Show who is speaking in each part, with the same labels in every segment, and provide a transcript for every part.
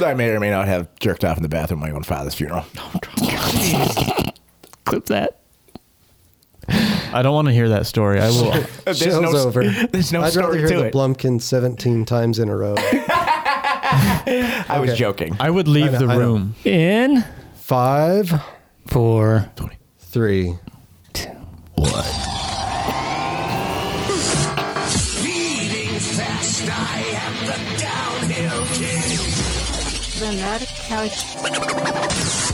Speaker 1: I may or may not have jerked off in the bathroom at my own father's funeral.
Speaker 2: Clip that.
Speaker 3: I don't want to hear that story. I will.
Speaker 1: There's
Speaker 4: Show's
Speaker 1: no,
Speaker 4: over.
Speaker 1: There's no
Speaker 4: I'd rather
Speaker 1: story
Speaker 4: hear
Speaker 1: to
Speaker 4: the
Speaker 1: it.
Speaker 4: Blumpkin 17 times in a row.
Speaker 1: I was joking.
Speaker 3: I would leave
Speaker 4: I know,
Speaker 3: the
Speaker 4: I know.
Speaker 3: room.
Speaker 2: In
Speaker 4: Five,
Speaker 2: four.
Speaker 4: three.
Speaker 5: I'm not a couch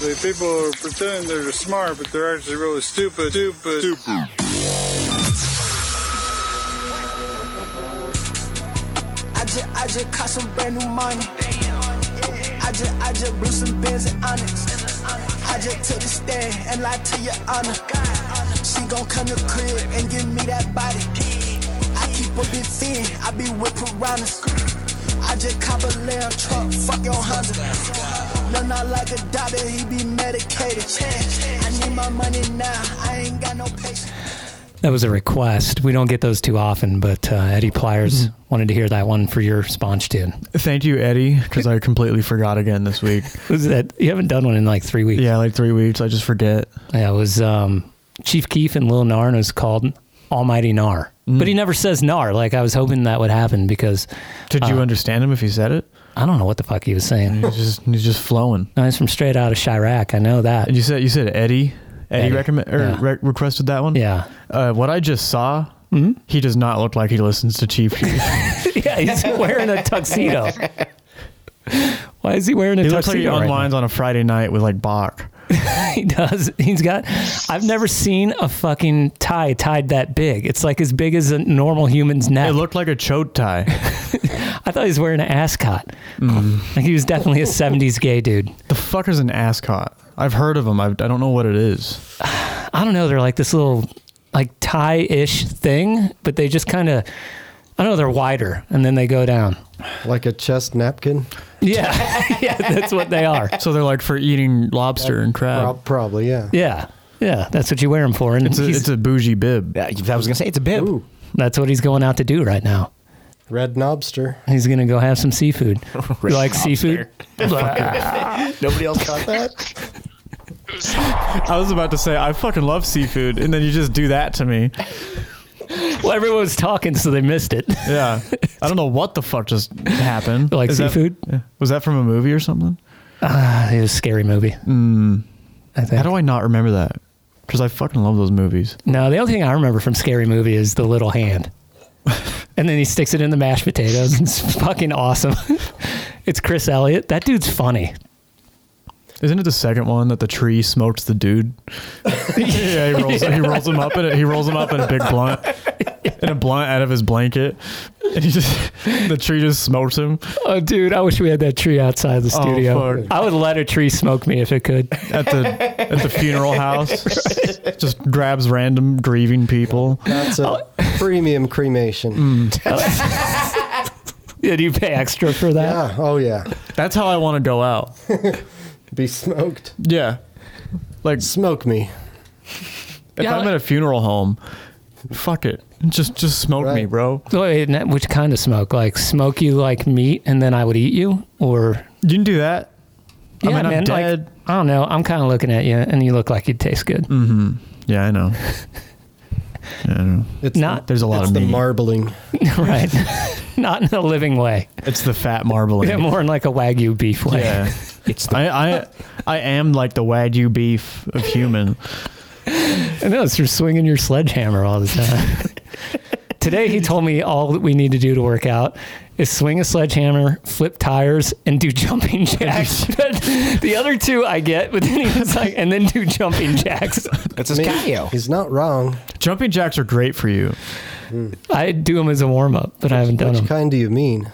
Speaker 6: The people are pretending they're smart, but they're actually really stupid, stupid, stupid.
Speaker 7: I just, I just caught some brand new money. I just, I just blew some bins and onyx. I just took the stand and lied to your honor. She gon' come to crib and give me that body. I keep a big thing, I be with piranhas. I just cop a lamb truck, fuck your Honda. No, not like a doctor, he be medicated. I need my money now, I ain't got no patience.
Speaker 2: That was a request. We don't get those too often, but uh, Eddie Pliers
Speaker 3: Mm-hmm.
Speaker 2: wanted to hear that one for your sponge tin.
Speaker 3: Thank you, Eddie, because I completely forgot again this week.
Speaker 2: Was that you haven't done one in like three weeks?
Speaker 3: Yeah, like three weeks. I just forget.
Speaker 2: Yeah, it was um, Chief Keef and Lil Nar, and it was called Almighty Nar.
Speaker 3: Mm.
Speaker 2: But he never says Nar. Like I was hoping that would happen because uh,
Speaker 3: Did you understand him if he said it?
Speaker 2: I don't know what the fuck he was saying.
Speaker 3: He's just he's just flowing.
Speaker 2: No, he's from straight out of Chirac. I know that.
Speaker 3: And you said you said Eddie. Eddie,
Speaker 2: Eddie,
Speaker 3: recommend or
Speaker 2: yeah.
Speaker 3: re- requested that one.
Speaker 2: Yeah. Mm-hmm.
Speaker 3: Uh, what I just saw, he does not look like he listens to Chief Keef.
Speaker 2: yeah, he's wearing a tuxedo. Why is he wearing a
Speaker 3: he looks like he
Speaker 2: tuxedo? right now?
Speaker 3: unwinds on a Friday night with like Bach.
Speaker 2: He does. He's got. I've never seen a fucking tie tied that big. It's like as big as a normal human's neck.
Speaker 3: It looked like a chode tie. Hmm.
Speaker 2: I thought he was wearing an ascot. Like he was definitely a '70s gay dude.
Speaker 3: the fuck is an ascot? I've heard of him. I, I don't know what it is.
Speaker 2: I don't know. They're like this little like tie-ish thing, but they just kind of. I don't know. They're wider, and then they go down.
Speaker 4: Like a chest napkin?
Speaker 2: Yeah, yeah. That's what they are.
Speaker 3: So they're like for eating lobster and crab.
Speaker 4: Prob- probably, yeah.
Speaker 2: Yeah, yeah. That's what you wear them for, and
Speaker 3: It's a,
Speaker 2: he's-
Speaker 3: it's a bougie bib.
Speaker 1: Yeah, I was gonna say it's a bib.
Speaker 4: Ooh,
Speaker 2: that's what he's going out to do right now.
Speaker 4: red knobster.
Speaker 2: He's gonna go have some seafood. you like seafood?
Speaker 1: Nobody else caught that.
Speaker 3: I was about to say I fucking love seafood, and then you just do that to me.
Speaker 2: Well, everyone was talking, so they missed it.
Speaker 3: Yeah, I don't know what the fuck just happened.
Speaker 2: Like
Speaker 3: Is that-
Speaker 2: seafood? Ah,
Speaker 3: Yeah. was that from a movie or something? Hmm.
Speaker 2: It was a scary movie. I think.
Speaker 3: How do I not remember that? Because I fucking love those movies.
Speaker 2: no, the only thing I remember from Scary Movie is the little hand. and then he sticks it in the mashed potatoes. It's fucking awesome. it's Chris Elliott. That dude's funny.
Speaker 3: Isn't it the second one that the tree smokes the dude? yeah, he rolls, he rolls him up in a, he rolls him up in a big blunt, in a blunt out of his blanket, and he just the tree just smokes him.
Speaker 2: Oh, dude, I wish we had that tree outside the
Speaker 3: Oh,
Speaker 2: studio.
Speaker 3: fuck.
Speaker 2: I would let a tree smoke me if it could.
Speaker 3: at the at the funeral house. Just grabs random grieving people.
Speaker 4: That's a premium cremation.
Speaker 2: Mm. Yeah, do you pay extra for
Speaker 4: Yeah.
Speaker 2: that?
Speaker 4: Oh, yeah.
Speaker 3: That's how I want to go out.
Speaker 4: Be smoked.
Speaker 3: Yeah. Like
Speaker 4: Smoke me.
Speaker 3: if
Speaker 2: Yeah.
Speaker 3: I'm at a funeral home, fuck it. Just just smoke me,
Speaker 4: Right.
Speaker 3: bro.
Speaker 2: Wait, n- which kind of smoke? Like smoke you like meat, and then I would eat you, or
Speaker 3: You can do that.
Speaker 2: yeah,
Speaker 3: mean, I'm
Speaker 2: man, like,
Speaker 3: dead.
Speaker 2: I don't know. I'm kind of looking at you, and you look like you'd taste good.
Speaker 3: Mm-hmm. Yeah, I know. Yeah, I know.
Speaker 4: It's
Speaker 2: Not
Speaker 3: There's a lot
Speaker 4: it's
Speaker 3: of
Speaker 4: the
Speaker 3: meat.
Speaker 4: marbling.
Speaker 2: right, not in a living way.
Speaker 3: it's the fat marbling.
Speaker 2: Yeah, more in like a wagyu beef way.
Speaker 3: Yeah. I, I I am like the wagyu beef of human.
Speaker 2: I know it's you're swinging your sledgehammer all the time. Today he told me all that we need to do to work out is swing a sledgehammer, flip tires, and do jumping jacks. But the other two I get, but then he was like, and then do jumping jacks.
Speaker 1: That's his Kaio.
Speaker 4: He's not wrong. Hmm.
Speaker 3: Jumping jacks are great for you.
Speaker 2: I do them as a warm up, but I haven't done
Speaker 4: Which
Speaker 2: them.
Speaker 4: kind do you mean?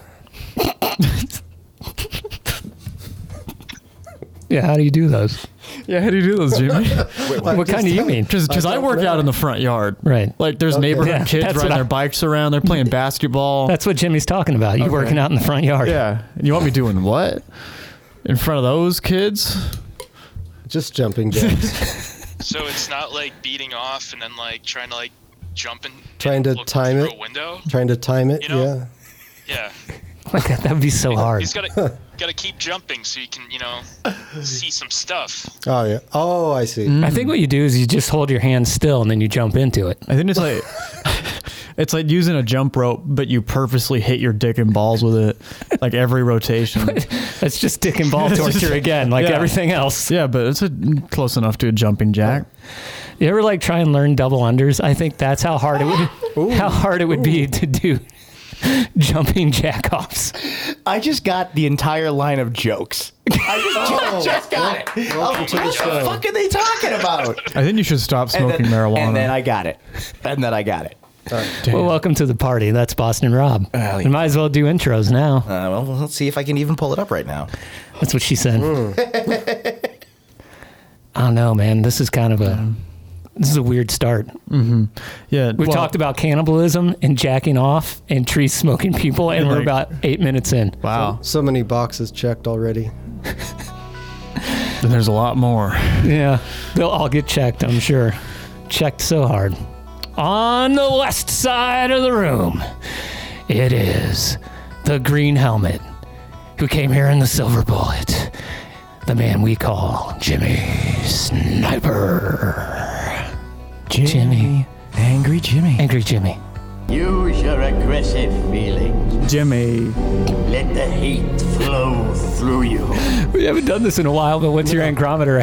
Speaker 2: Yeah, how do you do those?
Speaker 3: Yeah, how do you do those, Jimmy?
Speaker 2: what kind do you mean?
Speaker 3: Because I
Speaker 4: don't
Speaker 3: work
Speaker 4: know.
Speaker 3: out in the front yard.
Speaker 2: Right.
Speaker 3: Like there's neighborhood
Speaker 2: Yeah,
Speaker 3: kids
Speaker 2: that's what
Speaker 3: riding
Speaker 2: I-
Speaker 3: their bikes around. They're playing basketball.
Speaker 2: That's what Jimmy's talking about. You working out in the front yard.
Speaker 3: yeah. And you want me doing what? In front of those kids?
Speaker 4: Just jumping jacks.
Speaker 8: So it's not like beating off and then like trying to like jump and
Speaker 4: Trying to
Speaker 8: look
Speaker 4: time
Speaker 8: through
Speaker 4: it.
Speaker 8: a window.
Speaker 4: Trying to time it.
Speaker 8: You know?
Speaker 4: yeah.
Speaker 8: Yeah,
Speaker 2: my God, that'd be so hard.
Speaker 8: He's gotta gotta keep jumping so you can you know see some stuff.
Speaker 4: Oh yeah. Oh, I see.
Speaker 2: Mm. I think what you do is you just hold your hand still and then you jump into it.
Speaker 3: I think it's like it's like using a jump rope, but you purposely hit your dick and balls with it, like every rotation.
Speaker 2: That's just dick and ball torture again, like
Speaker 3: Yeah.
Speaker 2: everything else.
Speaker 3: yeah, but it's a, close enough to a jumping jack.
Speaker 2: You ever like try and learn double unders? I think that's how hard it would how hard it would be to do jumping jack offs.
Speaker 9: I just got the entire line of jokes. I just, just got it.
Speaker 4: Oh.
Speaker 9: I'm
Speaker 4: welcome
Speaker 6: Oh,
Speaker 4: to the
Speaker 9: what
Speaker 4: show."
Speaker 9: the fuck are they talking about?
Speaker 3: I think you should stop
Speaker 9: And
Speaker 3: smoking
Speaker 9: then,
Speaker 3: marijuana.
Speaker 9: and then I got it. And then I got it.
Speaker 2: Well, welcome to the party. That's Boston Rob.
Speaker 9: Well,
Speaker 2: We might as well do intros now.
Speaker 9: Uh, well, let's see if I can even pull it up right now.
Speaker 2: That's what she said. I don't know, man. This is kind of a this is a weird start.
Speaker 3: Mm-hmm. yeah,
Speaker 2: We've
Speaker 3: well,
Speaker 2: talked about cannibalism and jacking off and trees smoking people, and we're
Speaker 3: Like-
Speaker 2: about eight minutes in.
Speaker 3: Wow,
Speaker 4: So many boxes checked already.
Speaker 3: then there's a lot more.
Speaker 2: Yeah, they'll all get checked, I'm sure. Checked so hard. On the west side of the room, it is the Green Helmet who came here in the Silver Bullet, the man we call Jimmy Sniper. Jimmy.
Speaker 9: Angry Jimmy.
Speaker 2: Angry Jimmy.
Speaker 10: Use your aggressive feelings.
Speaker 3: Jimmy,
Speaker 10: Let the heat flow through you.
Speaker 2: We haven't done this in a while, but what's your angrometer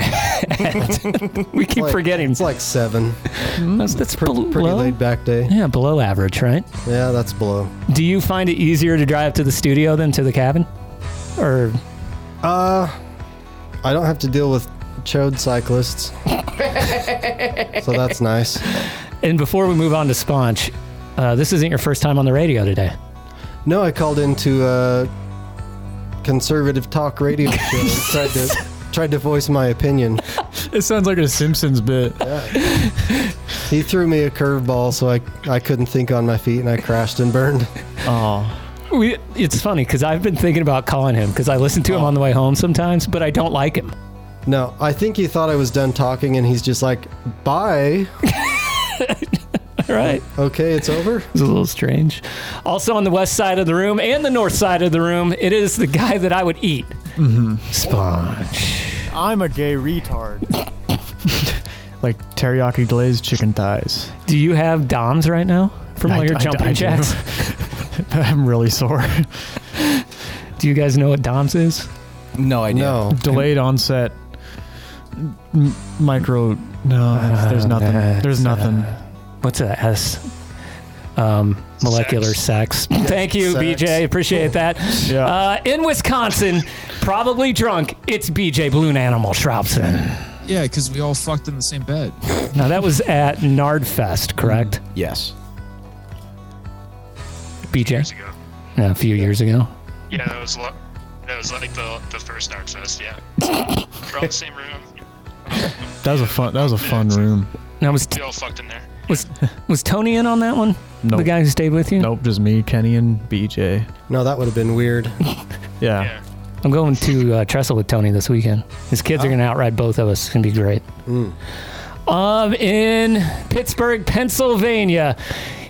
Speaker 2: at? we keep
Speaker 4: Like-
Speaker 2: forgetting. Mm,
Speaker 4: It's like seven.
Speaker 2: that's that's below,
Speaker 4: Pretty laid back day.
Speaker 2: yeah, below average, right?
Speaker 4: Yeah, that's below.
Speaker 2: Do you find it easier to drive to the studio than to the cabin? Or
Speaker 4: Uh, I don't have to deal with chode cyclists. so that's nice.
Speaker 2: and before we move on to Sponge, uh, this isn't your first time on the radio today.
Speaker 4: No, I called into a conservative talk radio show and tried to tried to voice my opinion.
Speaker 3: it sounds like a Simpsons bit.
Speaker 4: He threw me a curveball, so I I couldn't think on my feet and I crashed and burned.
Speaker 3: Oh,
Speaker 2: We, it's funny because I've been thinking about calling him because I listen to him on the way home sometimes, but I don't like him.
Speaker 4: No, I think he thought I was done talking, and he's just like, "Bye.
Speaker 2: Right?
Speaker 4: Okay, it's over."
Speaker 2: It's a little strange. Also on the west side of the room and the north side of the room, it is the guy that I would eat. Mm-hmm. Sponge.
Speaker 3: I'm a gay retard. like teriyaki glazed chicken thighs.
Speaker 2: Do you have Doms right now from all
Speaker 3: I-
Speaker 2: your
Speaker 3: I-
Speaker 2: jumping
Speaker 3: I do.
Speaker 2: jacks?
Speaker 3: I'm really sore.
Speaker 2: do you guys know what Doms is?
Speaker 9: No idea.
Speaker 4: No,
Speaker 3: Delayed onset. M- micro. No, Oh,
Speaker 9: Ah,
Speaker 3: there's nothing. There's nothing.
Speaker 2: Uh, what's that S? Um, molecular sex. Thank you,
Speaker 4: sex.
Speaker 2: BJ. Appreciate that.
Speaker 3: Yeah.
Speaker 2: Uh, in Wisconsin, probably drunk. It's BJ Balloon Animal Shropson.
Speaker 11: Yeah, because we all fucked in the same bed.
Speaker 2: Now that was at Nardfest, correct?
Speaker 1: Yes.
Speaker 8: Years
Speaker 2: BJ,
Speaker 8: ago.
Speaker 2: yeah, a few years ago.
Speaker 8: Yeah, that was lo- that was like the the first art fest. Yeah, we're all in the same room.
Speaker 3: That was a fun. That was a fun room.
Speaker 2: Now was
Speaker 8: We all fucked in there.
Speaker 2: was was Tony in on that one?
Speaker 3: Nope.
Speaker 2: The guy who stayed with you?
Speaker 3: Nope, just me, Kenny, and BJ.
Speaker 4: no, that would have been weird.
Speaker 3: Yeah.
Speaker 8: Yeah.
Speaker 2: I'm going to uh, Trestle with Tony this weekend. His kids are going to outride both of us. It's going to be great.
Speaker 9: Hmm.
Speaker 2: Um, in Pittsburgh, Pennsylvania, Uh,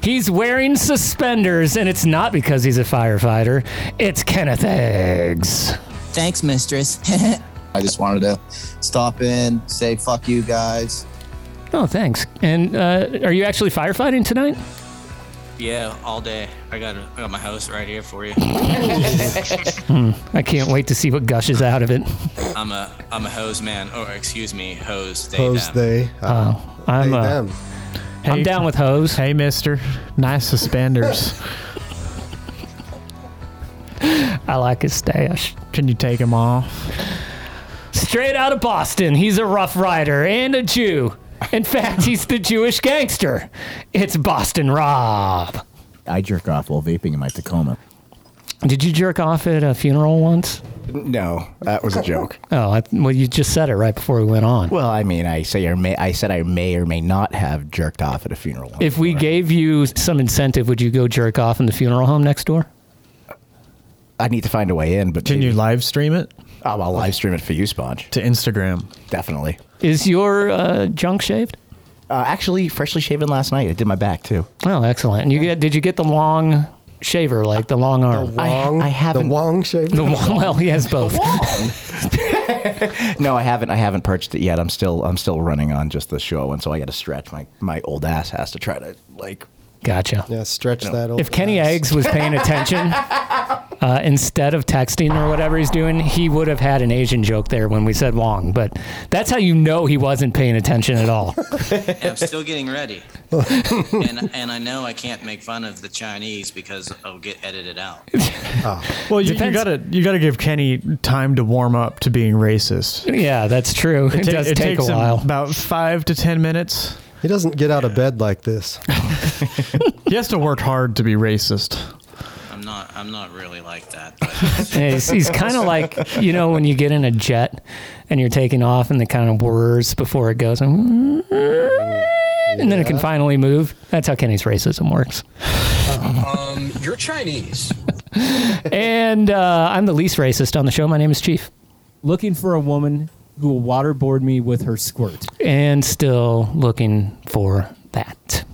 Speaker 2: he's wearing suspenders, and it's not because he's a firefighter. It's Kenneth Eggs.
Speaker 7: Thanks, mistress. I just wanted to stop in, say fuck you guys.
Speaker 2: Oh, thanks. And uh, are you actually firefighting tonight?
Speaker 10: Yeah, all day. I got I got my house right here for you.
Speaker 2: I can't wait to see what gushes out of it.
Speaker 10: I'm a I'm a hose man. Or excuse me, hose. They,
Speaker 4: Hose
Speaker 10: them.
Speaker 4: they, uh,
Speaker 2: Oh, I'm
Speaker 4: they,
Speaker 2: uh,
Speaker 4: them.
Speaker 2: I'm
Speaker 3: Hey,
Speaker 2: down with hose.
Speaker 3: Hey, mister. Nice suspenders.
Speaker 2: I like his stash.
Speaker 3: Can you take them off?
Speaker 2: Straight out of Boston, he's a rough rider and a Jew. In fact, he's the Jewish gangster. It's Boston Rob.
Speaker 9: I jerk off while vaping in my Tacoma.
Speaker 2: Did you jerk off at a funeral once?
Speaker 1: No, that was a joke.
Speaker 2: Oh, I, well, you just said it right before we went on.
Speaker 9: Well, I mean, I say or may I said I may or may not have jerked off at a funeral. once.
Speaker 2: If we gave you some incentive, would you go jerk off in the funeral home next door?
Speaker 1: I need to find a way in, but
Speaker 3: Can you
Speaker 1: maybe-
Speaker 3: live stream it
Speaker 1: Oh, I'll live stream it for you, Sponge.
Speaker 3: to Instagram?
Speaker 1: Definitely.
Speaker 2: Is your uh, junk shaved?
Speaker 9: Uh, actually, freshly shaven last night. I did my back too.
Speaker 2: Oh, excellent. And you get? Did you get the long shaver, like the long arm.
Speaker 4: Wong? the Wong shape.
Speaker 2: The Wong. Well, he has both.
Speaker 9: No, I haven't. I haven't purchased it yet. I'm still. I'm still running on just the show, and so I got to stretch my my old ass has to try to like.
Speaker 2: Gotcha.
Speaker 4: Yeah, stretch that old.
Speaker 2: If Kenny Eggs was paying attention, uh, instead of texting or whatever he's doing, he would have had an Asian joke there when we said Wong. But that's how you know he wasn't paying attention at all.
Speaker 10: And I'm still getting ready. and, and I know I can't make fun of the Chinese because I'll get edited out.
Speaker 3: Well, you, you gotta you gotta give Kenny time to warm up to being racist.
Speaker 2: yeah, that's true. It,
Speaker 3: ta-
Speaker 2: does take a
Speaker 3: takes him
Speaker 2: while.
Speaker 3: about five to ten minutes.
Speaker 4: He doesn't get out of bed like this.
Speaker 3: he has to work hard to be racist.
Speaker 10: I'm not. I'm not really like that.
Speaker 2: Yeah, he's he's kind of like you know when you get in a jet and you're taking off and the kind of whirs before it goes and then it can finally move. That's how Kenny's racism works.
Speaker 12: Um, you're Chinese.
Speaker 2: and uh, I'm the least racist on the show. My name is Chief.
Speaker 13: Looking for a woman who will waterboard me with her squirt.
Speaker 2: and still looking for that.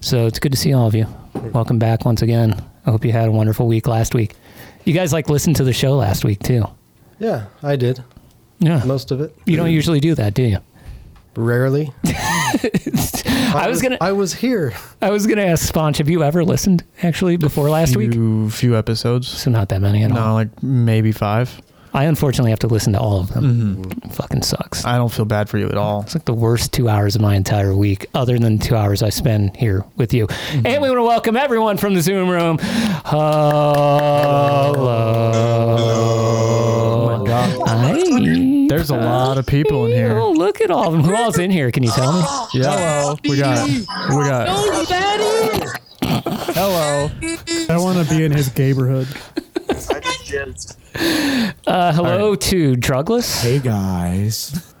Speaker 2: So it's good to see all of you. Welcome back once again. I hope you had a wonderful week last week. You guys like listened to the show last week too.
Speaker 4: Yeah, I did.
Speaker 2: Yeah,
Speaker 4: most of it.
Speaker 2: You don't usually do that, do you?
Speaker 4: Rarely.
Speaker 2: I was gonna.
Speaker 4: I was here.
Speaker 2: I was gonna ask Sponge. Have you ever listened actually before last week?
Speaker 3: Few, few episodes. So
Speaker 2: not that many at
Speaker 3: no,
Speaker 2: all.
Speaker 3: like maybe five. Mm-hmm.
Speaker 2: I unfortunately have to listen to all of them. Fucking sucks.
Speaker 3: I don't feel bad for you at all.
Speaker 2: It's like the worst two hours of my entire week, other than the two hours I spend here with you.
Speaker 3: Mm-hmm.
Speaker 2: And we want to welcome everyone from the Zoom room. Hello.
Speaker 3: There's a lot of people in here.
Speaker 2: Oh, look at all of them. Who all's in here? Can you tell me?
Speaker 3: Yeah. Hello. We got. We got. Hello.
Speaker 14: I want to be in his neighborhood.
Speaker 2: Uh, hello to Drugless. Hey, guys.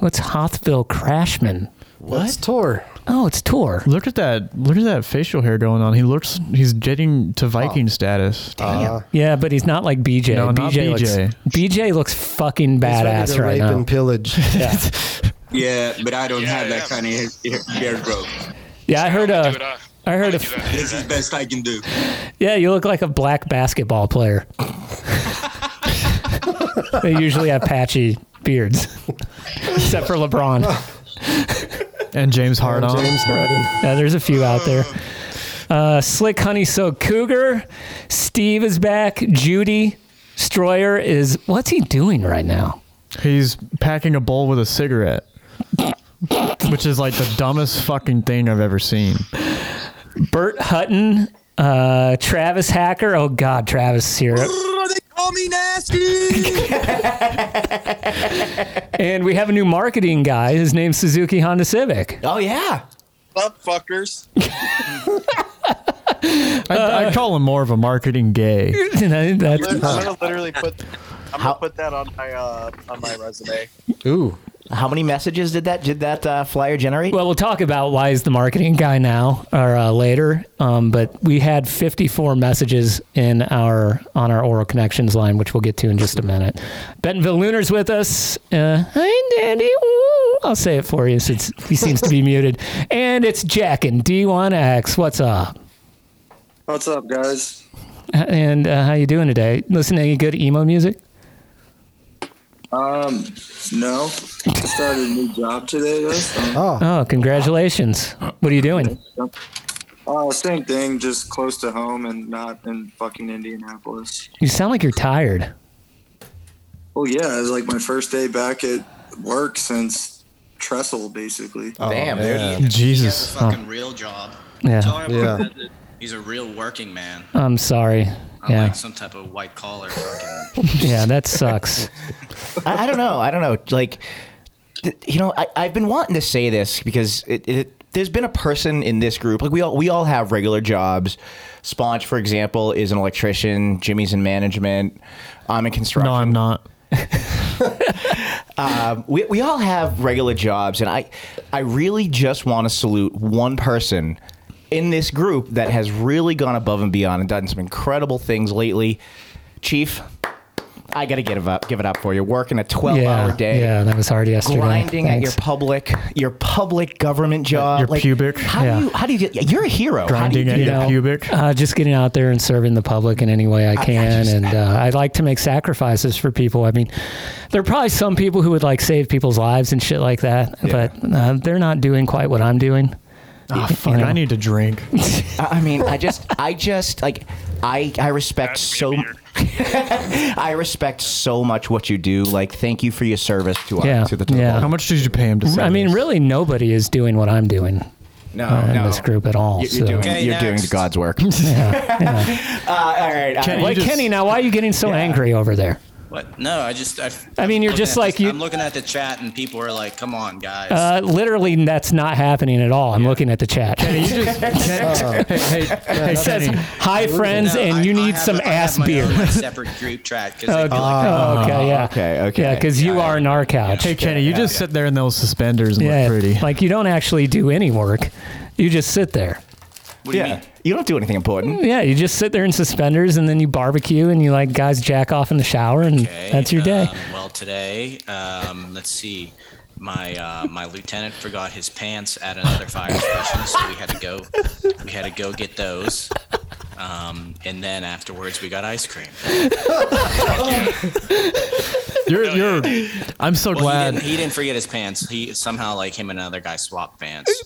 Speaker 2: What's Hothville Crashman?
Speaker 4: What? That's Tor.
Speaker 2: Oh, it's Tor.
Speaker 3: Look at that! Look at that facial hair going on. He looks. He's getting to Viking status.
Speaker 4: Uh,
Speaker 2: Yeah, but he's not like BJ.
Speaker 3: No,
Speaker 2: BJ
Speaker 3: not BJ.
Speaker 2: Looks, BJ looks fucking
Speaker 4: He's ready
Speaker 2: badass
Speaker 4: to
Speaker 2: right
Speaker 4: rape
Speaker 2: now.
Speaker 4: and pillage.
Speaker 2: Yeah.
Speaker 12: Yeah, but I don't have that kind of hair, hair, hair growth.
Speaker 2: Yeah, I heard
Speaker 12: it
Speaker 2: a. I heard a.
Speaker 12: This is best I can do.
Speaker 2: Yeah, you look like a black basketball player. they usually have patchy beards, except for LeBron.
Speaker 3: And James Harden.
Speaker 4: James Harden.
Speaker 2: Yeah, there's a few out there. Uh, Slick Honey So Cougar, Steve is back. Judy Stroyer is. What's he doing right now?
Speaker 3: He's packing a bowl with a cigarette, which is like the dumbest fucking thing I've ever seen.
Speaker 2: Bert Hutton, uh, Travis Hacker. Oh God, Travis Syrup.
Speaker 12: they call me nasty.
Speaker 2: and we have a new marketing guy. His name's Suzuki Honda Civic.
Speaker 9: Oh yeah.
Speaker 12: Love fuckers.
Speaker 3: I, I call him more of a marketing gay.
Speaker 2: That's-
Speaker 15: I'm gonna literally put. I'm gonna put that on my uh, on my resume.
Speaker 9: Ooh. How many messages did that did that uh, flyer generate?
Speaker 2: Well, we'll talk about why is the marketing guy now or uh, later. Um, but we had 54 messages in our on our oral connections line, which we'll get to in just a minute. Bentonville Lunar's with us. Uh, Hi, Daddy. Ooh. I'll say it for you since he seems to be muted. And it's Jack and D1X. What's up?
Speaker 15: What's up, guys?
Speaker 2: And uh, how you doing today? Listen to any good emo music?
Speaker 15: Um, no, I started a new job today. Though, so.
Speaker 2: Oh, congratulations! What are you doing?
Speaker 15: Oh, same thing, just close to home and not in fucking Indianapolis.
Speaker 2: You sound like you're tired.
Speaker 15: Well, yeah, it was like my first day back at work since Trestle, basically.
Speaker 4: Oh,
Speaker 9: Damn,
Speaker 10: yeah.
Speaker 9: dude.
Speaker 3: Jesus.
Speaker 10: He has a fucking real job.
Speaker 2: Oh. Yeah. Um,
Speaker 10: Tell him
Speaker 2: Yeah.
Speaker 10: that He's a real working man.
Speaker 2: I'm sorry.
Speaker 10: Not
Speaker 2: yeah.
Speaker 10: like some type of white collar fucking.
Speaker 2: yeah, that sucks.
Speaker 9: I, I don't know. I don't know. Like, th- you know, I, I've been wanting to say this because it, it, there's been a person in this group. Like we all we all have regular jobs. Sponge, for example, is an electrician. Jimmy's in management. I'm in construction.
Speaker 3: No, I'm not.
Speaker 9: Um, we, we all have regular jobs, and I I really just want to salute one person in this group that has really gone above and beyond and done some incredible things lately. Chief, I got to give up. Give it up for you. Working a twelve-hour day.
Speaker 2: Yeah, that was hard yesterday.
Speaker 9: Grinding at your
Speaker 2: Thanks.
Speaker 9: public, your public government job.
Speaker 2: your pubic.
Speaker 9: How
Speaker 2: Yeah.
Speaker 9: do you? How do you? Get, you're a hero. How do you do that?
Speaker 2: pubic. Uh, just getting out there and serving the public in any way I can, and uh, I like to make sacrifices for people. I mean, there are probably some people who would like save people's lives and shit like that, but uh, they're not doing quite what I'm doing.
Speaker 3: Ah, fuck, I need to drink.
Speaker 9: I I mean, I just, I just like, I, I respect so, I respect so much what you do. Like, thank you for your service to our,
Speaker 2: Yeah,
Speaker 9: to the.
Speaker 2: yeah. How
Speaker 3: much did you pay him
Speaker 9: to say
Speaker 2: I mean, really, nobody is doing what I'm doing.
Speaker 9: No,
Speaker 2: uh, in
Speaker 9: no.
Speaker 2: this group at all.
Speaker 9: You're, you're
Speaker 2: so-
Speaker 9: doing, you're doing God's work. Uh, all right, all
Speaker 2: Kenny,
Speaker 9: right.
Speaker 2: Wait, Kenny, now why are you getting so angry over there?
Speaker 10: What? No, I just. I,
Speaker 2: I mean, you're
Speaker 10: I'm
Speaker 2: just
Speaker 10: looking at
Speaker 2: like
Speaker 10: this-
Speaker 2: you-
Speaker 10: I'm looking at the chat, and people are like, "Come on, guys."
Speaker 2: Uh, literally, that's not happening at all. I'm looking at the chat.
Speaker 9: Uh,
Speaker 3: hey, hey, hey,
Speaker 2: it says,
Speaker 3: Kenny.
Speaker 2: "Hi, friends, and you need some ass beer."
Speaker 10: separate group track. 'cause they
Speaker 2: Okay.
Speaker 10: feel like-
Speaker 9: Ah,
Speaker 2: Oh, okay, yeah. Yeah, because you are an our couch.
Speaker 3: Hey, Kenny, you just sit there in those suspenders and
Speaker 2: Yeah,
Speaker 3: look pretty.
Speaker 2: like you don't actually do any work. You just sit there.
Speaker 9: yeah, you don't do anything important.
Speaker 2: Yeah, you just sit there in suspenders, and then you barbecue, and you like guys jack off in the shower, and that's
Speaker 9: uh,
Speaker 2: your day.
Speaker 10: Um, well, today, um, let's see. My uh, my lieutenant forgot his pants at another fire station, so we had to go. We had to go get those, um, and then afterwards we got ice cream.
Speaker 3: You're, you're. I'm so
Speaker 10: Well,
Speaker 3: glad.
Speaker 10: he didn't, he didn't forget his pants. He somehow like him and another guy swapped pants.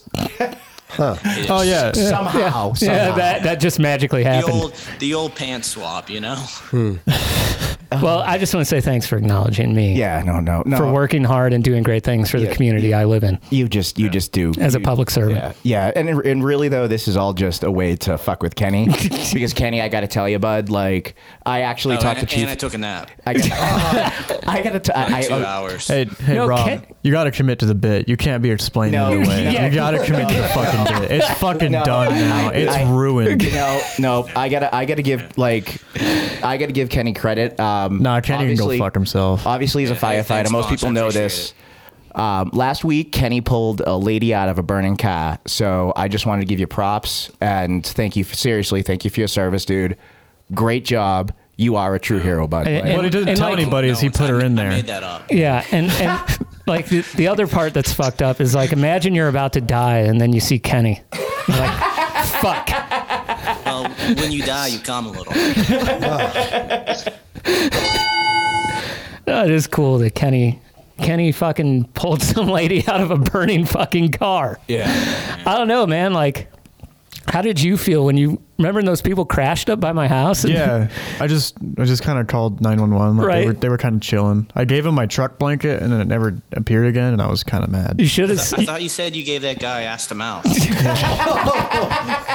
Speaker 3: Oh yeah.
Speaker 2: Yeah, yeah, yeah, that that just magically
Speaker 10: The
Speaker 2: happened.
Speaker 10: old the old pants swap, you know.
Speaker 9: Hmm.
Speaker 2: well, I just want to say thanks for acknowledging me.
Speaker 9: Yeah, no, no, no.
Speaker 2: For working hard and doing great things for the community I live in.
Speaker 9: You just, you just do
Speaker 2: as a
Speaker 9: you-
Speaker 2: public servant.
Speaker 9: Yeah, and and really though, this is all just a way to fuck with Kenny because Kenny, I got to tell you, bud, like I actually
Speaker 10: Oh,
Speaker 9: talked
Speaker 10: and,
Speaker 9: to Chief.
Speaker 10: and I took a nap.
Speaker 9: I got, I got to. T- I,
Speaker 10: Two
Speaker 2: uh,
Speaker 9: I,
Speaker 10: hours.
Speaker 3: Hey, hey, Rob, you got to commit to the bit. You can't be explaining
Speaker 9: No,
Speaker 3: it away.
Speaker 9: yeah.
Speaker 3: you got to commit to the fucking bit. It's fucking
Speaker 9: No,
Speaker 3: done
Speaker 9: I-
Speaker 3: now.
Speaker 9: I-
Speaker 3: it's
Speaker 9: I-
Speaker 3: ruined.
Speaker 9: No, no, I gotta, I gotta give like, I gotta give Kenny credit. Um,
Speaker 3: Nah, Kenny can go
Speaker 9: obviously-
Speaker 3: fuck himself.
Speaker 9: Obviously, he's a
Speaker 3: hey,
Speaker 9: firefighter.
Speaker 3: thanks,
Speaker 9: Most
Speaker 3: Fox.
Speaker 9: people
Speaker 3: I
Speaker 9: know
Speaker 3: appreciate
Speaker 9: this. Um, last week, Kenny pulled a lady out of a burning car. So I just wanted to give you props and thank you. For, seriously, thank you for your service, dude. Great job. You are a true hero, bud.
Speaker 2: And-
Speaker 9: Like-
Speaker 2: and- What he doesn't and, tell like- anybody
Speaker 3: is he put her in there.
Speaker 2: Yeah, and, and like the, the other part that's fucked up is like imagine you're about to die and then you see Kenny. You're like, fuck.
Speaker 10: Well, when you die, you calm a little.
Speaker 2: Oh, it is cool that Kenny Kenny fucking pulled some lady out of a burning fucking car.
Speaker 10: Yeah.
Speaker 2: I don't know, man. Like, how did you feel when you remember when those people crashed up by my house? And-
Speaker 3: Yeah, I just I just kind of called nine one one.
Speaker 2: Right.
Speaker 3: They were, they were kind of chilling. I gave him my truck blanket, and then it never appeared again, and I was kind of mad.
Speaker 2: You should
Speaker 10: I thought- I thought you said you gave that guy ass to mouth.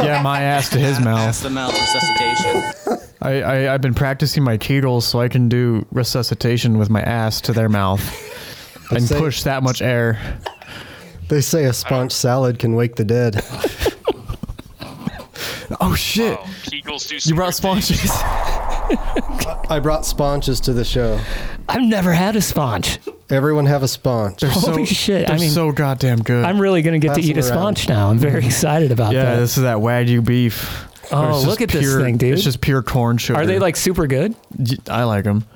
Speaker 3: yeah, my ass to his
Speaker 10: Ass
Speaker 3: mouth.
Speaker 10: to mouth resuscitation.
Speaker 3: I, I I've been practicing my Kegels so I can do resuscitation with my ass to their mouth, and
Speaker 4: Say-
Speaker 3: push that much air.
Speaker 4: They say a sponge salad can wake the dead.
Speaker 3: oh shit! you brought sponges.
Speaker 4: I brought sponges to the show.
Speaker 2: I've never had a sponge.
Speaker 4: Everyone have a sponge.
Speaker 2: Holy shit! I
Speaker 3: they're
Speaker 2: mean,
Speaker 3: so goddamn good.
Speaker 2: I'm really gonna get to
Speaker 4: Pass
Speaker 2: eat a
Speaker 4: them around.
Speaker 2: sponge now. I'm very excited about
Speaker 3: yeah,
Speaker 2: that.
Speaker 3: this is that Wagyu beef.
Speaker 2: Oh,
Speaker 3: Where it's just
Speaker 2: look at this
Speaker 3: pure-
Speaker 2: thing, dude.
Speaker 3: It's just pure corn sugar.
Speaker 2: Are they like super good? Mm.
Speaker 3: Y- I like them.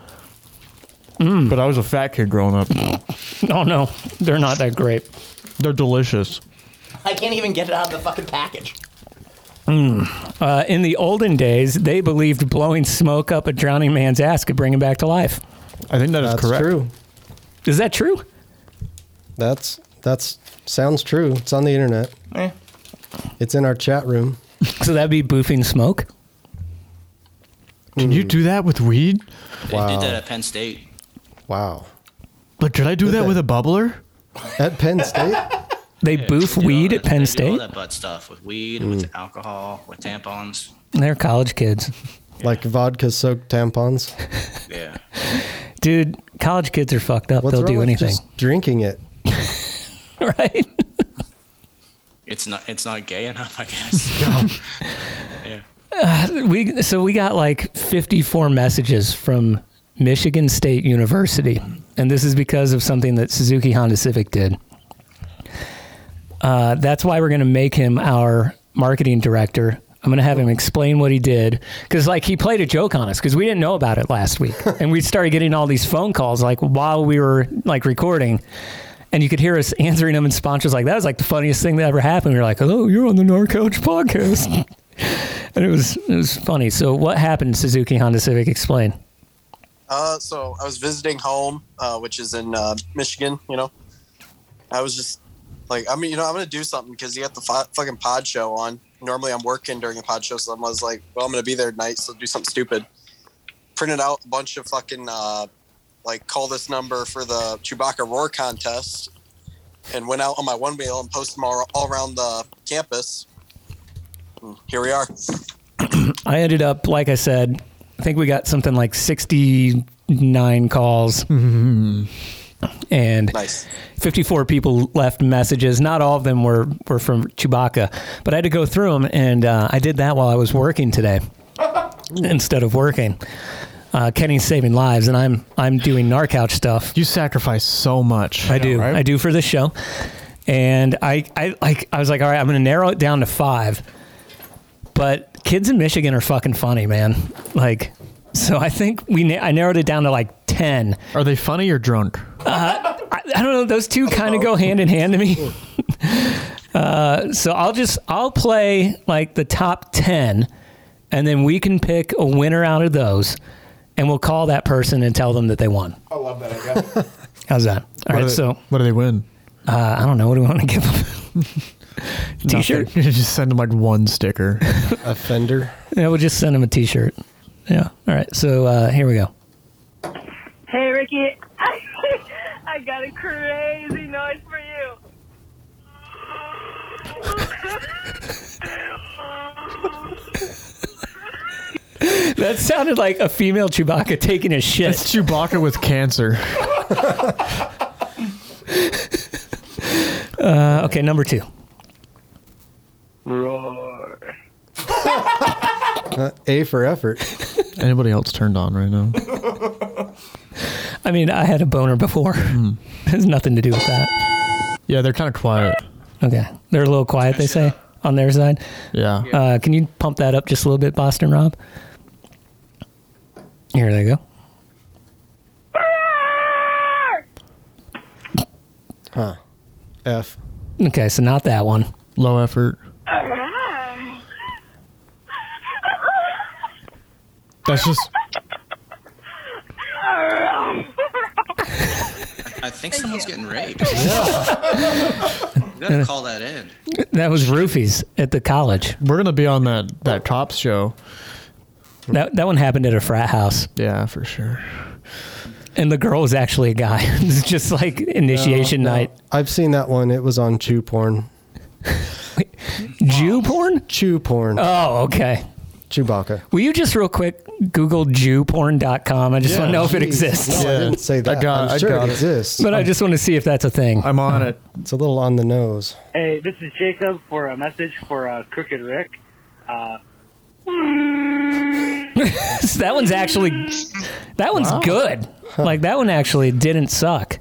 Speaker 3: But I was a fat kid growing up.
Speaker 2: Oh no, they're not that great.
Speaker 3: They're delicious.
Speaker 9: I can't even get it out of the fucking package.
Speaker 2: Mm. Uh, in the olden days, they believed blowing smoke up a drowning man's ass could bring him back to life.
Speaker 3: I think that is
Speaker 4: That's correct. true.
Speaker 2: Is that true?
Speaker 4: That's that's sounds true. It's on the internet.
Speaker 9: Eh.
Speaker 4: It's in our chat room.
Speaker 2: So that'd be boofing smoke.
Speaker 3: Can you
Speaker 4: Hmm.
Speaker 3: do that with weed?
Speaker 10: They did that at Penn State.
Speaker 4: Wow.
Speaker 3: Like, could I do that with a bubbler?
Speaker 4: At Penn State?
Speaker 2: They
Speaker 10: Yeah,
Speaker 2: boof
Speaker 10: they do all
Speaker 2: weed
Speaker 10: that-
Speaker 2: at Penn
Speaker 10: they do all
Speaker 2: State.
Speaker 10: that butt stuff with weed, with alcohol, with tampons.
Speaker 2: They're college kids,
Speaker 4: Like vodka soaked tampons.
Speaker 10: Yeah.
Speaker 2: dude. College kids are fucked up.
Speaker 4: What's
Speaker 2: They'll
Speaker 4: wrong
Speaker 2: do
Speaker 4: with
Speaker 2: anything.
Speaker 4: just drinking it.
Speaker 2: right?
Speaker 10: It's not. It's not gay enough, I guess. yeah.
Speaker 2: Uh, we so we got like 54 messages from Michigan State University, and this is because of something that Suzuki Honda Civic did. Uh, that's why we're going to make him our marketing director I'm gonna have him explain what he did because like he played a joke on us because we didn't know about it last week, and we started getting all these phone calls like while we were like recording. And you could hear us answering them, and sponsors like that was like the funniest thing that ever happened. We were like, "Hello, you're on the Narcoach podcast," and it was it was funny. So, what happened, Suzuki Honda Civic? Explain.
Speaker 16: Uh, so I was visiting home, uh, which is in uh, Michigan. You know, I was just like, I mean, you know, I'm gonna do something because you got the fi- fucking pod show on. Normally, I'm working during the pod show, so I was like, well, I'm gonna be there tonight, so do something stupid. Printed out a bunch of fucking uh, like call this number for the Chewbacca roar contest, and went out on my one wheel and posted them all, all around the campus. And Here we are.
Speaker 2: I ended up, like I said, I think we got something like 69 calls. Mm-hmm. And 54 people left messages. Not all of them were, were from Chewbacca, but I had to go through them, and uh, I did that while I was working today instead of working. Uh, Kenny's saving lives, and I'm I'm doing Narcouch stuff. You sacrifice so much. I do. I do for this show, and I I like I was like, all right, I'm going to narrow it down to five. But kids in Michigan are fucking funny, man. Like, so I think we na- I narrowed it down to like ten. Are they funny or drunk? Uh, I, I don't know. Those two kind of go hand in hand to me. uh, so I'll just I'll play like the top ten, and then we can pick a winner out of those, and we'll call that person and tell them that they won.
Speaker 1: I love that idea.
Speaker 2: How's that? All right.
Speaker 3: What do they-
Speaker 2: so what do they win? Uh, I don't know. What do we want to give them? T-shirt.
Speaker 3: You just send them like one sticker.
Speaker 2: A fender. Yeah, we'll just send him a T-shirt. Yeah. All right. So uh, here we go.
Speaker 17: Hey, Ricky. I got a crazy noise for you.
Speaker 2: That sounded like a female Chewbacca taking a shit. That's
Speaker 3: Chewbacca with cancer.
Speaker 2: Uh, okay, number two.
Speaker 16: Roar.
Speaker 3: Uh, A for effort. Anybody else turned on right now?
Speaker 2: I mean, I had a boner before.
Speaker 3: Hmm.
Speaker 2: it has nothing to do with that.
Speaker 3: Yeah, they're kind of quiet.
Speaker 2: Okay, they're a little quiet. They say on their side.
Speaker 3: Yeah.
Speaker 2: Uh, can you pump that up just a little bit, Boston Rob? Here they go.
Speaker 4: Huh. F.
Speaker 2: Okay, so not that one. Low effort.
Speaker 3: That's just.
Speaker 10: I think someone's getting raped. Yeah. you gotta call that in.
Speaker 2: That was roofies at the college.
Speaker 3: We're gonna be on that that cops show.
Speaker 2: That that one happened at a frat house.
Speaker 3: Yeah, for sure.
Speaker 2: And the girl was actually a guy. it's just like initiation
Speaker 4: No, no.
Speaker 2: night.
Speaker 4: I've seen that one. It was on Chew Porn.
Speaker 2: Jew porn?
Speaker 4: Chew porn.
Speaker 2: Oh, okay.
Speaker 4: Chewbacca.
Speaker 2: Will you just real quick Google Jewporn.com? I just want to know if it
Speaker 4: Jeez.
Speaker 2: exists.
Speaker 4: No, I didn't say that. I
Speaker 3: got-
Speaker 4: am
Speaker 3: I
Speaker 4: sure
Speaker 3: got
Speaker 4: it
Speaker 3: it.
Speaker 4: exists.
Speaker 2: But I just want to see if that's a thing.
Speaker 3: I'm on uh, it.
Speaker 4: It's a little on the nose.
Speaker 18: Hey, this is Jacob for a message for uh, Crooked Rick. Uh,
Speaker 2: that one's actually that one's
Speaker 3: Wow.
Speaker 2: good. Like that one actually didn't suck.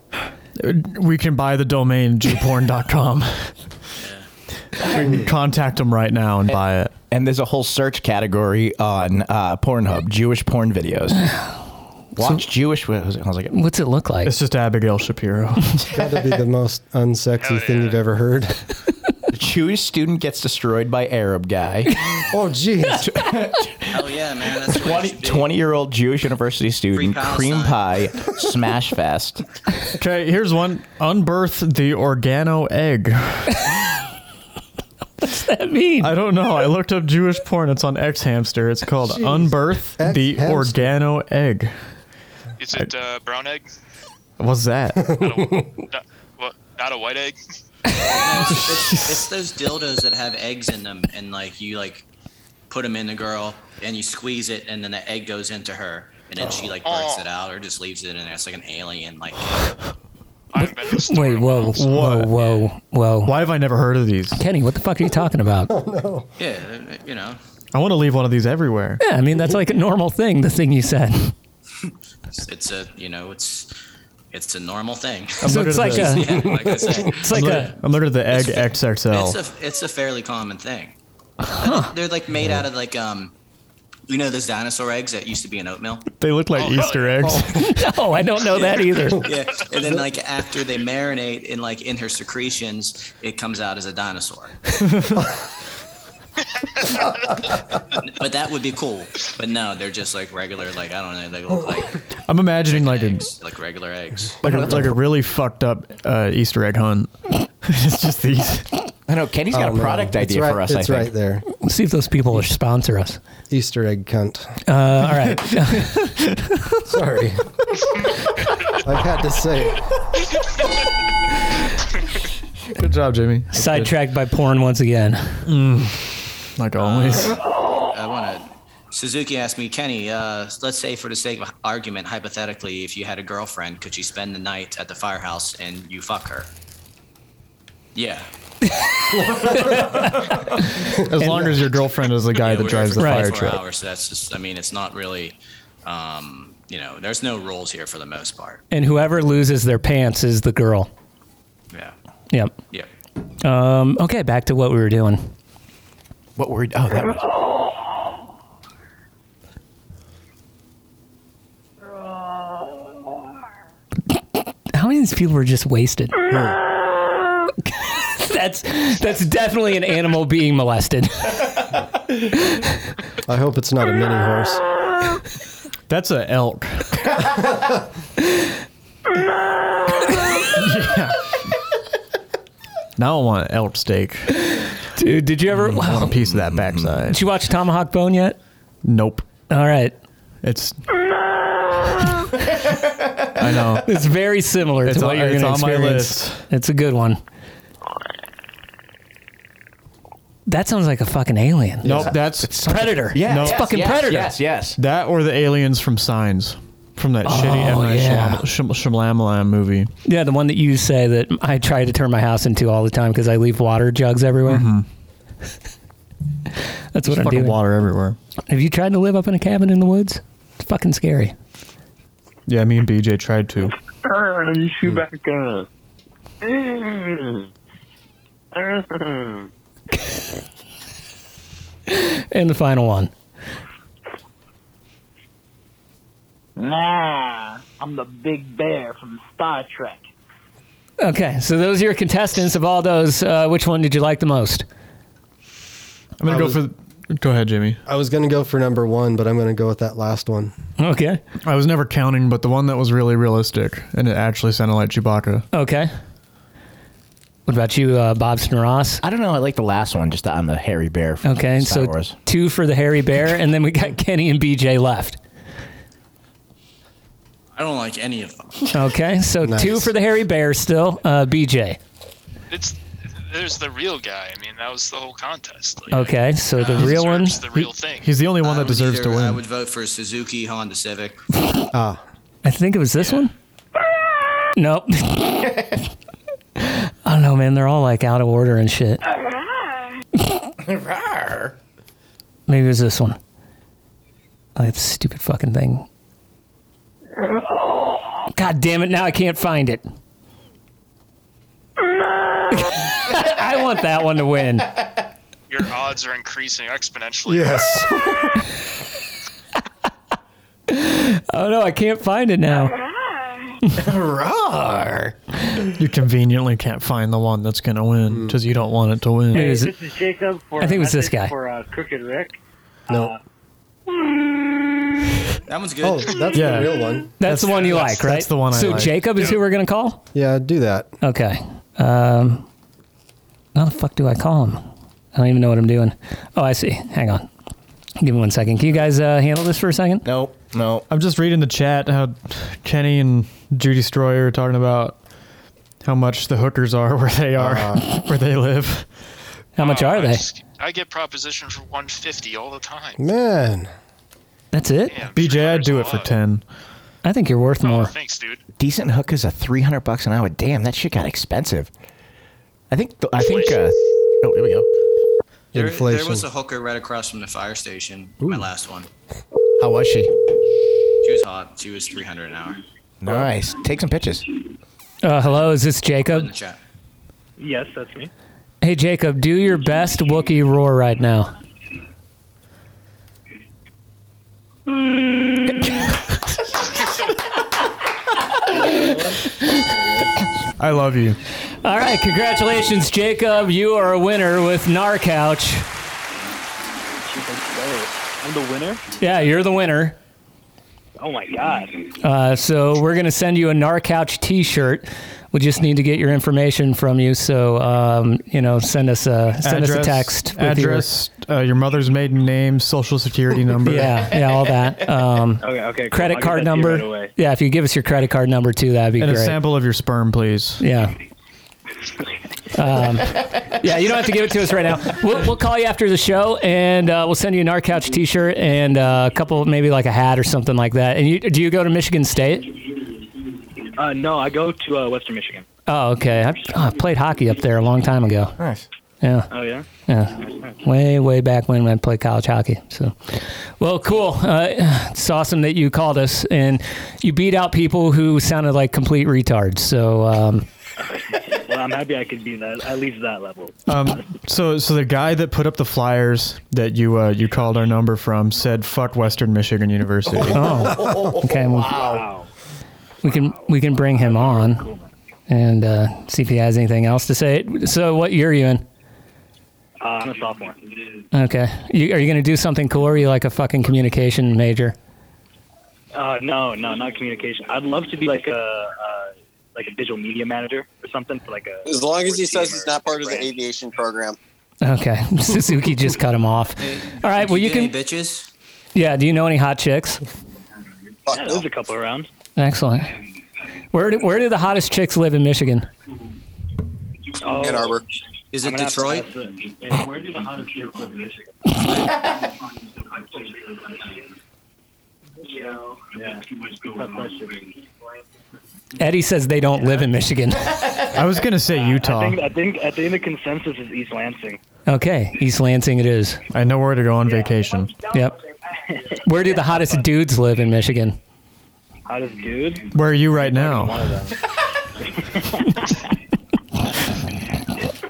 Speaker 3: We can buy the domain jporn.com. we can contact them right now and buy it.
Speaker 9: And there's a whole search category on uh, Pornhub, Jewish porn videos. Watch Jewish. What was it? I was like,
Speaker 2: What's it look like?
Speaker 3: It's just Abigail Shapiro.
Speaker 4: Got to be the most unsexy thing you've ever heard.
Speaker 9: Jewish student gets destroyed by Arab guy.
Speaker 4: oh, jeez.
Speaker 10: Hell yeah, man. That's what
Speaker 9: 20,
Speaker 10: it should be.
Speaker 9: 20 year old Jewish university student,
Speaker 10: Free
Speaker 9: cream pie, smash fest.
Speaker 3: Okay, here's one. Unbirth the organo egg.
Speaker 2: What's that mean?
Speaker 3: I don't know. I looked up Jewish porn. It's on X Hamster. It's called
Speaker 8: Jeez.
Speaker 3: Unbirth the
Speaker 8: X-Hamster.
Speaker 3: Organo Egg.
Speaker 8: Is it uh, brown egg?
Speaker 3: What's that?
Speaker 8: Not, what, not a white egg?
Speaker 10: it's, it's those dildos that have eggs in them, and like you like put them in the girl, and you squeeze it, and then the egg goes into her, and then she like breaks it out or just leaves it in there. It's like an alien. Like
Speaker 2: Wait, whoa, whoa, whoa, whoa. Why
Speaker 3: have I never heard of these?
Speaker 2: Kenny, what the fuck are you talking about?
Speaker 3: Oh,
Speaker 10: yeah, you know.
Speaker 3: I want to leave one of these everywhere.
Speaker 2: Yeah, I mean that's like a normal thing, the thing you said.
Speaker 10: It's, it's a you know it's it's a normal thing.
Speaker 3: I'm looking at the-
Speaker 10: Yeah, like I said.
Speaker 3: I'm looking- I'm looking at the egg
Speaker 10: It's-
Speaker 3: XXL.
Speaker 10: It's a it's a fairly common thing. They're like made out of like um, you know those dinosaur eggs that used to be in oatmeal.
Speaker 3: They look like Easter eggs.
Speaker 2: no, I don't know that either.
Speaker 10: yeah, and then like after they marinate in like in her secretions, it comes out as a dinosaur. but that would be cool. But no, they're just like regular. Like I don't know. They look like
Speaker 3: I'm imagining like a
Speaker 10: like regular eggs.
Speaker 3: like a, like a really fucked up uh, Easter egg hunt. it's just these.
Speaker 9: I know Kenny's
Speaker 3: got
Speaker 4: Oh,
Speaker 3: a
Speaker 4: no.
Speaker 3: product
Speaker 4: It's
Speaker 3: idea
Speaker 4: right-
Speaker 3: for us, I
Speaker 4: It's
Speaker 3: think.
Speaker 4: right there.
Speaker 2: Let's see if those people will sponsor us.
Speaker 4: Easter egg cunt.
Speaker 2: Uh, all right.
Speaker 4: Sorry. I've had to say it.
Speaker 3: Good job, Jimmy.
Speaker 2: Sidetracked by porn once again.
Speaker 3: Mm. like always.
Speaker 10: I want to. Suzuki asked me, Kenny. Uh, let's say, for the sake of argument, hypothetically, if you had a girlfriend, could you spend the night at the firehouse and you fuck her? Yeah.
Speaker 3: as long as your girlfriend is the guy that drives the fire
Speaker 10: Four
Speaker 3: truck.
Speaker 10: hours, so that's just. I mean, it's not really. Um, you know, there's no rules here for the most part.
Speaker 2: And whoever loses their pants is the girl.
Speaker 10: Yeah.
Speaker 2: Yep.
Speaker 10: Yep.
Speaker 2: Um, okay, back to what we were doing. What were oh that was How many of these people were just wasted? that's that's definitely an animal being molested.
Speaker 4: I hope it's not a mini horse.
Speaker 18: Uh,
Speaker 3: That's an elk. yeah. Now I want elk steak.
Speaker 2: Dude, did you ever
Speaker 3: want a piece of that backside?
Speaker 2: Did you watch Tomahawk Bone yet?
Speaker 3: Nope.
Speaker 2: All right.
Speaker 3: It's I know.
Speaker 2: It's very similar
Speaker 3: It's
Speaker 2: to
Speaker 3: on-
Speaker 2: what you're
Speaker 3: it's
Speaker 2: going to
Speaker 3: on my
Speaker 2: experience.
Speaker 3: list.
Speaker 2: It's a good one. That sounds like a fucking alien.
Speaker 3: nope. That's
Speaker 2: Predator. Yeah, it's fucking Predator.
Speaker 9: yes.
Speaker 3: That or the aliens from Signs, from that shitty M.
Speaker 2: Oh,
Speaker 3: Night
Speaker 2: yeah.
Speaker 3: Shyam- Shyam- Shyamalan movie.
Speaker 2: Yeah, the one that you say that I try to turn my house into all the time because I leave water jugs everywhere. That's
Speaker 3: There's
Speaker 2: what I'm
Speaker 3: Mm-hmm. fucking
Speaker 2: doing.
Speaker 3: water everywhere.
Speaker 2: Have you tried to live up in a cabin in the woods? It's fucking scary.
Speaker 3: Yeah, me and BJ tried to.
Speaker 18: Uh, you shoot back up. Mm. Uh.
Speaker 2: And the final one.
Speaker 18: Nah, I'm the big bear from Star Trek.
Speaker 2: Okay, so those are your contestants. Of all those, uh, which one did you like the most?
Speaker 3: I'm gonna
Speaker 4: I
Speaker 3: go
Speaker 4: was-
Speaker 3: for. Go ahead, Jimmy.
Speaker 4: I was gonna go for number one, but I'm gonna go with that last one.
Speaker 2: Okay.
Speaker 3: I was never counting, but the one that was really realistic and it actually sounded like Chewbacca.
Speaker 2: Okay. What about you, uh, Bob Ross?
Speaker 9: I don't know. I like the last one, just the, I'm the hairy bear. From
Speaker 2: Okay,
Speaker 9: Star
Speaker 2: so
Speaker 9: Wars.
Speaker 2: two for the hairy bear, and then we got Kenny and BJ left.
Speaker 10: I don't like any of them.
Speaker 2: Okay, so
Speaker 10: Nice.
Speaker 2: two for the hairy bear still. Uh, BJ.
Speaker 8: It's there's the real guy. I mean, that was the whole contest. Like,
Speaker 2: Okay, so the
Speaker 8: he
Speaker 2: real one.
Speaker 8: deserves The real thing.
Speaker 3: He's the only one
Speaker 10: I
Speaker 3: that
Speaker 10: would
Speaker 3: deserves to
Speaker 10: either- I
Speaker 3: win.
Speaker 10: would vote for Suzuki Honda Civic.
Speaker 2: Ah. I think it was this one. Nope. I don't know, man. They're all like out of order and shit. Maybe it was this one. Oh, that stupid fucking thing. God damn it! Now I can't find it. I want that one to win.
Speaker 8: Your odds are increasing exponentially.
Speaker 2: Oh no, I can't find it now.
Speaker 6: Ah.
Speaker 3: Rawr. You conveniently can't find the one that's gonna
Speaker 4: Hmm.
Speaker 3: win because you don't want it to win.
Speaker 2: Hey, is
Speaker 18: This is Jacob for
Speaker 2: I think it was this
Speaker 18: message
Speaker 2: guy.
Speaker 18: for uh, Crooked Rick.
Speaker 3: No.
Speaker 10: That one's good.
Speaker 4: Oh, that's
Speaker 3: Yeah.
Speaker 4: the real one.
Speaker 2: That's, the one you like, right?
Speaker 4: that's the one I
Speaker 2: so
Speaker 4: like.
Speaker 2: Jacob is who we're gonna call.
Speaker 4: Yeah, do that.
Speaker 2: Okay. Um, how the fuck do I call him? I don't even know what I'm doing. Oh, I see. Hang on. Give me one second. Can you guys uh, handle this for a second?
Speaker 9: Nope. No.
Speaker 3: I'm just reading the chat how Kenny and Judy Stroyer are talking about how much the hookers are where they are, where they live.
Speaker 2: How much are they?
Speaker 8: I get proposition for 150 all the time.
Speaker 4: Man.
Speaker 2: That's it?
Speaker 3: BJ, I'd do it for 10.
Speaker 2: I think you're worth more.
Speaker 8: Oh, Thanks, dude.
Speaker 9: Decent hook is a 300 bucks an hour. Damn, that shit got expensive. I think. th- I think. Uh, oh, here we go.
Speaker 10: There, there was a hooker right across from the fire station. My last one.
Speaker 9: How was she?
Speaker 10: She was hot. She was 300 an hour.
Speaker 9: Nice. Take some pictures.
Speaker 2: Uh, hello, is this Jacob?
Speaker 10: Chat.
Speaker 18: Yes, that's me.
Speaker 2: Hey Jacob, do your best Wookiee roar right now.
Speaker 3: I love you.
Speaker 2: All right, congratulations, Jacob. You are a winner with Narcouch.
Speaker 19: I'm the winner.
Speaker 2: Yeah, you're the winner.
Speaker 19: Oh my god.
Speaker 2: Uh, so we're gonna send you a Narcouch T-shirt. We just need to get your information from you. So um, you know, send us a send us a text. with your-
Speaker 3: address, uh, your mother's maiden name, social security number.
Speaker 2: yeah, yeah, all that. Um,
Speaker 3: Okay, okay, cool.
Speaker 2: Credit
Speaker 3: I'll get
Speaker 2: card
Speaker 3: that to you
Speaker 2: number.
Speaker 3: right away.
Speaker 2: yeah, if you give us your credit card number too, that'd be
Speaker 3: and
Speaker 2: great.
Speaker 3: a sample of your sperm, please.
Speaker 2: Yeah. Um, yeah, you don't have to give it to us right now. We'll, we'll call you after the show, and uh, we'll send you an our couch T-shirt and uh, a couple, maybe like a hat or something like that. And you, do you go to Michigan State?
Speaker 19: Uh, no, I go to uh, Western Michigan.
Speaker 2: Oh, okay. I, oh, I played hockey up there a long time ago.
Speaker 19: Nice.
Speaker 2: Yeah.
Speaker 19: Oh, yeah? Nice,
Speaker 2: Yeah.
Speaker 19: nice.
Speaker 2: Way, way back when I played college hockey. So, well, cool. Uh, it's awesome that you called us and you beat out people who sounded like complete retards. So, um,
Speaker 19: well, I'm happy I could be that at least that level.
Speaker 3: Um, so, so the guy that put up the flyers that you uh, you called our number from said, "Fuck Western Michigan University."
Speaker 2: Oh, okay. well,
Speaker 19: Wow.
Speaker 2: We can we can bring him on and uh, see if he has anything else to say. So, what year are you in?
Speaker 19: Uh, I'm a sophomore.
Speaker 2: Okay, you, are you going to do something cool? Or are you like a fucking communication major?
Speaker 19: Uh, no, no, not communication. I'd love to be like a uh, like a digital media manager or something for like a.
Speaker 16: As long as he says he's not part of the aviation program.
Speaker 2: Okay, Suzuki just cut him off. All right, well you can.
Speaker 10: bitches.
Speaker 2: Yeah, do you know any hot chicks?
Speaker 19: Yeah, there's a couple around.
Speaker 2: Excellent. Where do, where do the hottest chicks live in Michigan?
Speaker 19: Oh,
Speaker 16: Ann Arbor.
Speaker 10: Is
Speaker 19: I'm
Speaker 10: it
Speaker 19: gonna have to
Speaker 10: Detroit?
Speaker 19: ask the- and Where do the hottest chicks live in Michigan? Yeah. Tough question.
Speaker 2: Eddie says they don't live in Michigan.
Speaker 3: I was gonna say Utah.
Speaker 19: I think I think I think the consensus is East Lansing.
Speaker 2: Okay, East Lansing it is.
Speaker 3: I know where to go on vacation.
Speaker 2: Yep. Where do the hottest dudes live in Michigan?
Speaker 19: Hottest dude.
Speaker 3: Where are you right now?
Speaker 19: One of them.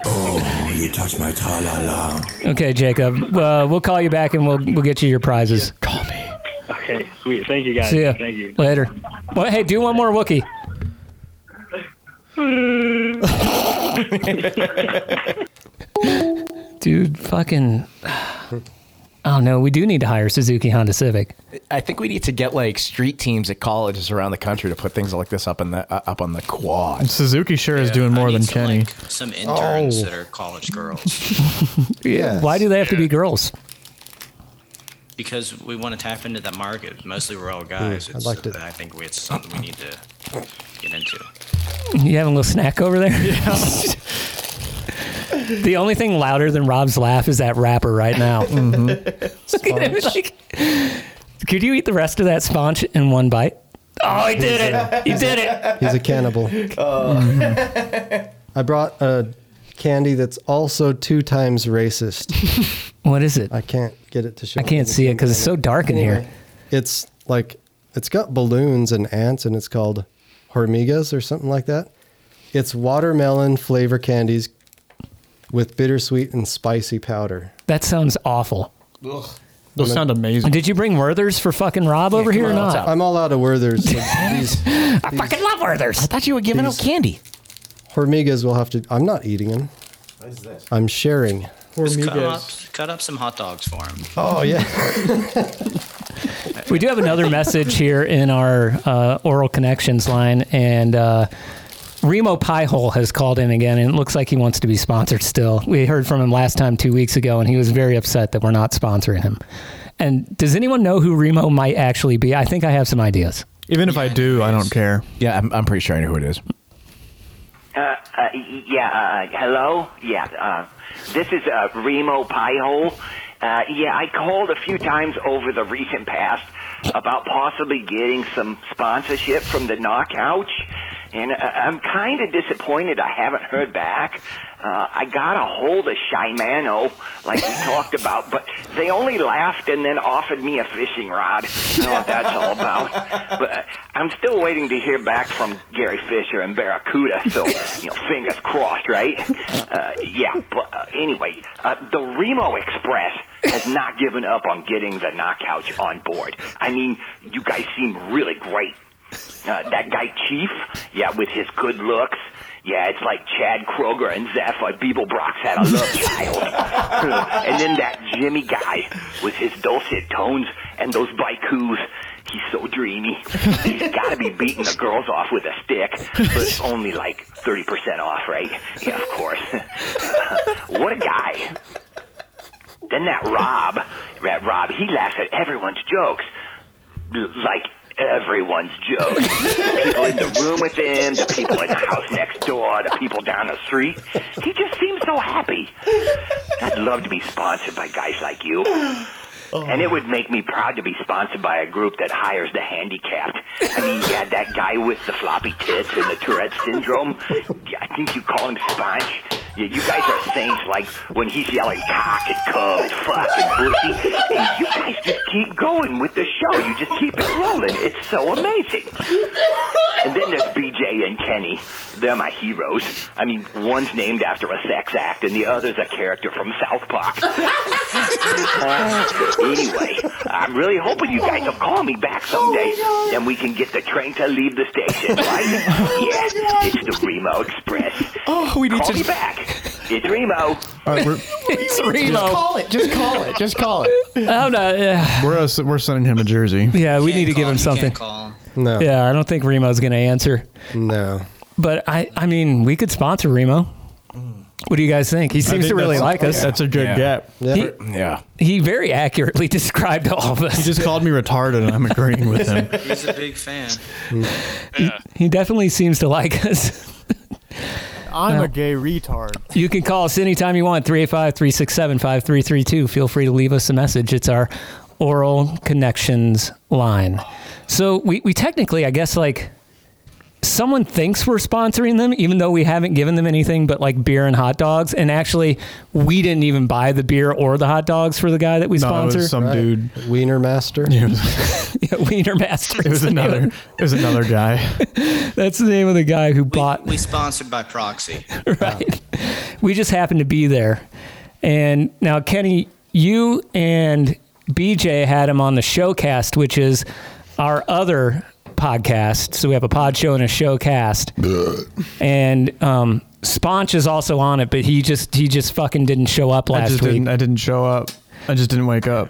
Speaker 12: Oh, you touch my ta la la.
Speaker 2: Okay, Jacob. Uh, we'll call you back and we'll we'll get you your prizes. Call me.
Speaker 19: Okay, sweet. Thank you guys.
Speaker 2: See ya.
Speaker 19: Thank you.
Speaker 2: Later. Well, hey, do one more Wookie. Dude, fucking. Oh no, we do need to hire Suzuki Honda Civic.
Speaker 1: I think we need to get like street teams at colleges around the country to put things like this up in the uh, up on the quad.
Speaker 3: And Suzuki sure is doing more than Kenny.
Speaker 10: Some interns
Speaker 1: Oh.
Speaker 10: that are college girls.
Speaker 2: Yeah. Why do they have to be girls?
Speaker 10: because we want to tap into that market. Mostly we're all guys.
Speaker 2: I'd
Speaker 10: it's,
Speaker 2: like to-
Speaker 10: I think we, it's something we need to get into.
Speaker 2: You having a little snack over there? the only thing louder than Rob's laugh is that rapper right now. Look at him, like, could you eat the rest of that sponge in one bite? Oh, he did it! He did it!
Speaker 4: He's a cannibal.
Speaker 1: Uh,
Speaker 4: I brought a candy that's also two times racist.
Speaker 2: what is it?
Speaker 4: I can't get it to show.
Speaker 2: I can't see it 'cause it's so dark in here.
Speaker 4: It's like it's got balloons and ants, and it's called hormigas or something like that. It's watermelon flavor candies with bittersweet and spicy powder.
Speaker 2: That sounds awful.
Speaker 4: Those sound
Speaker 3: amazing.
Speaker 2: Did you bring Werther's for fucking Rob over here or not?
Speaker 4: I'm all out of Werthers. so these
Speaker 2: I fucking love Werther's. I thought you were giving out candy.
Speaker 4: hormigas will have to. I'm not eating them.
Speaker 10: What is this?
Speaker 4: I'm sharing.
Speaker 10: Just cut up, cut up some hot dogs for him.
Speaker 4: Oh yeah.
Speaker 2: We do have another message here in our uh, oral connections line, and uh, Remo Piehole has called in again, and it looks like he wants to be sponsored still. We heard from him last time two weeks ago, and he was very upset that we're not sponsoring him. And does anyone know who Remo might actually be? I think I have some ideas.
Speaker 3: Even if I do, I don't care.
Speaker 1: Yeah, I'm, I'm pretty sure I know who it is.
Speaker 20: Uh, uh, y- yeah, uh, hello? Yeah, uh, this is uh, Remo Piehole. Uh, yeah, I called a few times over the recent past about possibly getting some sponsorship from the Knockouch, and uh, I'm kind of disappointed I haven't heard back. Uh, I got a hold of Shimano, like we talked about, but they only laughed and then offered me a fishing rod. I don't know what that's all about. But uh, I'm still waiting to hear back from Gary Fisher and Barracuda, so, you know, fingers crossed, right? Uh, yeah, but uh, anyway, uh, the Remo Express has not given up on getting the knockouts on board. I mean, you guys seem really great. Uh, that guy Chief, yeah, with his good looks, yeah, it's like Chad Kroger and Zaph Beeble Brox had a love child. and then that Jimmy guy with his dulcet tones and those baikus. He's so dreamy. He's got to be beating the girls off with a stick, but it's only like 30% off, right? Yeah, of course. what a guy. Then that Rob, that Rob, he laughs at everyone's jokes. L- Like everyone's jokes. The people in the room with him, the people in the house next door, the people down the street. He just seems so happy. I'd love to be sponsored by guys like you. And it would make me proud to be sponsored by a group that hires the handicapped. I mean, yeah, that guy with the floppy tits and the Tourette syndrome. Yeah, I think you call him Sponge. Yeah, you guys are saints. Like when he's yelling cock and cum and fuck and pussy, and you guys just keep going with the show. You just keep it rolling. It's so amazing. And then there's BJ and Kenny. They're my heroes. I mean, one's named after a sex act, and the other's a character from South Park. Uh, anyway, I'm really hoping you guys will call me back someday,
Speaker 2: Oh,
Speaker 20: and we can get the train to leave the station. Right? yeah, it's the Remo Express.
Speaker 2: Oh, we need
Speaker 20: call
Speaker 2: to-
Speaker 20: me back. It's Remo.
Speaker 3: All right, we're,
Speaker 1: It's Remo. Just call it. Just call it. Just call it.
Speaker 2: I'm not. Oh, Yeah,
Speaker 3: we're, uh, s- we're sending him a jersey.
Speaker 2: yeah we need to give him something.
Speaker 4: No.
Speaker 2: Yeah, I don't think Remo's going to answer.
Speaker 4: No.
Speaker 2: But I, I mean, we could sponsor Remo. What do you guys think? He
Speaker 3: I
Speaker 2: seems
Speaker 3: think
Speaker 2: to really
Speaker 3: that's-
Speaker 2: like us.
Speaker 3: that's a good Yeah. gap. Yeah.
Speaker 2: He,
Speaker 1: yeah.
Speaker 2: He very accurately described all of us.
Speaker 3: He just called me retarded, and I'm agreeing with him.
Speaker 10: He's a big fan.
Speaker 2: He, he definitely seems to like us.
Speaker 14: I'm
Speaker 2: Now-
Speaker 14: a gay retard.
Speaker 2: You can call us anytime you want, 385 367 5332. Feel free to leave us a message. It's our oral connections line. So we, we technically, I guess, like someone thinks we're sponsoring them, even though we haven't given them anything but like beer and hot dogs. And actually, we didn't even buy the beer or the hot dogs for the guy that we
Speaker 3: No, it was
Speaker 2: sponsor.
Speaker 3: some Right. dude.
Speaker 4: Wiener Master.
Speaker 2: yeah, Wiener Master.
Speaker 3: It was another. It was another guy.
Speaker 2: That's the name of the guy who bought
Speaker 10: We sponsored by proxy.
Speaker 2: right. We just happened to be there. And now, Kenny, you and BJ had him on the showcast, which is our other podcast. So we have a pod show and a showcast. and um, Sponge is also on it, but he just he just fucking didn't show up last
Speaker 3: I just
Speaker 2: week.
Speaker 3: didn't. I didn't show up. I just didn't wake up.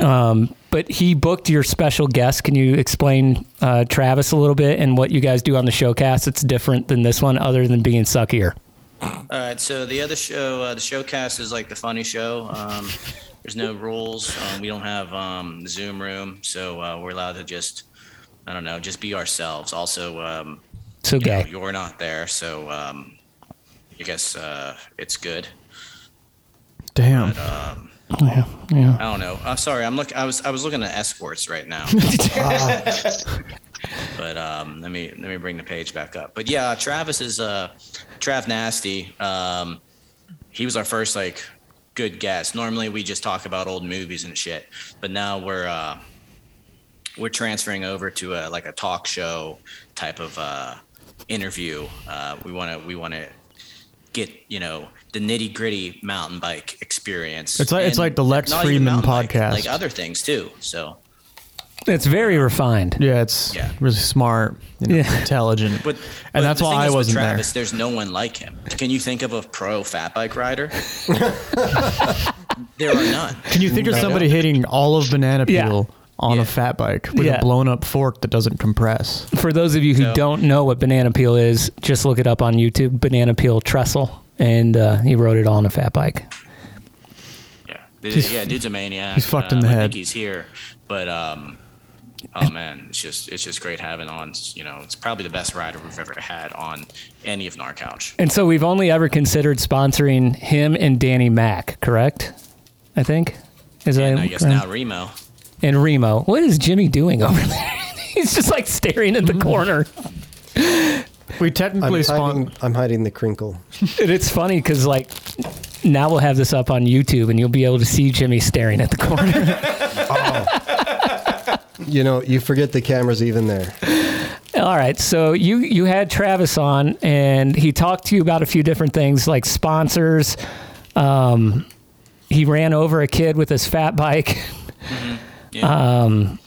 Speaker 2: Um, but he booked your special guest. Can you explain uh, Travis a little bit and what you guys do on the showcast? It's different than this one, other than being suckier.
Speaker 10: All right, so the other show, uh, the showcast is like the funny show. Um, there's no rules. Um, we don't have um, Zoom room, so uh, we're allowed to just, I don't know, just be ourselves. Also, um,
Speaker 2: So
Speaker 10: you know,
Speaker 2: gay.
Speaker 10: you're not there, so um, I guess uh, it's good.
Speaker 3: Damn.
Speaker 10: Um,
Speaker 2: Yeah, yeah.
Speaker 10: I don't know. I'm sorry. I'm look. I was. I was looking at escorts right now. but um, let me let me bring the page back up. But yeah, Travis is uh, Trav Nasty. Um, he was our first like good guest. Normally we just talk about old movies and shit, but now we're uh, we're transferring over to a, like a talk show type of uh, interview. Uh, we want to we want to get you know the nitty gritty mountain bike experience.
Speaker 3: It's like- it's like the Lex
Speaker 10: not even
Speaker 3: Friedman
Speaker 10: mountain bike,
Speaker 3: podcast.
Speaker 10: like other things too. So.
Speaker 2: It's very refined.
Speaker 3: Yeah, it's really smart, you know, intelligent.
Speaker 10: But
Speaker 3: and
Speaker 10: but
Speaker 3: that's
Speaker 10: the
Speaker 3: why
Speaker 10: thing
Speaker 3: I
Speaker 10: is with
Speaker 3: wasn't there.
Speaker 10: Travis, There's no one like him. Can you think of a pro fat bike rider? there are none.
Speaker 3: Can you think of somebody hitting all of banana peel on a fat bike with
Speaker 2: Yeah.
Speaker 3: a blown up fork that doesn't compress?
Speaker 2: For those of you who don't know what banana peel is, just look it up on YouTube. Banana peel trestle, and uh, he rode it all on a fat bike.
Speaker 10: Dude,
Speaker 2: He's-
Speaker 10: yeah, dude's a maniac.
Speaker 2: he's fucked in
Speaker 10: Um,
Speaker 2: the
Speaker 10: I
Speaker 2: head.
Speaker 10: think he's here, but um, oh man, it's just it's just great having on. You know, it's probably the best rider we've ever had on any of our couch.
Speaker 2: And so we've only ever considered sponsoring him and Danny Mack, correct? I think. Is that
Speaker 10: I guess now Remo.
Speaker 2: And Remo. What is Jimmy doing over there? He's just like staring at the corner.
Speaker 3: Mm-hmm. We technically
Speaker 4: I'm
Speaker 3: spawn.
Speaker 4: hiding, I'm hiding the crinkle.
Speaker 2: And it's funny because like now we'll have this up on YouTube and you'll be able to see Jimmy staring at the corner.
Speaker 4: Oh. You know, you forget the camera's even there.
Speaker 2: All right, so you you had Travis on and he talked to you about a few different things like sponsors. Um, he ran over a kid with his fat bike.
Speaker 3: Mm-hmm.
Speaker 2: Um,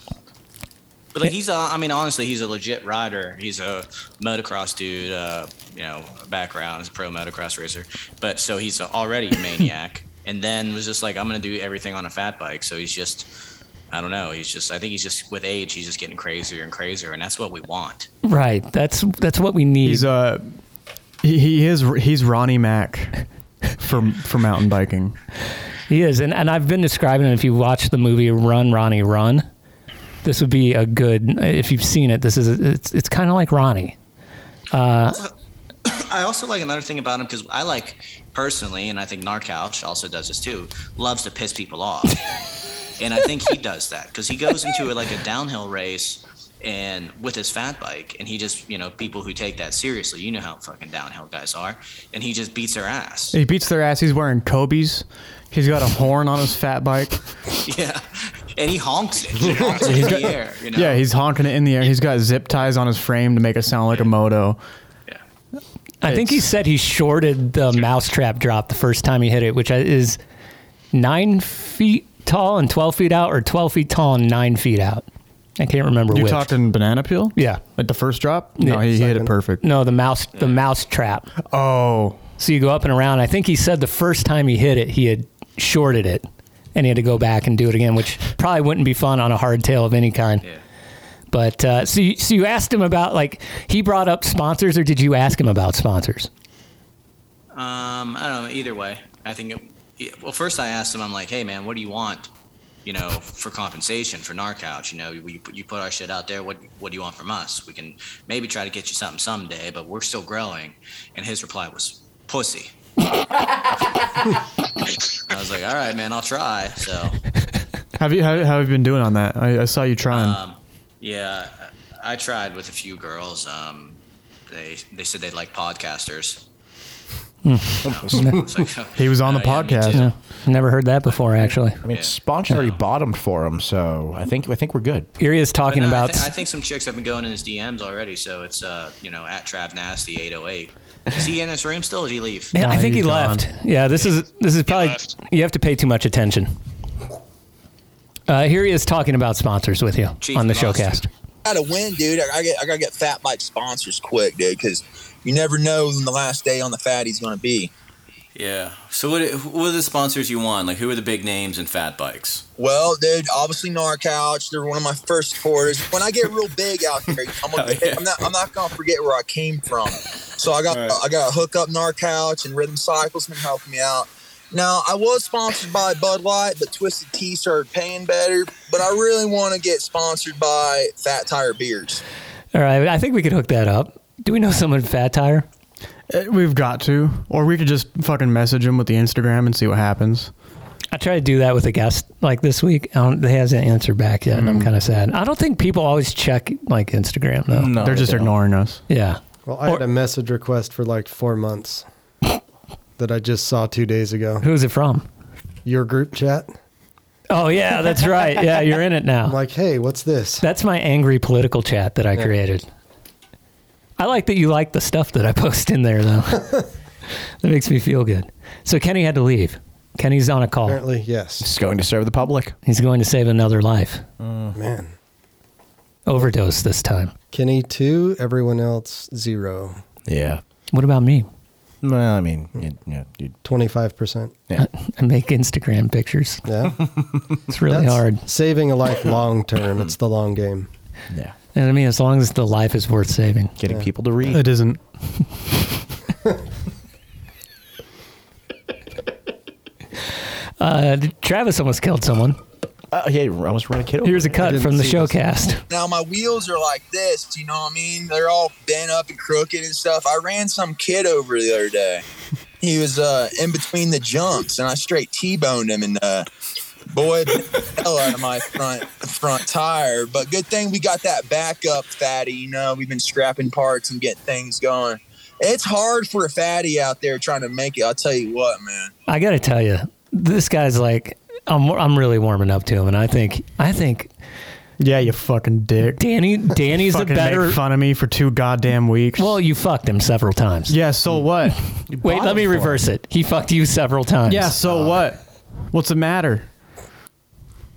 Speaker 10: But like he's, a, I mean, honestly, he's a legit rider. He's a motocross dude, uh, you know, background, he's a pro motocross racer. But so he's already a maniac, and then was just like, I'm gonna do everything on a fat bike. So he's just, I don't know, he's just, I think he's just with age, he's just getting crazier and crazier, and that's what we want.
Speaker 2: right, that's that's what we need.
Speaker 3: He's uh, he, he is he's Ronnie Mack for for mountain biking.
Speaker 2: He is, and, and I've been describing him. If you watch the movie Run, Ronnie, Run, this would be a good. If you've seen it, this is it's it's kind of like Ronnie. Uh,
Speaker 10: I also like another thing about him because I like personally, and I think Narcouch also does this too, loves to piss people off. and I think he does that because he goes into a, like a downhill race and with his fat bike, and he just, you know, people who take that seriously, you know how fucking downhill guys are, and he just beats their ass.
Speaker 3: He beats their ass. He's wearing Kobe's. He's got a horn on his fat bike.
Speaker 10: yeah. And he honks it. He honks it
Speaker 3: He's
Speaker 10: in
Speaker 3: got-
Speaker 10: the air, you know?
Speaker 3: Yeah, he's honking it in the air. He's got zip ties on his frame to make it sound like a moto.
Speaker 2: I think he said he shorted the mousetrap drop the first time he hit it, which is nine feet tall and twelve feet out, or twelve feet tall and nine feet out. I can't remember.
Speaker 3: You
Speaker 2: which.
Speaker 3: talking banana peel?
Speaker 2: Yeah,
Speaker 3: like the first drop. No, he hit it perfect.
Speaker 2: No, the mouse, the mouse trap.
Speaker 3: Oh,
Speaker 2: so you go up and around. I think he said the first time he hit it, he had shorted it, and he had to go back and do it again, which probably wouldn't be fun on a hardtail of any kind. But uh, so, you, so you asked him about like he brought up sponsors, or did you ask him about sponsors?
Speaker 10: Um, I don't know. Either way, I think. It, yeah, well, first I asked him. I'm like, hey man, what do you want? You know, for compensation for Narcouch. You know, you, you put our shit out there. What What do you want from us? We can maybe try to get you something someday, but we're still growing. And his reply was pussy. I was like, all right, man, I'll try. So
Speaker 3: Have you how, how have you been doing on that? I, I saw you trying.
Speaker 10: Um, yeah, I tried with a few girls. Um, they they said they like podcasters.
Speaker 3: he was on the podcast.
Speaker 2: Yeah. Never heard that before, actually.
Speaker 1: I mean, Sponge already bottomed for him, so I think I think we're good.
Speaker 2: Iria's talking
Speaker 10: No, I,
Speaker 2: about
Speaker 10: thi- I think some chicks have been going in his DMs already, so it's uh, you know, at Trav Nasty eight oh eight. Is he in this room still? Or did he leave?
Speaker 2: Man, I think he left. Yeah, this is this is probably you have to pay too much attention. Uh, here he is talking about sponsors with you
Speaker 21: Chief
Speaker 2: on the
Speaker 21: Lost.
Speaker 2: showcast.
Speaker 21: gotta win, dude. I, I get, I gotta get Fat Mike sponsors quick, dude, because you never know when the last day on the fat he's gonna be.
Speaker 22: Yeah. So what? What are the sponsors you want? Like, who are the big names in fat bikes?
Speaker 21: Well, dude, obviously Narcouch, they're one of my first supporters. When I get real big out here, I'm, gonna, I'm not I'm not gonna forget where I came from. So I got I got to hook up Narcouch and Rhythm Cycles been helping me out. Now I was sponsored by Bud Light, but Twisted Tea started paying better. But I really want to get sponsored by Fat Tire Beers.
Speaker 2: All right, I think we could hook that up. Do we know someone at Fat Tire?
Speaker 3: Eh, We've got to, or we could just fucking message him with the Instagram and see what happens.
Speaker 2: I tried to do that with a guest like this week. I don't, they hasn't answered back yet, and I'm kind of sad. I don't think people always check like Instagram though.
Speaker 3: they're just ignoring us.
Speaker 2: Yeah.
Speaker 4: Well, I had a message request for like four months that I just saw two days ago.
Speaker 2: Who's it from?
Speaker 4: Your group chat.
Speaker 2: Oh yeah, that's right. Yeah, you're in it now. like,
Speaker 4: hey, what's this?
Speaker 2: That's my angry political chat that I
Speaker 4: Yeah.
Speaker 2: created. I like that you like the stuff that I post in there though. that makes me feel good. So Kenny had to leave. Kenny's on a call.
Speaker 4: Apparently, yes.
Speaker 2: He's going to serve the public. He's going to save another life.
Speaker 10: Mm.
Speaker 4: Man.
Speaker 2: Overdose this time.
Speaker 4: Kenny two, everyone else zero.
Speaker 1: Yeah.
Speaker 2: What about me?
Speaker 1: Well, I mean, yeah,
Speaker 4: twenty five percent.
Speaker 1: Yeah.
Speaker 2: I make Instagram pictures.
Speaker 4: Yeah.
Speaker 2: it's really
Speaker 4: That's
Speaker 2: hard.
Speaker 4: Saving a life long term. It's the long game.
Speaker 1: Yeah.
Speaker 2: And I mean, as long as the life is worth saving,
Speaker 1: Getting Yeah. people to read.
Speaker 3: It isn't.
Speaker 2: uh, Travis almost killed someone.
Speaker 1: Uh, yeah, almost ran a kid.
Speaker 2: Here's a cut from the showcast.
Speaker 21: Now my wheels are like this, you know what I mean? They're all bent up and crooked and stuff. I ran some kid over the other day. He was uh, in between the jumps, and I straight T-boned him and uh, boy hell out of my front front tire. But good thing we got that backup fatty. You know, we've been scrapping parts and getting things going. It's hard for a fatty out there trying to make it. I'll tell you what, man.
Speaker 2: I gotta tell you, this guy's like, I'm I'm really warming up to him, and I think I think
Speaker 3: Yeah, you fucking dick.
Speaker 2: Danny Danny's the
Speaker 3: fucking
Speaker 2: better.
Speaker 3: make fun of me for two goddamn weeks.
Speaker 2: Well, you fucked him several times.
Speaker 3: Yeah, so what?
Speaker 2: Mm. Wait, let me reverse it. He fucked you several times.
Speaker 3: Yeah, so
Speaker 4: Uh,
Speaker 3: what? What's the matter?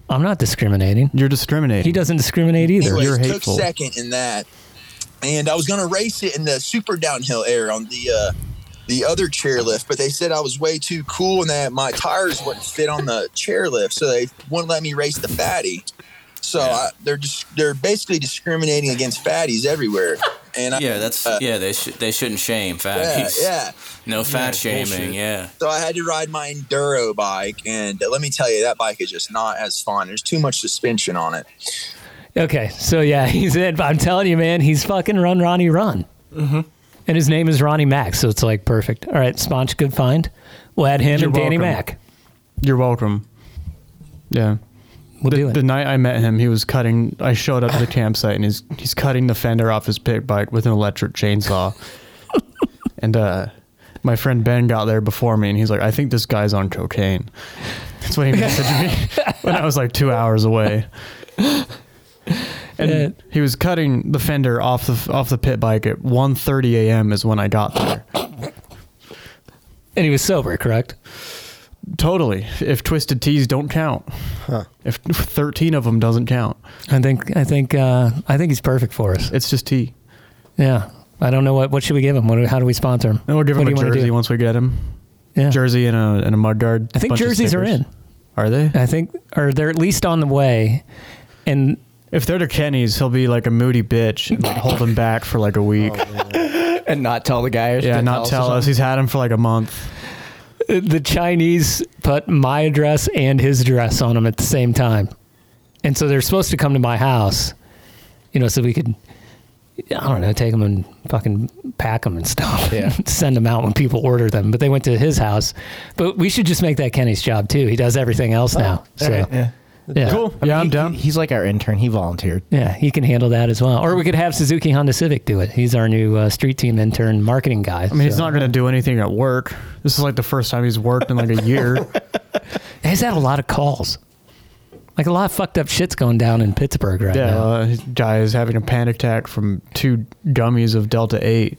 Speaker 2: I'm not discriminating.
Speaker 3: You're discriminating.
Speaker 2: He doesn't discriminate either.
Speaker 21: Anyways, Took second in that, and I was gonna race it in the super downhill air on the uh, the other chairlift, but they said I was way too cool and that my tires wouldn't fit on the chairlift, so they wouldn't let me race the fatty. So I, they're just they're basically discriminating against fatties everywhere. And I, Uh,
Speaker 10: yeah, that's yeah. They sh- they shouldn't shame fat.
Speaker 21: Yeah,
Speaker 10: He's-
Speaker 21: yeah.
Speaker 10: No fat
Speaker 21: Yeah,
Speaker 10: shaming.
Speaker 21: bullshit.
Speaker 10: Yeah.
Speaker 21: So I had to ride my enduro bike, and uh, let me tell you, that bike is just not as fun. There's too much suspension on it.
Speaker 2: Okay, so yeah, he's in. I'm telling you, man, he's fucking run Ronnie run. Mm-hmm. And his name is Ronnie Mack, so it's like perfect. All right, Sponge, good find. We'll add him
Speaker 3: You're
Speaker 2: and Danny
Speaker 3: welcome.
Speaker 2: Mack.
Speaker 3: You're welcome. Yeah.
Speaker 2: We'll
Speaker 3: the,
Speaker 2: do it.
Speaker 3: the night I met him, he was cutting. I showed up to the campsite and he's he's cutting the fender off his pit bike with an electric chainsaw. and uh, my friend Ben got there before me, and he's like, "I think this guy's on cocaine." That's what he messaged me when I was like two hours away. And
Speaker 2: Yeah.
Speaker 3: he was cutting the fender off the off the pit bike at 1:30 a.m. is when I got there.
Speaker 2: And he was sober, correct?
Speaker 3: Totally. If twisted teas don't count, if 13 of them doesn't count,
Speaker 2: I think I think uh, I think he's perfect for us.
Speaker 3: It's just tea.
Speaker 2: Yeah, I don't know what what should we give him. What, do- how do we sponsor him?
Speaker 3: And we'll give him
Speaker 2: What do
Speaker 3: a
Speaker 2: you wanna
Speaker 3: jersey
Speaker 2: do?
Speaker 3: once we get him.
Speaker 2: Yeah.
Speaker 3: Jersey and a and a mudguard.
Speaker 2: I think
Speaker 3: bunch of
Speaker 2: jerseys are
Speaker 3: stickers.
Speaker 2: in.
Speaker 3: Are they?
Speaker 2: I think, or they're at least on the way. And
Speaker 3: if they're to Kenny's, he'll be like a moody bitch and like hold him back for like a week.
Speaker 9: and not tell the guy.
Speaker 3: yeah, not tell us. He's had him for like a month.
Speaker 2: Uh, the Chinese put my address and his address on them at the same time. And so they're supposed to come to my house, you know, so we could, I don't know, take them and fucking pack them and stuff. Yeah. send them out when people order them. But they went to his house. But we should just make that Kenny's job too. He does everything else now. So, Oh, yeah. Yeah.
Speaker 9: Cool. yeah, I'm down. He's like our intern. He volunteered.
Speaker 2: Yeah, he can handle that as well. Or we could have Suzuki Honda Civic do it. He's our new uh, street team intern marketing guy.
Speaker 3: I mean, he's not going to do anything at work. This is like the first time he's worked in like a year.
Speaker 2: He's had a lot of calls. Like a lot of fucked up shit's going down in Pittsburgh right
Speaker 3: yeah,
Speaker 2: now.
Speaker 3: uh, his guy is having a panic attack from two gummies of Delta 8.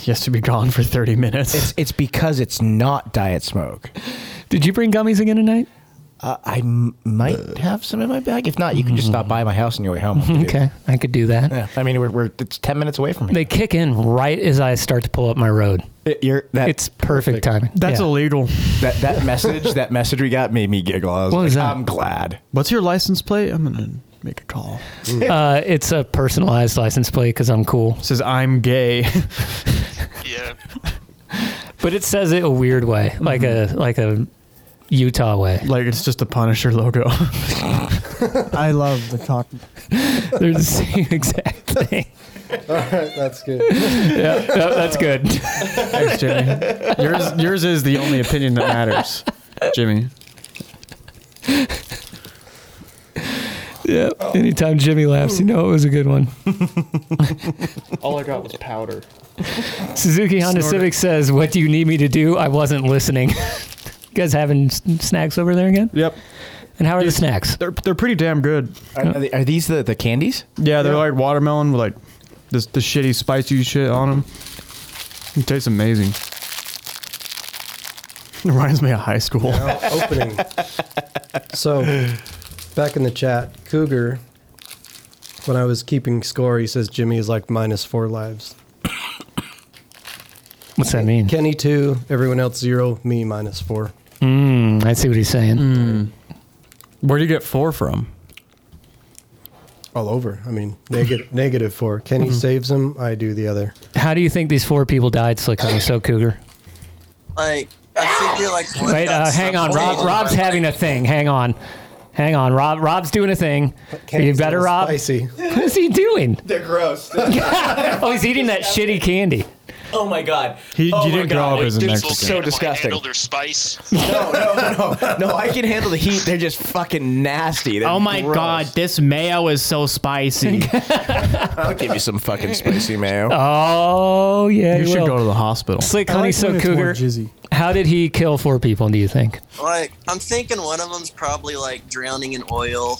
Speaker 3: he has to be gone for 30 minutes.
Speaker 9: It's it's because it's not diet smoke.
Speaker 2: Did you bring gummies again tonight?
Speaker 9: Uh, I m- might have some in my bag. If not, you can just stop by my house on your way home.
Speaker 2: Okay, I could do that.
Speaker 9: Yeah, I mean, we're, we're it's ten minutes away from here.
Speaker 2: They kick in right as I start to pull up my road.
Speaker 9: you're, that,
Speaker 2: it's perfect, timing.
Speaker 3: That's
Speaker 2: Yeah.
Speaker 3: illegal.
Speaker 9: That that message that message we got made me giggle. I was
Speaker 2: What
Speaker 9: like,
Speaker 2: was that?
Speaker 9: I'm glad.
Speaker 3: What's your license plate? I'm going to make a call.
Speaker 2: uh, it's a personalized license plate because I'm cool.
Speaker 3: says I'm gay.
Speaker 23: Yeah.
Speaker 2: but it says it a weird way, like a like a Utah way.
Speaker 3: Mm-hmm. Like it's just the Punisher logo.
Speaker 24: I love the talk.
Speaker 2: They're the same exact thing.
Speaker 4: All right, that's good.
Speaker 2: Yeah, no, that's good.
Speaker 3: Thanks, Jimmy. Yours, yours is the only opinion that matters, Jimmy.
Speaker 2: Yeah. Anytime Jimmy laughs, you know it was a good one.
Speaker 25: All I got was powder.
Speaker 2: Suzuki Honda
Speaker 25: Snorted.
Speaker 2: Civic says, "What do you need me to do? I wasn't listening." you guys having s- snacks over there again?
Speaker 3: Yep.
Speaker 2: And how are the snacks?
Speaker 3: They're they're pretty damn good.
Speaker 9: Are, are, they- are these the, the candies?
Speaker 3: Yeah, they're like watermelon with like this the shitty spicy shit on them. It tastes amazing. It reminds me of high school.
Speaker 4: Now, opening. So, back in the chat, Cougar, when I was keeping score, he says Jimmy is like minus four lives.
Speaker 2: What's that mean?
Speaker 4: Kenny two, everyone else zero, me minus four.
Speaker 2: Mm, I see what he's saying.
Speaker 3: Where do Hmm. you get four from?
Speaker 4: All over. I mean, negative negative four. Kenny
Speaker 2: Mhm.
Speaker 3: Mm-hmm.
Speaker 4: saves him. I do the other.
Speaker 2: How do you think these four people died, Slicko? So Cougar.
Speaker 6: Like I figure like one
Speaker 2: Wait,
Speaker 6: got
Speaker 2: uh, hang on.
Speaker 6: stuck
Speaker 2: Rob,
Speaker 6: in
Speaker 2: Rob's
Speaker 6: my-
Speaker 2: having a thing. Hang on. Hang on. Rob, Rob's doing a thing. Are you
Speaker 4: Kenny's
Speaker 2: better,
Speaker 4: little
Speaker 2: Rob?
Speaker 4: spicy.
Speaker 2: What is he doing?
Speaker 9: They're gross.
Speaker 2: oh, he's eating that shitty candy.
Speaker 9: Oh my god.
Speaker 3: He-
Speaker 9: oh
Speaker 3: you
Speaker 9: my
Speaker 3: didn't grow up as a
Speaker 9: Dude,
Speaker 3: Mexican.
Speaker 9: So disgusting.
Speaker 8: Handle their spice.
Speaker 9: No, no, no, no, Oh, no. I can handle the heat. They're just fucking nasty. They're
Speaker 5: Oh my
Speaker 9: gross.
Speaker 5: god, this mayo is so spicy. Uh,
Speaker 9: I'll give you some fucking spicy mayo.
Speaker 2: Oh yeah,
Speaker 3: You
Speaker 2: he
Speaker 3: should
Speaker 2: will.
Speaker 3: go to the hospital.
Speaker 2: Slick
Speaker 3: I like
Speaker 2: Honey
Speaker 3: when
Speaker 2: Soak
Speaker 3: it's more
Speaker 2: Cougar.
Speaker 3: jizzy.
Speaker 2: How did he kill four people? Do you think?
Speaker 16: Like, I'm thinking one of them's probably like drowning in oil,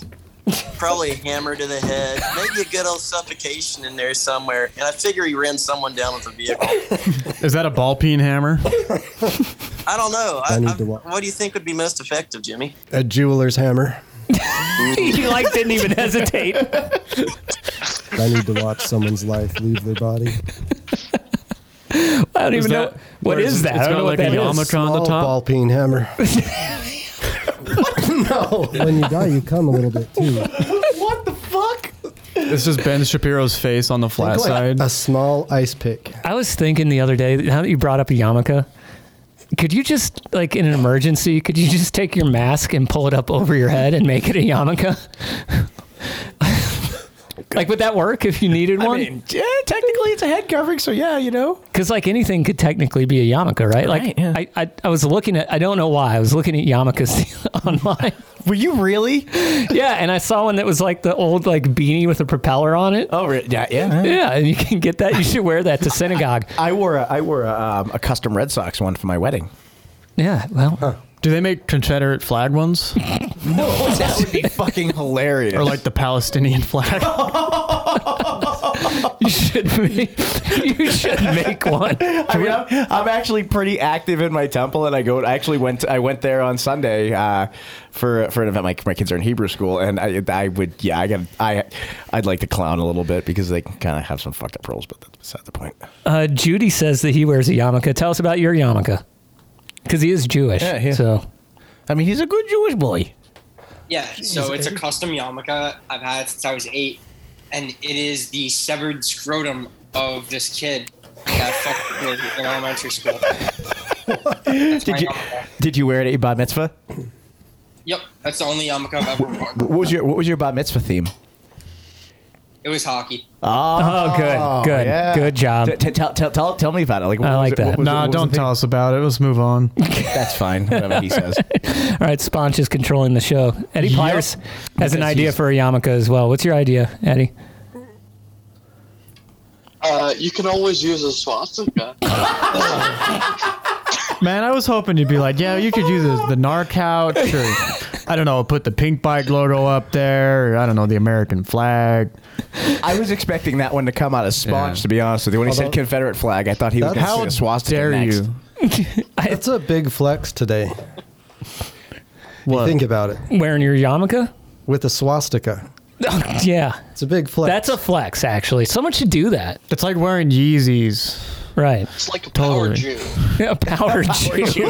Speaker 16: probably a hammer to the head, maybe a good old suffocation in there somewhere. And I figure he ran someone down with a vehicle.
Speaker 3: Is that a ball peen hammer?
Speaker 16: I don't know. I,
Speaker 4: I need
Speaker 16: I-
Speaker 4: to wa-
Speaker 16: what do you think would be most effective, Jimmy?
Speaker 4: A jeweler's hammer.
Speaker 2: he like didn't even hesitate.
Speaker 4: I need to watch someone's life leave their body.
Speaker 2: I don't
Speaker 3: Is
Speaker 2: even
Speaker 3: that-
Speaker 2: know what
Speaker 3: where
Speaker 2: is
Speaker 3: it's-
Speaker 2: that.
Speaker 3: it's
Speaker 2: I
Speaker 3: got
Speaker 2: don't know
Speaker 3: like
Speaker 2: what
Speaker 3: a
Speaker 2: that is.
Speaker 3: yarmulke on the
Speaker 4: Small
Speaker 3: top?
Speaker 4: ball peen hammer. no. When you die, you come a little bit too.
Speaker 9: what the fuck?
Speaker 3: It's just Ben Shapiro's face on the flat
Speaker 4: like
Speaker 3: side.
Speaker 4: A small ice pick.
Speaker 2: I was thinking the other day, now that you brought up a yarmulke, could you just, like in an emergency, could you just take your mask and pull it up over your head and make it a yarmulke? like, would that work if you needed one?
Speaker 9: Yeah, technically it's a head covering, so yeah, you know.
Speaker 2: Because like anything could technically be a yarmulke, right? Like
Speaker 9: Right, yeah.
Speaker 2: I, I, I was looking at I don't know why I was looking at yarmulkes online.
Speaker 9: Were you really?
Speaker 2: Yeah, and I saw one that was like the old like beanie with a propeller on it.
Speaker 9: Oh, yeah, yeah.
Speaker 2: yeah. And you can get that. You should wear that to synagogue.
Speaker 9: I wore a I wore a, um, a custom Red Sox one for my wedding.
Speaker 2: Yeah, well,
Speaker 3: Do they make Confederate flag ones?
Speaker 9: No, that would be fucking hilarious.
Speaker 3: or like the Palestinian flag?
Speaker 2: you should make you should make one.
Speaker 9: I mean, I'm, I'm actually pretty active in my temple, and I go. I actually went. I went there on Sunday uh, for for an event. My, my kids are in Hebrew school, and I I would yeah. I got I I'd like to clown a little bit because they can kind of have some fucked up rules, but that's beside the point.
Speaker 2: Uh, Judy says that he wears a yarmulke. Tell us about your yarmulke, because he is Jewish.
Speaker 9: Yeah, yeah.
Speaker 2: So,
Speaker 9: I mean, he's a good Jewish boy.
Speaker 6: Yeah, so it's a custom yarmulke I've had since I was eight, and it is the severed scrotum of this kid that I fucked with in elementary school.
Speaker 9: did you did you wear it at your bat mitzvah?
Speaker 6: Yep, that's the only yarmulke I've ever worn.
Speaker 9: What was your What was your bat mitzvah theme?
Speaker 6: It was hockey.
Speaker 2: Oh, good, good, good job.
Speaker 9: T- t- tell, tell, tell, tell me about it. Like, what
Speaker 2: I
Speaker 9: was
Speaker 2: like
Speaker 9: it- what
Speaker 2: that.
Speaker 9: was it-
Speaker 3: nah,
Speaker 9: what was
Speaker 3: don't
Speaker 9: the
Speaker 3: tell us about it. Let's move on.
Speaker 9: theme? That's fine. Whatever he says.
Speaker 2: all right, Sponge is controlling the show. Eddie
Speaker 9: Yep.
Speaker 2: Pliers has an
Speaker 9: Because
Speaker 2: idea
Speaker 9: he's-
Speaker 2: for a yarmulke as well. What's your idea, Eddie?
Speaker 14: Uh, you can always use a swastika.
Speaker 3: Man, I was hoping you'd be like, yeah, you could use the, the NAR couch or I don't know, put the pink bike logo up there. Or, I don't know, the American flag.
Speaker 9: I was expecting that one to come out of Sponge, to be honest with you. When he said
Speaker 4: Although-
Speaker 9: Confederate flag, I thought he was
Speaker 4: That's-
Speaker 9: going to say a swastika next.
Speaker 4: That's a big flex today.
Speaker 3: What?
Speaker 4: Think about it.
Speaker 2: Wearing your yarmulke?
Speaker 4: With a swastika.
Speaker 2: yeah,
Speaker 4: it's a big flex.
Speaker 2: That's a flex, actually. Someone should do that.
Speaker 3: It's like wearing Yeezys.
Speaker 2: Right.
Speaker 14: It's like a
Speaker 3: Totally.
Speaker 2: A power Jew.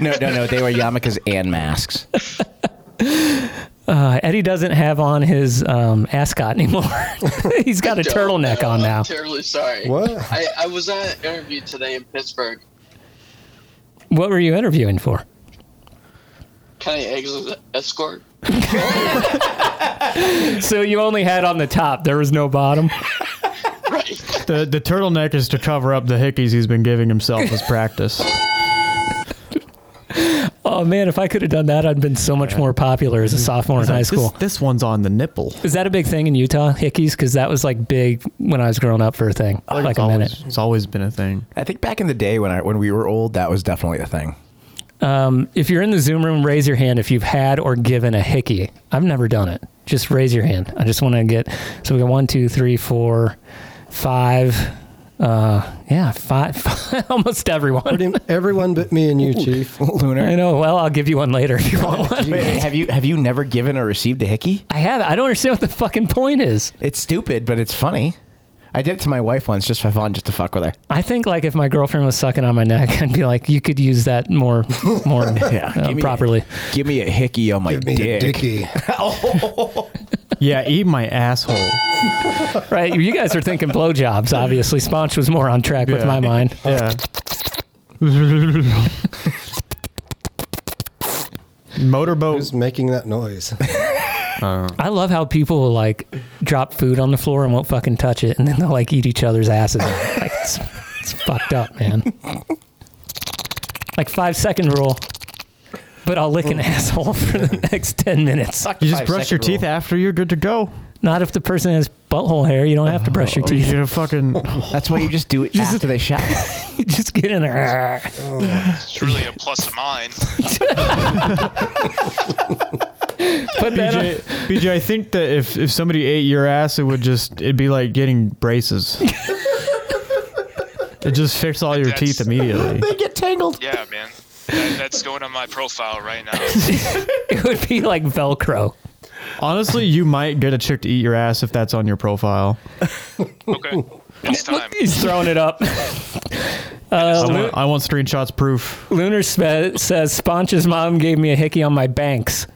Speaker 9: no, no, no. They were yarmulkes and masks.
Speaker 2: Uh, Eddie doesn't have on his um, ascot anymore. He's got a
Speaker 14: don't
Speaker 2: turtleneck
Speaker 14: know.
Speaker 2: on now.
Speaker 14: I'm terribly sorry.
Speaker 2: What?
Speaker 14: I, I was at an interview today in Pittsburgh.
Speaker 2: What were you interviewing for?
Speaker 14: Can I exit escort?
Speaker 2: so you only had on the top. There was no bottom.
Speaker 3: The the turtleneck is to cover up the hickeys he's been giving himself as practice.
Speaker 2: Oh man, if I could have done that, I'd been so much more popular as a sophomore in
Speaker 3: He's Mm-hmm. like,
Speaker 2: high
Speaker 3: "This-
Speaker 2: school.
Speaker 3: This, one's on the nipple.
Speaker 2: Is that a big thing in Utah, hickeys? Because that was like big when I was growing up for a thing, like,
Speaker 3: it's
Speaker 2: a
Speaker 3: always,
Speaker 2: minute.
Speaker 3: It's always been a thing.
Speaker 9: I think back in the day when I when we were old, that was definitely a thing.
Speaker 2: Um, if you're in the Zoom room, raise your hand if you've had or given a hickey. I've never done it. Just raise your hand. I just want to get. So we got one, two, three, four, five. Uh, yeah, five. almost everyone.
Speaker 4: Pretty- everyone but me and you, Chief.
Speaker 9: Lunar.
Speaker 2: I know. Well, I'll give you one later if you want one.
Speaker 9: Wait, have you have you never given or received a hickey?
Speaker 2: I have. I don't understand what the fucking point is.
Speaker 9: It's stupid, but it's funny. I did it to my wife once just for fun, just to fuck with her.
Speaker 2: I think like if my girlfriend was sucking on my neck, I'd be like, you could use that more, more uh,
Speaker 9: give me-
Speaker 2: properly.
Speaker 9: Give me a hickey on my dick. Oh,
Speaker 3: Yeah, eat my asshole.
Speaker 2: right? You guys are thinking blowjobs. Obviously, Sponge was more on track with
Speaker 3: Yeah.
Speaker 2: my mind.
Speaker 3: Yeah. Motorboat.
Speaker 4: Who's making that noise?
Speaker 2: I love how people will like drop food on the floor and won't fucking touch it, and then they'll like eat each other's asses. like, it's, it's fucked up, man. Like five second rule, but I'll lick an asshole for the next ten minutes.
Speaker 3: You just brush your teeth after you're good to go.
Speaker 2: Not if the person has butthole hair. You don't have to brush your
Speaker 3: Oh, you
Speaker 2: teeth.
Speaker 3: get a fucking.
Speaker 2: That's why you just do it after they shower. you just get in there.
Speaker 4: Oh.
Speaker 8: It's really a plus of mine.
Speaker 2: Put that
Speaker 3: BJ, BJ, I think that if, if somebody ate your ass, it would just it'd be like getting braces. it just fix all your teeth immediately.
Speaker 2: get tangled.
Speaker 8: Yeah, man. That, that's going on my profile right now.
Speaker 2: it would be like Velcro.
Speaker 3: Honestly, you might get a chick to eat your ass if that's on your profile.
Speaker 8: Okay. It's time.
Speaker 2: He's throwing it up.
Speaker 3: I,
Speaker 2: Uh, Lu-
Speaker 3: want, I want screenshots proof.
Speaker 2: Lunar Sve- says Sponge's mom gave me a hickey on my banks.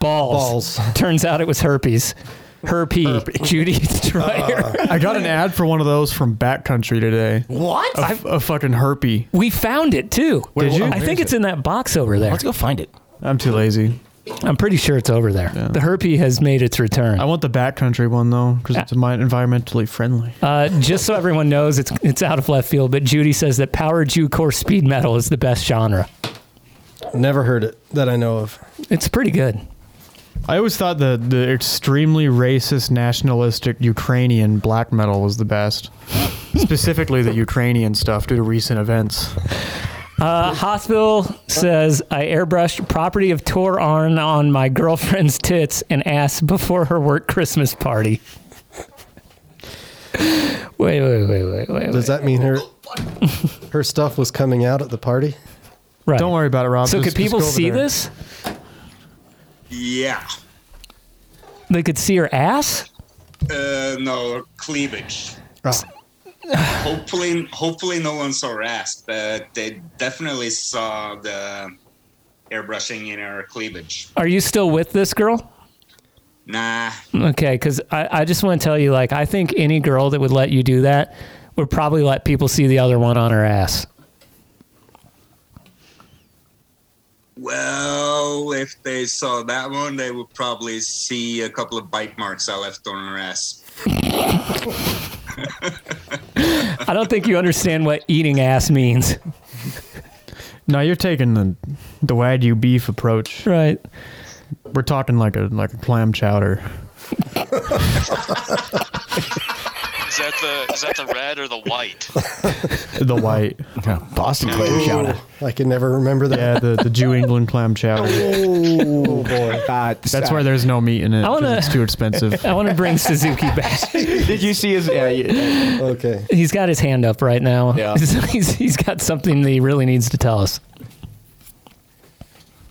Speaker 2: Balls.
Speaker 3: Balls.
Speaker 2: Turns out it was herpes. Herpy. Judy Dreyer.
Speaker 3: I got an ad for one of those from Backcountry today.
Speaker 2: What?
Speaker 3: A, f- a fucking herpy.
Speaker 2: we found it too.
Speaker 3: Did you?
Speaker 2: I think it's in that box over there.
Speaker 3: Let's
Speaker 2: go find it.
Speaker 3: I'm too lazy.
Speaker 2: I'm pretty sure it's over there. The herpy has made its return.
Speaker 3: I want the Backcountry one though, because it's mi- environmentally friendly.
Speaker 2: Uh, just so everyone knows, it's it's out of left field. But Judy says that power Jew core speed metal is the best genre.
Speaker 4: Never heard it that I know of.
Speaker 2: It's pretty good.
Speaker 3: I always thought the the extremely racist, nationalistic Ukrainian black metal was the best, specifically the Ukrainian stuff due to recent events.
Speaker 2: Uh, Hospital says I airbrushed property of Tor Arn on my girlfriend's tits and ass before her work Christmas party. Wait, wait, wait, wait, wait.
Speaker 4: Does that mean her her stuff was coming out at the party?
Speaker 2: Right.
Speaker 3: Don't worry about it, Rob.
Speaker 2: So
Speaker 3: Just-
Speaker 2: could people
Speaker 3: just go over
Speaker 2: see
Speaker 3: there.
Speaker 2: this?
Speaker 12: Yeah.
Speaker 2: They could see her ass.
Speaker 12: Uh, no cleavage.
Speaker 4: Ah.
Speaker 12: Hopefully, hopefully no one saw her ass, but they definitely saw the airbrushing in her cleavage.
Speaker 2: Are you still with this girl?
Speaker 12: Nah,
Speaker 2: Okay, because I, I just want to tell you, like, I think any girl that would let you do that would probably let people see the other one on her ass.
Speaker 12: Well, if they saw that one, they would probably see a couple of bite marks I left on her ass.
Speaker 2: I don't think you understand what eating ass means.
Speaker 3: No, you're taking the the wagyu beef approach.
Speaker 2: Right.
Speaker 3: We're talking like a like a clam chowder.
Speaker 8: Is that the is that the red or the white?
Speaker 3: The white
Speaker 1: Boston
Speaker 3: clam chowder.
Speaker 4: I can never remember that.
Speaker 3: Yeah, the, the Jew England clam chowder.
Speaker 4: Oh boy.
Speaker 3: That's where there's no meat in it.
Speaker 2: I
Speaker 3: 'cause
Speaker 2: wanna-
Speaker 3: it's too expensive.
Speaker 2: I want to bring Suzuki back.
Speaker 9: Did you see his? Yeah, you-
Speaker 4: Okay.
Speaker 2: He's got his hand up right now.
Speaker 9: Yeah.
Speaker 2: he's, he's got something that he really needs to tell us.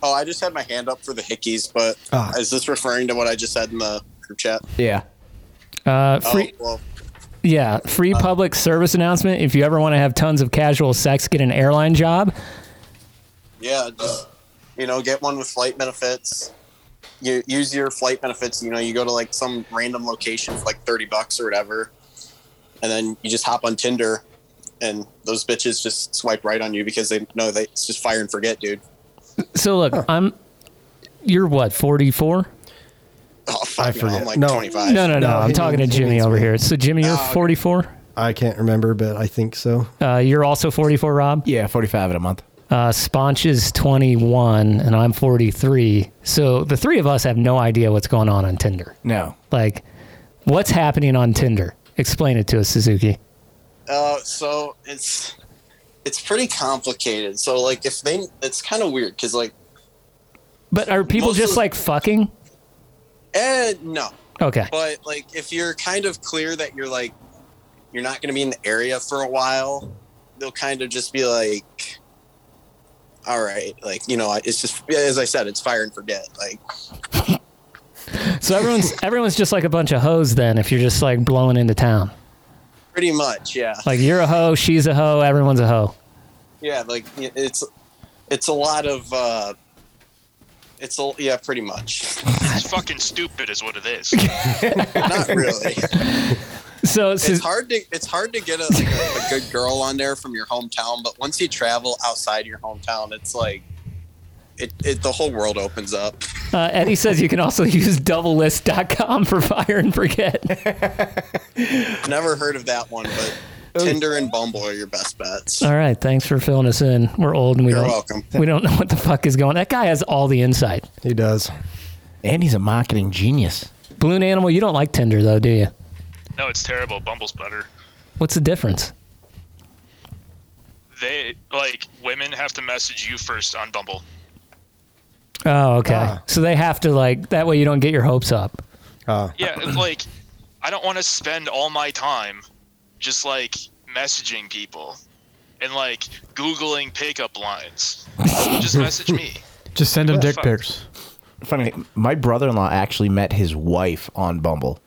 Speaker 16: Oh, I just had my hand up for the hickeys, but
Speaker 2: Ah.
Speaker 16: is this referring to what I just said in the group chat?
Speaker 9: Yeah.
Speaker 2: Uh,
Speaker 16: Oh,
Speaker 2: free,
Speaker 16: well, Uh.
Speaker 2: yeah, free public service announcement. If you ever want to have tons of casual sex, get an airline job.
Speaker 16: yeah, just you know, get one with flight benefits. You use your flight benefits. You know, you go to like some random location for like thirty bucks or whatever, and then you just hop on Tinder, and those bitches just swipe right on you because they know they it's just fire and forget, dude.
Speaker 2: So look, I'm. You're what, 44?
Speaker 16: Oh, fuck
Speaker 4: I
Speaker 16: no,
Speaker 4: forget.
Speaker 16: I'm like
Speaker 4: No.
Speaker 16: 25.
Speaker 2: No, no, no. I'm
Speaker 4: he
Speaker 2: talking to
Speaker 4: means- he
Speaker 2: Jimmy
Speaker 4: means
Speaker 2: over
Speaker 4: me.
Speaker 2: here. So Jimmy,
Speaker 3: Ah,
Speaker 2: you're 44.
Speaker 4: I can't remember, but I think so.
Speaker 2: Uh, you're also 44, Rob.
Speaker 1: Yeah, 45 in a month.
Speaker 2: Uh, Sponge is 21 and I'm 43. So the three of us have no idea what's going on on Tinder.
Speaker 1: No.
Speaker 2: Like, what's happening on Tinder? Explain it to us, Suzuki.
Speaker 16: Uh, so it's it's pretty complicated. So like if they, it's kind of weird because like,
Speaker 2: But are people
Speaker 16: Most
Speaker 2: just
Speaker 16: of-
Speaker 2: like fucking?
Speaker 16: eh, no.
Speaker 2: Okay.
Speaker 16: But like if you're kind of clear that you're like you're not going to be in the area for a while, they'll kind of just be like, all right, like you know, it's just as I said, it's fire and forget. Like
Speaker 2: So everyone's everyone's just like a bunch of hoes then if you're just like blowing into town.
Speaker 16: pretty much, yeah,
Speaker 2: Like you're a hoe, she's a hoe, everyone's a hoe.
Speaker 16: yeah. Like it's it's a lot of uh, it's a yeah, pretty much.
Speaker 8: It's fucking stupid, is what it is.
Speaker 16: not really.
Speaker 2: So, so
Speaker 16: it's hard to it's hard to get a, like, a, a good girl on there from your hometown, but once you travel outside your hometown, it's like it, it the whole world opens up.
Speaker 2: Uh, Eddie says you can also use doublelist.com for fire and forget.
Speaker 16: Never heard of that one, but Tinder and Bumble are your best bets.
Speaker 2: All right, thanks for filling us in. We're old and we
Speaker 16: You're
Speaker 2: don't
Speaker 16: welcome.
Speaker 2: we don't know what the fuck is going. That guy has all the insight.
Speaker 4: He does.
Speaker 9: And he's a marketing genius.
Speaker 2: Balloon animal, you don't like Tinder though, do you?
Speaker 8: No, it's terrible. Bumble's better.
Speaker 2: What's the difference?
Speaker 8: They like women have to message you first on Bumble.
Speaker 4: Ah.
Speaker 2: Oh, okay. So they have to like that way you don't get your hopes up.
Speaker 4: Oh.
Speaker 8: Yeah, it's like I don't want to spend all my time just like messaging people and like googling pickup lines. just message me.
Speaker 3: Just send him dick
Speaker 8: Fuck.
Speaker 3: pics.
Speaker 9: Funny, my brother-in-law actually met his wife on Bumble.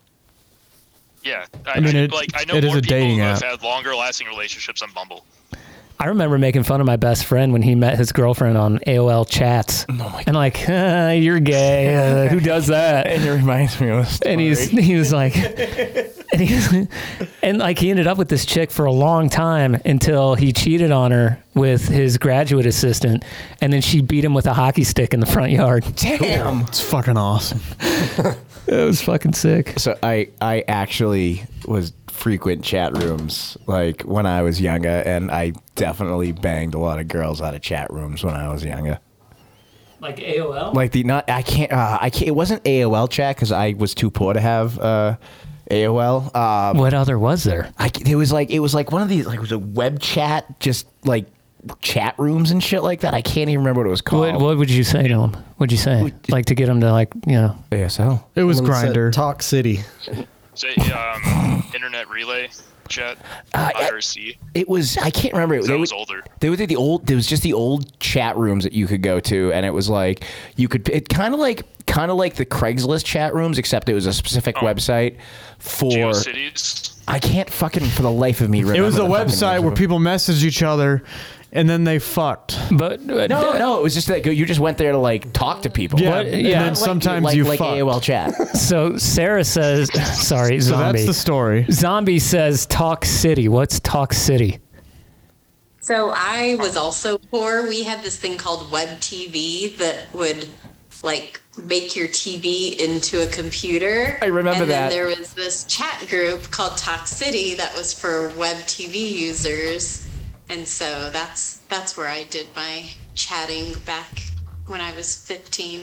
Speaker 8: Yeah,
Speaker 3: I mean, it-
Speaker 8: like I know
Speaker 3: it is
Speaker 8: more
Speaker 3: a
Speaker 8: people
Speaker 3: dating
Speaker 8: who have
Speaker 3: app.
Speaker 8: had longer lasting relationships on Bumble.
Speaker 2: I remember making fun of my best friend when he met his girlfriend on AOL chats.
Speaker 9: Oh
Speaker 2: and like, "Uh, you're gay. Uh, who does that?
Speaker 9: And it reminds me of a
Speaker 2: And he's
Speaker 9: story.
Speaker 2: he was like, and he was, and like he ended up with this chick for a long time until he cheated on her with his graduate assistant, and then she beat him with a hockey stick in the front yard.
Speaker 9: Damn.
Speaker 3: It's fucking awesome.
Speaker 2: It was fucking sick.
Speaker 9: So I I actually was frequent chat rooms like when I was younger, and I definitely banged a lot of girls out of chat rooms when I was younger.
Speaker 2: Like AOL.
Speaker 9: Like the not I can't uh, I can't it wasn't AOL chat because I was too poor to have uh, AOL. Um,
Speaker 2: what other was there?
Speaker 9: I, it was like it was like one of these like it was a web chat just like chat rooms and shit like that. I can't even remember what it was called.
Speaker 2: What, what would you say to him? What'd you say? Like to get him to like you know
Speaker 9: ASL.
Speaker 3: It was
Speaker 4: Someone said
Speaker 3: Grindr.
Speaker 4: Talk City.
Speaker 8: Say, um, internet relay chat,
Speaker 3: Uh,
Speaker 8: IRC.
Speaker 9: It was I can't remember.
Speaker 8: So
Speaker 9: They
Speaker 8: I was
Speaker 9: would-
Speaker 8: older.
Speaker 9: They would do the old. There was just the old chat rooms that you could go to, and it was like you could. It kind of like kind of like the Craigslist chat rooms, except it was a specific
Speaker 8: Oh.
Speaker 9: website for. I can't fucking for the life of me. Remember
Speaker 3: It was a
Speaker 9: the fucking
Speaker 3: website
Speaker 9: names
Speaker 3: where
Speaker 9: of them.
Speaker 3: people messaged each other, and then they fucked.
Speaker 2: But
Speaker 9: No, no, it was just that you just went there to like talk to people.
Speaker 3: Yeah, What? and Yeah. then
Speaker 9: Like-
Speaker 3: sometimes
Speaker 9: like,
Speaker 3: you
Speaker 9: like
Speaker 3: fucked.
Speaker 9: AOL chat.
Speaker 2: So Sarah says, sorry,
Speaker 3: So
Speaker 2: zombie.
Speaker 3: that's the story.
Speaker 2: Zombie says, Talk City. What's Talk City?
Speaker 7: So I was also poor. We had this thing called web TV that would like make your TV into a computer.
Speaker 9: I remember
Speaker 7: and then
Speaker 9: that.
Speaker 7: there was this chat group called Talk City that was for web TV users. And so that's that's where I did my chatting back when I was 15.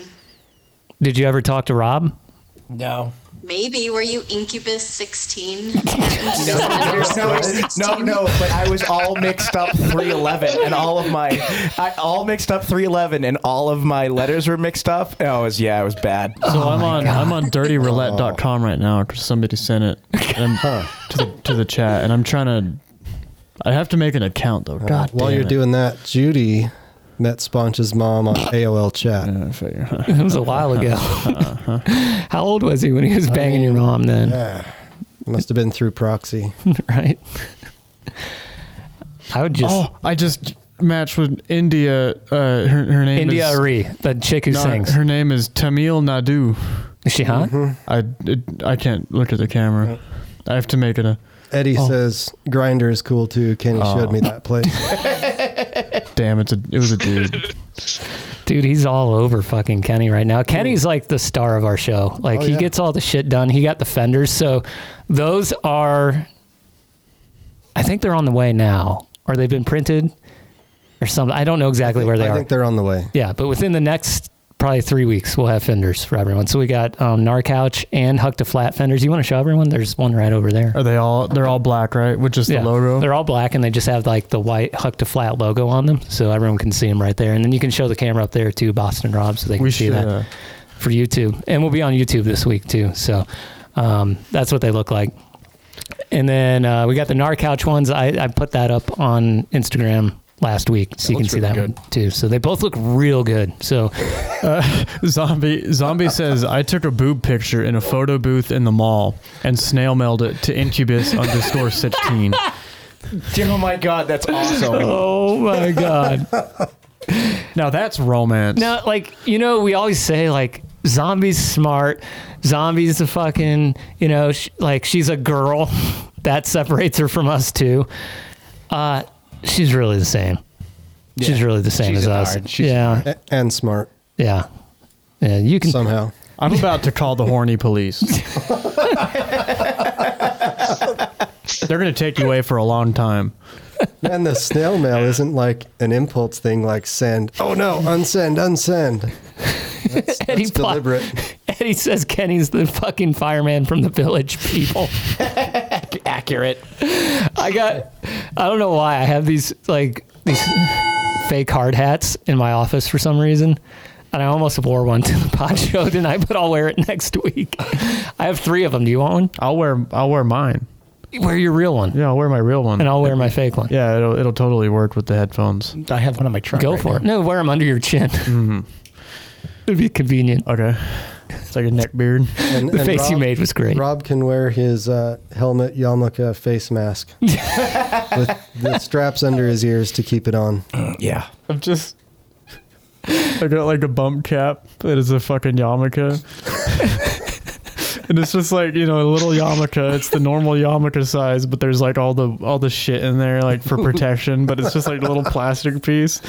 Speaker 2: Did you ever talk to Rob?
Speaker 9: No.
Speaker 7: Maybe were you Incubus 16?
Speaker 9: no, no, but I was all mixed up 311 and all of my, I all mixed up 311 and all of my letters were mixed up. And I was, yeah, I was bad.
Speaker 3: So
Speaker 2: Oh
Speaker 3: I'm on I'm on dirtyroulette.com right now because somebody sent it and- to the to the chat, and I'm trying to. I have to make an account though.
Speaker 4: Uh,
Speaker 3: God,
Speaker 4: while
Speaker 3: damn
Speaker 4: you're
Speaker 3: it.
Speaker 4: doing that, Judy met Sponge's mom on AOL chat.
Speaker 2: It was a while ago. How old was he when he was banging your mom then?
Speaker 4: Yeah. Must have been through proxy.
Speaker 2: right? I would just.
Speaker 3: Oh, I just matched with India. Uh, her, her name
Speaker 2: India
Speaker 3: is
Speaker 2: Ari, the chick who
Speaker 3: No,
Speaker 2: sings.
Speaker 3: Her name is Tamil Nadu. Mm-hmm.
Speaker 2: Is she hot?
Speaker 3: I it- I can't look at the camera. I have to make it a.
Speaker 4: Eddie
Speaker 3: Oh.
Speaker 4: says Grinder is cool too. Kenny
Speaker 2: Oh.
Speaker 4: showed me that place.
Speaker 3: Damn, it's a, it was a dude.
Speaker 2: Dude, he's all over fucking Kenny right now. Kenny's like the star of our show. Like
Speaker 3: Oh,
Speaker 2: he
Speaker 3: yeah.
Speaker 2: gets all the shit done. He got the fenders. So those are I think they're on the way now. Or they've been printed or something. I don't know exactly where they
Speaker 4: I
Speaker 2: are.
Speaker 4: think they're on the way.
Speaker 2: Yeah, but within the next probably three weeks, we'll have fenders for everyone. So we got um, Narcouch and Huck to Flat fenders. You want to show everyone? There's one right over there.
Speaker 3: Are they all? They're all black, right? Which is the logo.
Speaker 2: They're all black and they just have like the white Huck to Flat logo on them, so everyone can see them right there. And then you can show the camera up there too, Boston Rob, so they can
Speaker 3: We
Speaker 2: see
Speaker 3: should,
Speaker 2: that
Speaker 3: uh,
Speaker 2: for YouTube. And we'll be on YouTube this week too, so um, that's what they look like. And then uh, we got the Narcouch ones. I, I put that up on Instagram last week, so you can
Speaker 3: looks
Speaker 2: see
Speaker 3: really
Speaker 2: that
Speaker 3: good.
Speaker 2: one too. So they both look real good. So
Speaker 3: Uh, zombie zombie says I took a boob picture in a photo booth in the mall and snail mailed it to incubus underscore sixteen.
Speaker 9: Oh my God, that's awesome.
Speaker 2: Oh my god.
Speaker 3: now that's romance.
Speaker 2: No, like you know, we always say like zombies smart, zombies the fucking you know, sh- like she's a girl that separates her from us too. Uh, she's really the same. She's really the same
Speaker 4: She's
Speaker 2: as
Speaker 4: a
Speaker 2: us.
Speaker 4: nerd. She's
Speaker 2: yeah,
Speaker 4: A- and smart.
Speaker 2: yeah. Yeah, you can
Speaker 4: somehow.
Speaker 3: I'm about to call the horny police. They're going to take you away for a long time.
Speaker 4: Man, the snail mail isn't like an impulse thing like send. Oh no, unsend, unsend. That's,
Speaker 2: Eddie
Speaker 4: that's
Speaker 2: Pla-
Speaker 4: deliberate.
Speaker 2: Eddie says Kenny's the fucking fireman from the village people.
Speaker 9: Accurate.
Speaker 2: I got. I don't know why I have these like these fake hard hats in my office for some reason, and I almost wore one to the pod show tonight, but I'll wear it next week. I have three of them. Do you want one?
Speaker 3: I'll wear. I'll wear mine.
Speaker 2: Wear your real one.
Speaker 3: Yeah, I'll wear my real one.
Speaker 2: And I'll wear my fake one.
Speaker 3: Yeah, it'll, it'll totally work with the headphones.
Speaker 2: I have one on my truck. Go
Speaker 3: right
Speaker 2: for it. No, wear them under your chin. It'd be convenient.
Speaker 3: Okay. It's like a neck beard.
Speaker 4: And-
Speaker 2: the
Speaker 4: and
Speaker 2: face you
Speaker 4: Rob-
Speaker 2: made was great.
Speaker 4: Rob can wear his uh, helmet, yarmulke, face mask with the straps under his ears to keep it on.
Speaker 1: Yeah.
Speaker 3: I'm just. I got like a bump cap that is a fucking yarmulke. and it's just like, you know, a little yarmulke. It's the normal yarmulke size, but there's like all the all the shit in there like for protection, but it's just like a little plastic piece.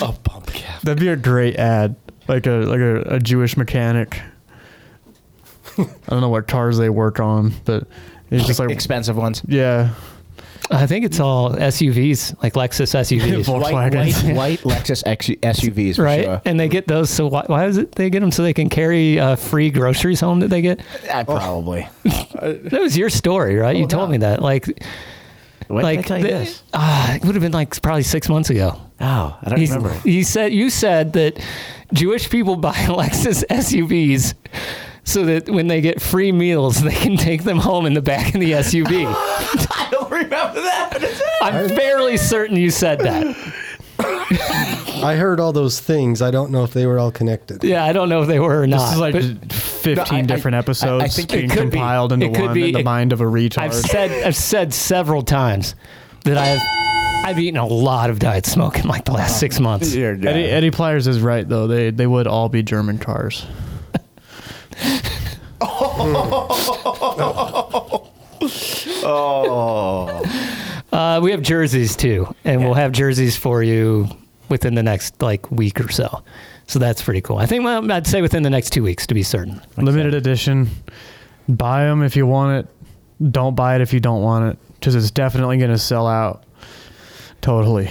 Speaker 1: a bump cap.
Speaker 3: That'd be a great ad. Like a like a, a Jewish mechanic. I don't know what cars they work on, but it's just like
Speaker 1: expensive ones.
Speaker 3: Yeah.
Speaker 2: I think it's all SUVs, like Lexus SUVs,
Speaker 1: White, white, white Lexus X- SUVs, for
Speaker 2: right?
Speaker 1: Sure.
Speaker 2: And they get those. So why, why is it they get them so they can carry uh, free groceries home that they get?
Speaker 1: Uh,
Speaker 9: Oh.
Speaker 1: probably.
Speaker 2: that was your story, right? you told me that. Like,
Speaker 9: When did Oh, I tell you
Speaker 2: the-
Speaker 9: this?
Speaker 2: ah, it would have been like probably six months ago.
Speaker 9: Oh, I don't
Speaker 2: He's-
Speaker 9: remember.
Speaker 2: He said you said that Jewish people buy Lexus SUVs so that when they get free meals, they can take them home in the back of the SUV.
Speaker 9: I don't remember that.
Speaker 2: I'm fairly certain you said that.
Speaker 4: I heard all those things. I don't know if they were all connected.
Speaker 2: Yeah, I don't know if they were or not.
Speaker 3: This is like
Speaker 2: but-
Speaker 3: 15
Speaker 2: No, I-
Speaker 3: different
Speaker 2: I- I- I
Speaker 3: episodes
Speaker 2: think it
Speaker 3: being
Speaker 2: could be.
Speaker 3: compiled into
Speaker 2: It could
Speaker 3: one
Speaker 2: be.
Speaker 3: in the
Speaker 2: It-
Speaker 3: mind of a retard.
Speaker 2: I've said I've said several times that I've I've eaten a lot of diet smoke in like the last six
Speaker 1: Oh,
Speaker 2: months.
Speaker 3: Eddie, Eddie Pliers is right though. They they would all be German cars.
Speaker 9: oh.
Speaker 2: Uh, we have jerseys too, and we'll have jerseys for you within the next like week or so. So that's pretty cool. I think well, I'd say within the next two weeks to be certain.
Speaker 3: Limited edition. Buy them if you want it. Don't buy it if you don't want it because it's definitely going to sell out. Totally.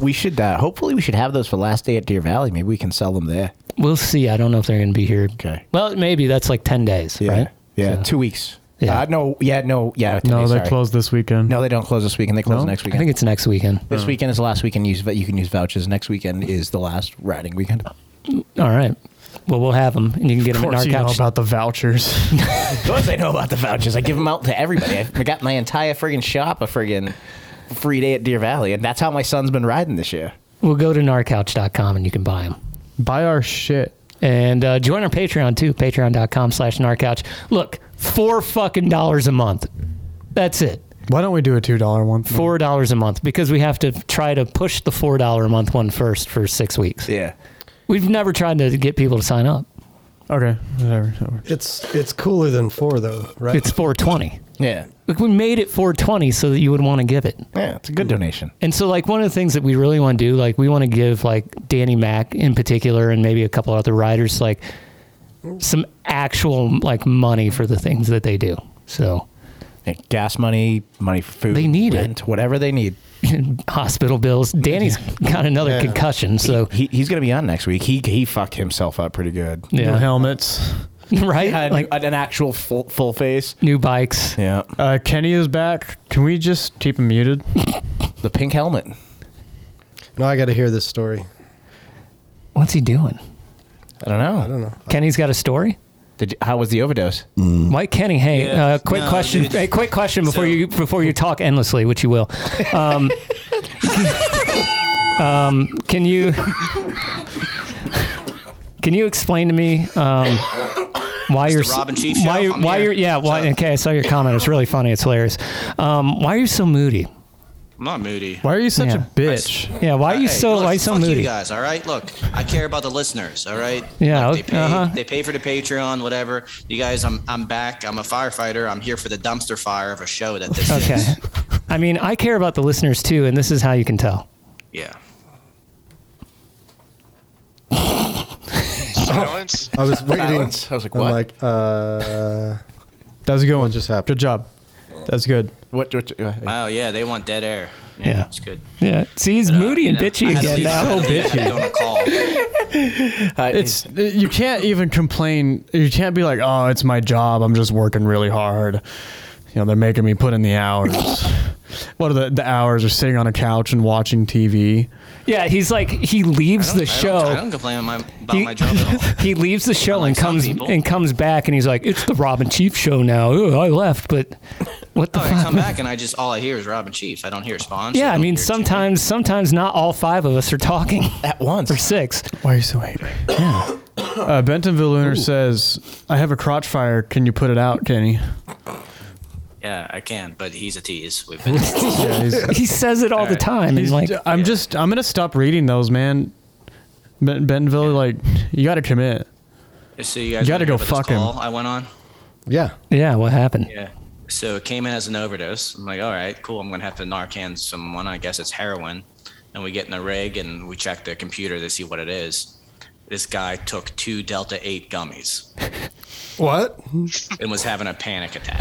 Speaker 9: We should. Uh, hopefully, we should have those for last day at Deer Valley. Maybe we can sell them there.
Speaker 2: We'll see. I don't know if they're going to be here. Okay. Well, Uh, maybe that's like ten days, right?
Speaker 1: Yeah, two weeks. Yeah. Uh, no, yeah, no, yeah. today,
Speaker 3: no, they
Speaker 1: sorry.
Speaker 3: close this weekend.
Speaker 1: No, they don't close this weekend. They close
Speaker 3: No?
Speaker 1: next
Speaker 3: I
Speaker 1: weekend.
Speaker 2: I think it's next weekend.
Speaker 1: This weekend is the last weekend you, use, you can use vouchers. Next weekend is the last riding weekend.
Speaker 2: All right. Well, we'll have them, and you can get
Speaker 1: Of
Speaker 2: them at
Speaker 1: course
Speaker 2: our
Speaker 1: you know
Speaker 2: couch.
Speaker 1: about
Speaker 3: the vouchers.
Speaker 1: Of course, I know about the vouchers. I give them out to everybody. I got my entire friggin' shop a friggin' free day at Deer Valley, and that's how my son's been riding this year.
Speaker 2: We'll go to narcouch.com and you can buy them.
Speaker 3: Buy our shit.
Speaker 2: And uh, join our Patreon too, patreon.com slash narcouch. Look, four fucking dollars a month. That's it.
Speaker 3: Why don't we do a two dollar one?
Speaker 2: Four dollars a month because we have to try to push the four dollar a month one first for six weeks.
Speaker 1: Yeah.
Speaker 2: We've never tried to get people to sign up.
Speaker 3: Okay, whatever. that works.
Speaker 4: It's it's cooler than four though, right?
Speaker 2: It's four twenty.
Speaker 1: Yeah.
Speaker 2: Like we made it 420 so that you would want to give it.
Speaker 1: Yeah, it's a good donation.
Speaker 2: And so like one of the things that we really want to do, like we want to give like Danny Mack in particular and maybe a couple other riders like some actual like money for the things that they do. So
Speaker 1: Yeah, gas money, money for food. They need it. Whatever they need.
Speaker 2: Hospital bills. Danny's got another
Speaker 1: Yeah.
Speaker 2: concussion, so
Speaker 1: He, he's going to be on next week. He he fucked himself up pretty good.
Speaker 2: Yeah. New
Speaker 3: helmets.
Speaker 2: Right?
Speaker 1: like, an actual full, full face.
Speaker 2: New bikes.
Speaker 1: Yeah.
Speaker 3: Uh, Kenny is back. Can we just keep him muted?
Speaker 1: the pink helmet.
Speaker 4: Now I got to hear this story.
Speaker 2: what's he doing?
Speaker 1: I don't know. I
Speaker 4: don't know.
Speaker 2: Kenny's got a story?
Speaker 1: Did you, how was the overdose?
Speaker 3: Mm.
Speaker 2: Mike Kenny, hey,
Speaker 1: Yeah,
Speaker 2: uh, quick
Speaker 1: no,
Speaker 2: question.
Speaker 1: it's-
Speaker 2: Hey, quick question before you before you talk endlessly, which you will. Um, um, can you can you explain to me um, why you're so-
Speaker 10: Robin Chief
Speaker 2: why
Speaker 10: Show,
Speaker 2: you're,
Speaker 10: I'm
Speaker 2: why
Speaker 10: here.
Speaker 2: you're yeah why okay I saw your comment it's really funny it's hilarious um, why are you so moody
Speaker 10: I'm not moody.
Speaker 3: Why are you such
Speaker 2: Yeah.
Speaker 3: a bitch?
Speaker 2: yeah why are you
Speaker 10: Hey,
Speaker 2: so
Speaker 10: look,
Speaker 2: why you so
Speaker 10: fuck
Speaker 2: moody
Speaker 10: You guys, all right. Look, I care about the listeners. All right.
Speaker 2: Yeah,
Speaker 10: Look, they,
Speaker 2: okay,
Speaker 10: pay,
Speaker 2: uh-huh.
Speaker 10: they pay for the Patreon, whatever. You guys, I'm I'm back. I'm a firefighter. I'm here for the dumpster fire of a show that this
Speaker 2: okay
Speaker 10: is.
Speaker 2: I mean I care about the listeners too and this is how you can tell
Speaker 10: Yeah.
Speaker 8: Silence.
Speaker 4: I was waiting.
Speaker 8: Silence. I was like, what?
Speaker 4: I'm like, uh,
Speaker 3: That's a good one. Just happened. Good job. That's good.
Speaker 1: What? what
Speaker 10: Wow, yeah, they want dead air. Yeah,
Speaker 2: Yeah.
Speaker 10: it's good.
Speaker 2: Yeah. See, he's moody and bitchy again now.
Speaker 10: On a call.
Speaker 3: it's you can't even complain. You can't be like, oh, it's my job. I'm just working really hard. You know, they're making me put in the hours. what are the the hours? Are sitting on a couch and watching TV.
Speaker 2: Yeah, he's like he leaves the show.
Speaker 10: I don't complain on my, about
Speaker 2: He-
Speaker 10: my job at all.
Speaker 2: he leaves the show and comes
Speaker 10: people.
Speaker 2: and comes back and he's like, "It's the Robin Chief show now." Ooh, I left, but what the
Speaker 10: Oh, I
Speaker 2: fuck?
Speaker 10: come back and I just all I hear is Robin Chief. I don't hear Spawn.
Speaker 2: yeah, I mean, sometimes sometimes not all five of us are talking
Speaker 1: at once
Speaker 2: or six.
Speaker 3: Why are you so angry? Yeah. Uh, Bentonville Lunar says, "I have a crotch fire. Can you put it out, Kenny?"
Speaker 10: Yeah, I can, but he's a tease. We've been.
Speaker 3: Yeah, he's-
Speaker 2: he says it all, the
Speaker 3: Alright.
Speaker 2: time, and
Speaker 3: He's-
Speaker 2: like,
Speaker 3: I'm just I'm gonna stop reading those, man. Ben, Bentonville, like you got to commit.
Speaker 10: So you guys
Speaker 3: You gotta
Speaker 10: wanna
Speaker 3: go
Speaker 10: know about this
Speaker 3: fuck him.
Speaker 10: call I went on.
Speaker 4: yeah,
Speaker 2: yeah, what happened?
Speaker 10: Yeah. So it came in as an overdose. I'm like, all right, cool. I'm gonna have to Narcan someone. I guess it's heroin. And we get in the rig and we check their computer to see what it is. This guy took two Delta Eight gummies
Speaker 4: what?
Speaker 10: and was having a panic attack.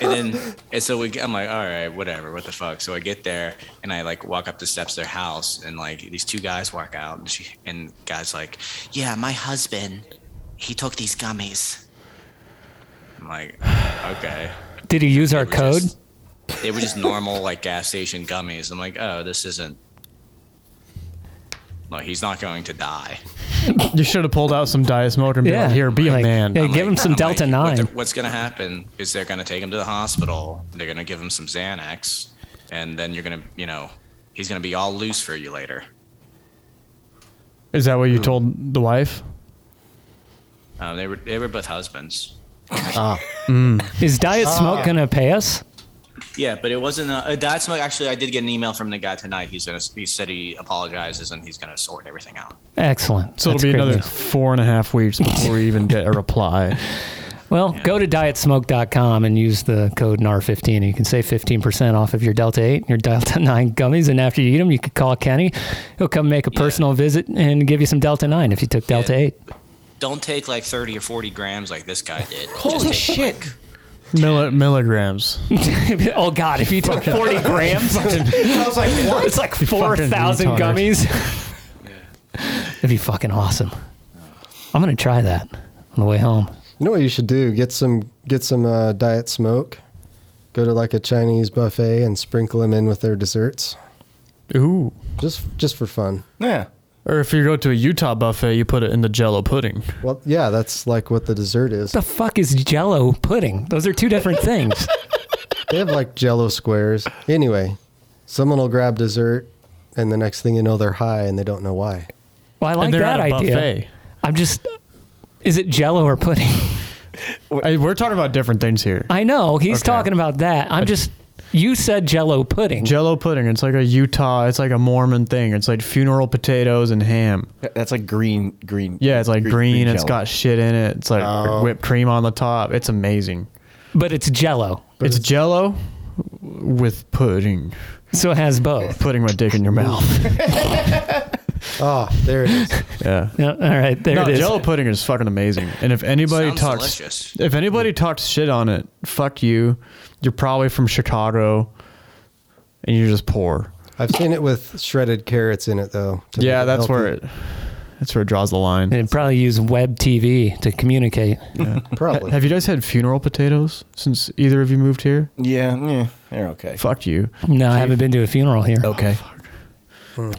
Speaker 10: and then and so we I'm like, all right, whatever, what the fuck. So I get there and I like walk up the steps of their house and like these two guys walk out and she and guys like, yeah, my husband, he took these gummies. I'm like, okay.
Speaker 2: did he use our code?
Speaker 10: They were just normal like gas station gummies. I'm like, oh, this isn't. Like he's not going to die.
Speaker 3: You should have pulled out some diet smoke and be
Speaker 10: Yeah.
Speaker 3: like, "Here, be a man."
Speaker 2: yeah, give him
Speaker 10: I'm
Speaker 2: some
Speaker 10: like,
Speaker 2: Delta
Speaker 10: what
Speaker 2: Nine.
Speaker 10: the- what's going to happen is they're going to take him to the hospital. They're going to give him some Xanax, and then you're going to, you know, he's going to be all loose for you later.
Speaker 3: Is that what you told the wife?
Speaker 10: Um, they were they were both husbands.
Speaker 1: Ah.
Speaker 2: Is Diet
Speaker 10: Ah.
Speaker 2: Smoke gonna pay us?
Speaker 10: Yeah, but it wasn't a, a that's my, actually I did get an email from the guy tonight. He's gonna he said he apologizes and he's going to sort everything out.
Speaker 2: Excellent.
Speaker 3: So
Speaker 2: That's
Speaker 3: it'll be
Speaker 2: great
Speaker 3: another
Speaker 2: news.
Speaker 3: four and a half weeks before we even get a reply.
Speaker 2: Well, go to dietsmoke.com and use the code NAR15 and you can save 15% off of your Delta 8 and your Delta 9 gummies. And after you eat them, you could call Kenny. He'll come make a personal visit and give you some Delta 9 if you took Delta 8.
Speaker 10: Don't take like 30 or 40 grams like this guy did.
Speaker 2: Holy shit.
Speaker 3: Milli- milligrams.
Speaker 2: oh, God. If you took 40 grams,
Speaker 1: I was like, what?
Speaker 2: It's like
Speaker 1: You fucking
Speaker 2: 4,000
Speaker 1: retard.
Speaker 2: gummies. That'd be fucking awesome. I'm going to try that on the way home.
Speaker 4: You know what you should do? Get some get some uh, diet smoke. Go to like a Chinese buffet and sprinkle them in with their desserts.
Speaker 3: Ooh.
Speaker 4: Just just for fun.
Speaker 1: Yeah.
Speaker 3: Or if you go to a Utah buffet, you put it in the Jello pudding.
Speaker 4: Well, yeah, that's like what the dessert is.
Speaker 2: The fuck is jello pudding? Those are two different things.
Speaker 4: They have like Jello squares. Anyway, someone will grab dessert, and the next thing you know, they're high and they don't know why.
Speaker 2: Well, I
Speaker 4: And
Speaker 2: like
Speaker 4: they're
Speaker 2: that
Speaker 4: at a
Speaker 2: idea.
Speaker 4: buffet.
Speaker 2: I'm just. Is it jello or pudding?
Speaker 3: I- We're talking about different things here.
Speaker 2: I know. He's
Speaker 3: Okay.
Speaker 2: talking about that. I'm just. You said jello pudding.
Speaker 3: Jello pudding. It's like a Utah. It's like a Mormon thing. It's like funeral potatoes and ham.
Speaker 1: That's like green, green.
Speaker 3: Yeah, it's like green.
Speaker 1: green- green
Speaker 3: it's
Speaker 1: Jell-O.
Speaker 3: got shit in it. It's like whipped cream on the top. It's amazing.
Speaker 2: But it's jello.
Speaker 3: It's, Jello with pudding.
Speaker 2: So it has both.
Speaker 3: Putting my dick in your mouth.
Speaker 4: Oh, there it is.
Speaker 3: yeah.
Speaker 2: Yeah, all right, there
Speaker 3: no,
Speaker 2: it is.
Speaker 3: Jello pudding is fucking amazing. And if anybody
Speaker 10: Sounds
Speaker 3: talks,
Speaker 10: delicious.
Speaker 3: if anybody talks shit on it, fuck you. You're probably from Chicago, and you're just poor.
Speaker 4: I've seen it with shredded carrots in it though. to make
Speaker 3: yeah, that's
Speaker 4: healthy.
Speaker 3: where it. That's where it draws the line.
Speaker 2: And probably use web TV to communicate.
Speaker 4: Probably.
Speaker 3: Have you guys had funeral potatoes since either of you moved here?
Speaker 1: Yeah, yeah, they're okay.
Speaker 3: Fuck you.
Speaker 2: No, I haven't been to a funeral here.
Speaker 1: Okay.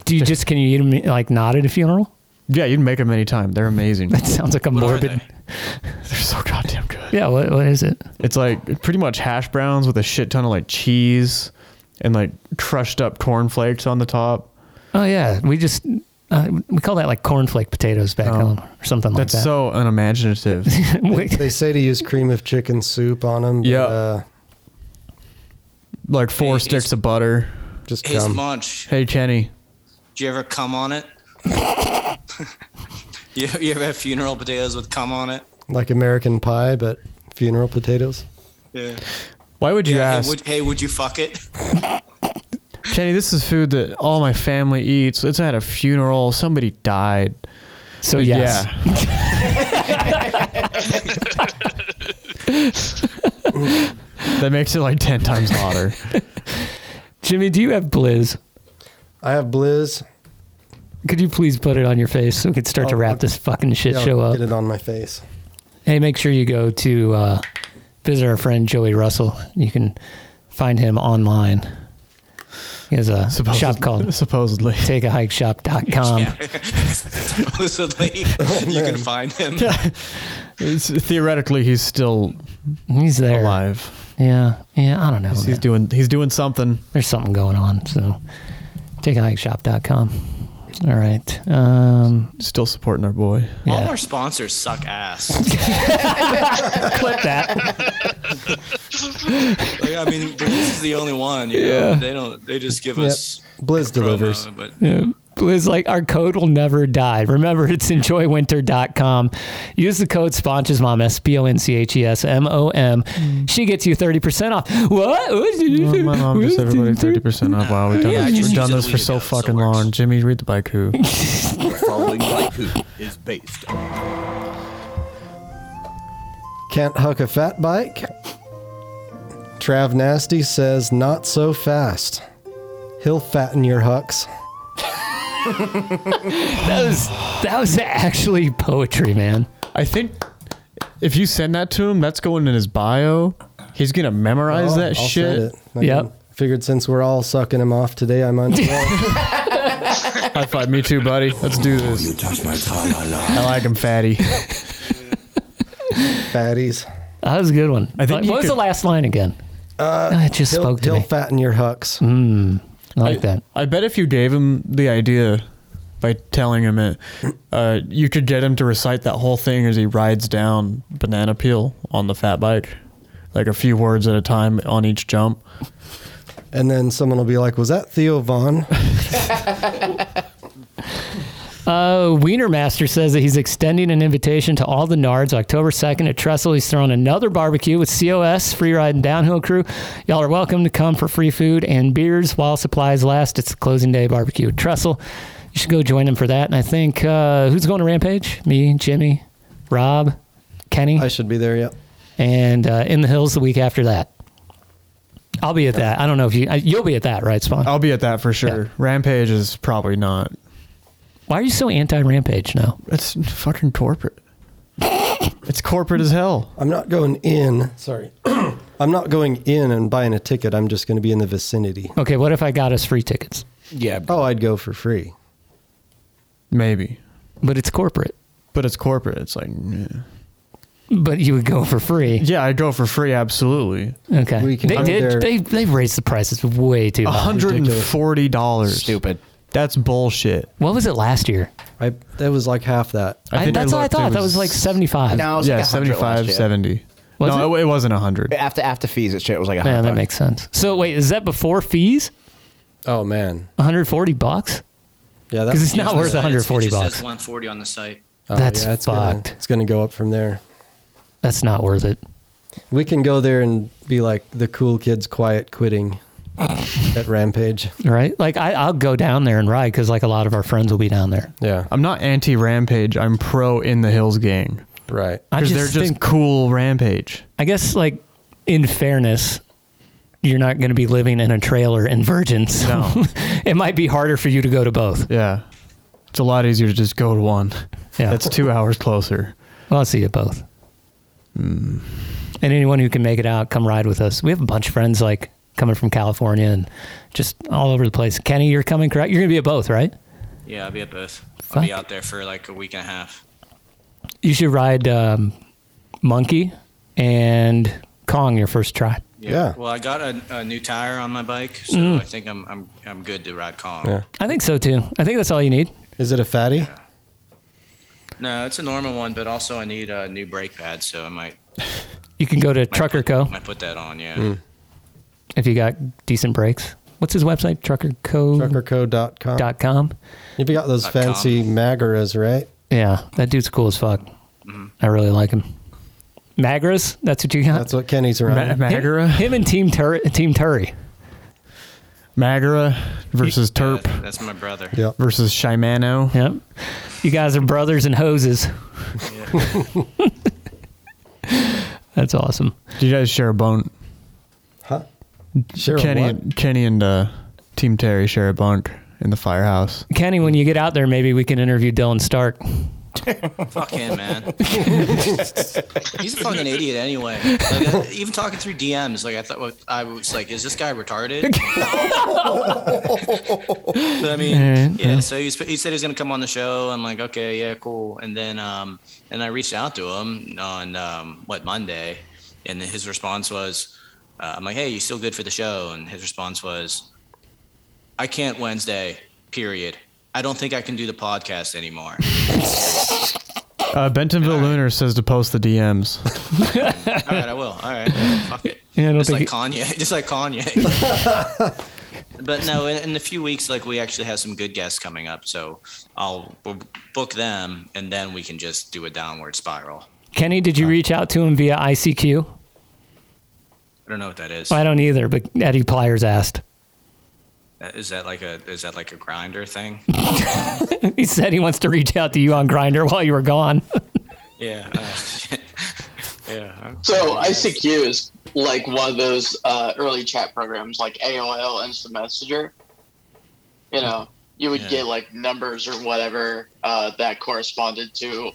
Speaker 2: Do you just can you eat them like not at a funeral?
Speaker 3: Hmm. Yeah, you'd make them anytime. They're amazing.
Speaker 2: That sounds like a morbid.
Speaker 3: They're so goddamn good.
Speaker 2: Yeah, what, what is it?
Speaker 3: It's like pretty much hash browns with a shit ton of like cheese and like crushed up corn flakes on the top.
Speaker 2: Oh yeah, we just uh, we call that like cornflake potatoes back home or something like
Speaker 3: Oh. That's
Speaker 2: that.
Speaker 3: so unimaginative.
Speaker 4: They, they say to use cream of chicken soup on them.
Speaker 3: Yeah.
Speaker 4: Uh,
Speaker 3: like four sticks of butter.
Speaker 4: Just
Speaker 10: Hey, come. Smunch.
Speaker 3: Hey, Kenny.
Speaker 10: Did you ever cum on it? you, you ever have funeral potatoes with cum on it?
Speaker 4: like American pie, but funeral potatoes.
Speaker 10: Yeah.
Speaker 3: Why would you
Speaker 10: Hey,
Speaker 3: ask?
Speaker 10: would, hey, would you fuck it?
Speaker 3: Kenny, this is food that all my family eats. It's at a funeral. Somebody died.
Speaker 2: So yes.
Speaker 3: that makes it like ten times hotter.
Speaker 2: Jimmy, do you have Blizz?
Speaker 4: I have Blizz.
Speaker 2: Could you please put it on your face so we could start to
Speaker 4: I'll-
Speaker 2: wrap this fucking shit
Speaker 4: Yeah,
Speaker 2: show up?
Speaker 4: Get it on my face.
Speaker 2: Hey, make sure you go to uh, visit our friend Joey Russell. You can find him online. He has a shop called
Speaker 3: supposedly
Speaker 2: takeahikeshop.com.
Speaker 10: Supposedly, you can find him.
Speaker 3: It's, theoretically, he's still
Speaker 2: he's there
Speaker 3: alive.
Speaker 2: Yeah, yeah. I don't know.
Speaker 3: He's,
Speaker 2: man.
Speaker 3: doing he's doing something.
Speaker 2: There's something going on. So takeahikeshop.com. All right. Um,
Speaker 3: Still supporting our boy.
Speaker 10: All our sponsors suck ass.
Speaker 2: Clip
Speaker 10: that. Like, I mean, this is the only one. You
Speaker 2: Yeah.
Speaker 10: know? They don't. They just give us
Speaker 4: Blizz
Speaker 10: delivers. but
Speaker 2: Yeah. It's like our code will never die. Remember, it's enjoywinter.com. Use the code SponchesMom, S P O N C H E S M O M. She gets you 30% off. What?
Speaker 3: Well, my mom just everybody thirty percent off. Wow, we've done,
Speaker 2: Yeah, I
Speaker 3: this.
Speaker 2: just
Speaker 3: We've done
Speaker 2: use a
Speaker 3: this for
Speaker 2: lead
Speaker 3: so fucking long. Jimmy, read the baiku.
Speaker 11: The following haiku is based on.
Speaker 4: Can't huck a fat bike. Trav Nasty says, not so fast. He'll fatten your hucks.
Speaker 2: that was that was actually poetry, man.
Speaker 3: I think if you send that to him, that's going in his bio. He's gonna memorize
Speaker 4: Oh,
Speaker 3: that
Speaker 4: I'll
Speaker 3: shit.
Speaker 4: send it. I Figured since we're all sucking him off today, I might as well.
Speaker 3: High five, me too, buddy. Let's do this. You touch my I like him fatty.
Speaker 4: Fatties.
Speaker 2: That was a good one.
Speaker 4: I think
Speaker 2: what
Speaker 4: you
Speaker 2: was the
Speaker 4: could-
Speaker 2: last line again?
Speaker 4: Uh,
Speaker 2: it just
Speaker 4: he'll-
Speaker 2: spoke to
Speaker 4: he'll
Speaker 2: me.
Speaker 4: fatten your hucks.
Speaker 2: Mm, I like that.
Speaker 3: I bet if you gave him the idea by telling him it, uh, you could get him to recite that whole thing as he rides down banana peel on the fat bike, like a few words at a time on each jump.
Speaker 4: And then someone will be like, was that Theo Vaughn?
Speaker 2: Uh, Wiener Master says that he's extending an invitation to all the Nards October 2nd at Trestle. He's throwing another barbecue with COS, Free Ride and Downhill Crew. Y'all are welcome to come for free food and beers while supplies last. It's the closing day barbecue at Trestle. You should go join them for that. And I think, uh, who's going to Rampage? Me, Jimmy, Rob, Kenny. I
Speaker 4: should be there, yeah.
Speaker 2: And uh, in the hills the week after that. I'll be at that. I don't know if you, I- you'll be at that, right, Spawn?
Speaker 3: I'll be at that for sure. Rampage is probably not.
Speaker 2: Why are you so anti Rampage now?
Speaker 3: That's fucking corporate. it's corporate as hell.
Speaker 4: I'm not going in. Sorry. I'm not going in and buying a ticket. I'm just going to be in the vicinity.
Speaker 2: Okay, what if I got us free tickets?
Speaker 1: Yeah.
Speaker 4: Oh, I'd go for free.
Speaker 3: Maybe.
Speaker 2: But it's corporate.
Speaker 3: But it's corporate. It's like. Yeah.
Speaker 2: But you would go for free.
Speaker 3: Yeah, I'd go for free. Absolutely.
Speaker 2: Okay. they did. They they've raised the prices way too
Speaker 3: One
Speaker 2: high.
Speaker 3: hundred and forty dollars.
Speaker 1: Stupid.
Speaker 3: That's bullshit.
Speaker 2: What was it last year?
Speaker 4: I that was like half that.
Speaker 2: I that's what I thought. that was like seventy five.
Speaker 1: No, it was
Speaker 3: yeah,
Speaker 1: like 100 last
Speaker 3: 75,
Speaker 1: year.
Speaker 3: 70.
Speaker 2: Was
Speaker 3: no, it, it wasn't 100.
Speaker 1: After after fees, it shit was like a
Speaker 2: Yeah,
Speaker 1: hundred.
Speaker 2: that makes sense. So wait, is that before fees?
Speaker 4: Oh man,
Speaker 2: one hundred forty bucks.
Speaker 4: Yeah, Oh.
Speaker 2: because it's not
Speaker 10: It's-
Speaker 2: worth one hundred forty
Speaker 10: it just
Speaker 2: bucks.
Speaker 10: Says 140 on the site.
Speaker 2: Oh, That's
Speaker 4: it's gonna-
Speaker 2: fucked.
Speaker 4: it's going to go up from there.
Speaker 2: That's not worth it.
Speaker 4: We can go there and be like the cool kids quiet quitting at Rampage.
Speaker 2: Right? Like I, I'll go down there and ride because like a lot of our friends will be down there.
Speaker 4: Yeah.
Speaker 3: I'm not anti Rampage. I'm pro In the Hills gang.
Speaker 4: Right.
Speaker 2: I
Speaker 3: Because
Speaker 2: just
Speaker 3: they're just
Speaker 2: think-
Speaker 3: cool Rampage.
Speaker 2: I guess like in fairness, you're not going to be living in a trailer in Virgin. So it might be harder for you to go to both.
Speaker 3: Yeah. It's a lot easier to just go to one.
Speaker 2: Yeah.
Speaker 3: That's two hours closer. Hmm.
Speaker 2: Well, I'll see you both. And anyone who can make it out, come ride with us. We have a bunch of friends like coming from California and just all over the place. Kenny, you're coming, correct? You're going to be at both, right?
Speaker 10: Yeah, I'll be at both. I'll be
Speaker 2: Fuck.
Speaker 10: out there for like a week and a half.
Speaker 2: You should ride um, Monkey and Kong your first try.
Speaker 10: Well, I got a, a new tire on my bike, so
Speaker 2: Mm.
Speaker 10: I think I'm I'm I'm good to ride Kong.
Speaker 2: I think so too. I think that's all you need.
Speaker 4: Is it a fatty?
Speaker 10: No, it's a normal one, but also I need a new brake pad, so I might
Speaker 2: You can go to Trucker Co.
Speaker 10: might put that on. Yeah.
Speaker 2: if you got decent brakes. What's his website? Trucker Co.
Speaker 4: Truckerco.com.
Speaker 2: Dot com.
Speaker 4: You've got those
Speaker 2: Dot com.
Speaker 4: fancy Magaras, right?
Speaker 2: Yeah, that dude's cool as fuck.
Speaker 10: Mm-hmm.
Speaker 2: I really like him. Magras, that's what you got. That's
Speaker 4: what Kenny's around. Ma-
Speaker 2: Him,
Speaker 4: Magara?
Speaker 2: him and Team Tur- Team Turry.
Speaker 3: Magara versus Terp.
Speaker 10: That's my brother.
Speaker 3: Versus Shimano.
Speaker 2: Yep. You guys are brothers and hoses. That's awesome.
Speaker 3: Do you guys share a bunk?
Speaker 4: Huh?
Speaker 2: Share a
Speaker 3: Kenny,
Speaker 2: what?
Speaker 3: and Kenny and uh, Team Terry share a bunk in the firehouse.
Speaker 2: Kenny, when you get out there, maybe we can interview Dylan Stark.
Speaker 10: Fuck him, man. He's a fucking idiot anyway. Like, I- even talking through DMs, like I thought, I was like, is this guy retarded? but I mean, yeah.
Speaker 2: Alright, yeah.
Speaker 10: So he, was, he said he was gonna come on the show. I'm like, okay, yeah, cool. And then, um, and I reached out to him on um, what Monday, and his response was, uh, I'm like, hey, you still good for the show? And his response was, I can't Wednesday. Period. I don't think I can do the podcast anymore.
Speaker 3: Uh, Bentonville Lunar says to post the DMs.
Speaker 10: All right, I will. All right, fuck it.
Speaker 3: Yeah, I don't
Speaker 10: just like
Speaker 3: think
Speaker 10: Kanye, just like Kanye. but no, in, in a few weeks, like we actually have some good guests coming up, so I'll we'll book them, and then we can just do a downward spiral.
Speaker 2: Kenny, did
Speaker 3: Uh,
Speaker 2: you reach out to him via ICQ?
Speaker 10: I don't know what that is.
Speaker 2: I don't either, but Eddie Pliers asked.
Speaker 10: Uh, Is that like a is that like a grinder thing?
Speaker 2: he said he wants to reach out to you on Grinder while you were gone.
Speaker 10: yeah. uh, yeah.
Speaker 14: So ICQ is like one of those uh, early chat programs, like AOL Instant Messenger. You know, you would
Speaker 10: Yeah.
Speaker 14: get like numbers or whatever uh, that corresponded to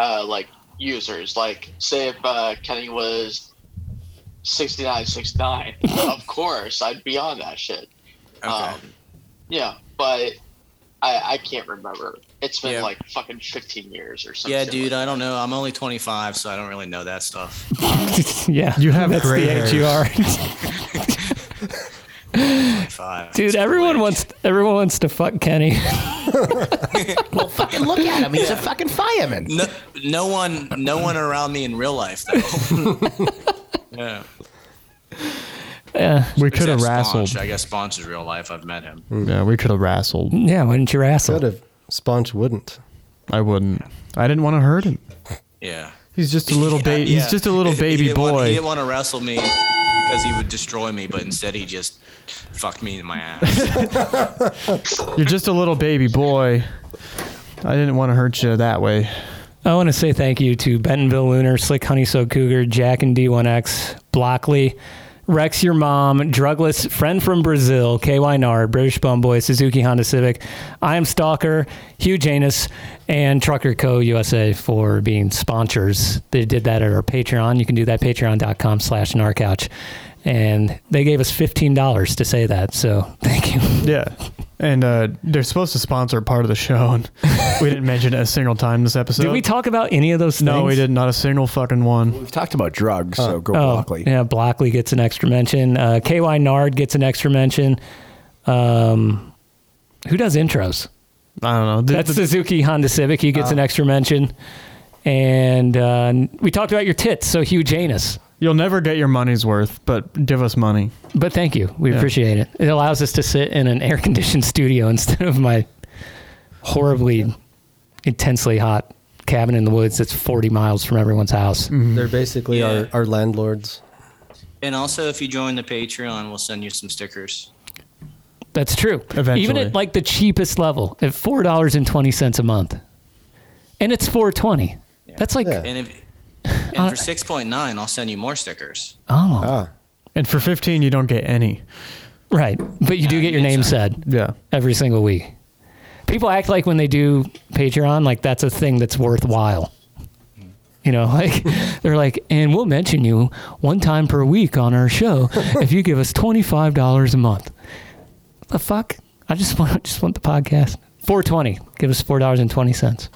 Speaker 14: uh, like users. Like, say if uh, Kenny was sixty nine sixty nine, of course I'd be on that shit. Um,
Speaker 10: Okay.
Speaker 14: Yeah, but I, I can't remember. It's been like fucking fifteen years or something.
Speaker 10: yeah, dude. I don't know. I'm only 25, so I don't really know that stuff.
Speaker 2: yeah.
Speaker 3: You have
Speaker 2: that's
Speaker 3: gray
Speaker 2: the age you are. Dude, everyone wants everyone wants to fuck Kenny.
Speaker 9: well, fucking look at him. He's a fucking fireman.
Speaker 10: No, no one, no one around me in real life though. yeah.
Speaker 2: Yeah.
Speaker 3: We could have
Speaker 10: Except
Speaker 3: wrestled.
Speaker 10: Sponge. I guess Sponge is real life. I've met him.
Speaker 3: Yeah, we could have wrestled.
Speaker 2: Yeah, why didn't you wrestle?
Speaker 4: Could have. Sponge wouldn't.
Speaker 3: I wouldn't. I didn't want to hurt him.
Speaker 10: Yeah.
Speaker 3: He's just a little baby.
Speaker 10: Yeah.
Speaker 3: He's just a little
Speaker 10: He
Speaker 3: baby
Speaker 10: didn't want- he
Speaker 3: boy.
Speaker 10: didn't want to wrestle me because he would destroy me, but instead he just fucked me in my ass.
Speaker 3: You're just a little baby boy. I didn't want to hurt you that way.
Speaker 2: I want to say thank you to Bentonville Lunar, Slick Honey So Cougar, Jack and D1X, Blockley, Rex Your Mom, Drugless, Friend from Brazil, KY Nard, British Bum Boy, Suzuki Honda Civic, I Am Stalker, Hugh Janus, and Trucker Co. USA for being sponsors. They did that at our Patreon. You can do that patreon.com slash narcouch. And they gave us $15 to say that. So thank you.
Speaker 3: Yeah. And uh, they're supposed to sponsor part of the show, and we didn't mention it a single time this episode.
Speaker 2: Did we talk about any of those
Speaker 3: No, we
Speaker 2: things?
Speaker 3: didn't. Not a single fucking one. We've
Speaker 9: talked about drugs, so go Blockley.
Speaker 2: Oh, Yeah, Blockley gets an extra mention. Uh, KY Nard gets an extra mention. Um, who does intros?
Speaker 3: I don't know. Uh.
Speaker 2: That's Suzuki Honda Civic. He gets an extra mention. And uh, we talked about your tits, so Hugh Janus.
Speaker 3: You'll never get your money's worth, but give us money.
Speaker 2: But thank you. We
Speaker 3: Yeah.
Speaker 2: appreciate it. It allows us to sit in an air conditioned studio instead of my horribly, intensely hot cabin in the woods that's 40 miles from everyone's house.
Speaker 4: They're basically our, our landlords.
Speaker 10: and also, if you join the Patreon, we'll send you some stickers.
Speaker 2: That's true. Even
Speaker 10: Eventually.
Speaker 2: at like the cheapest level, at four dollars and twenty cents a month, and it's four twenty. That's like
Speaker 10: And if
Speaker 3: Uh,
Speaker 10: and for 6.9, I'll send you more stickers.
Speaker 2: oh,
Speaker 3: And for 15, you don't get any.
Speaker 2: right. But you do get your name said.
Speaker 3: Yeah.
Speaker 2: Every single week. People act like when they do Patreon, like that's a thing that's worthwhile. You know, like they're like, and we'll mention you one time per week on our show if you give us twenty five dollars a month. The fuck? I just want just want the podcast. Four twenty. Give us four dollars and twenty cents.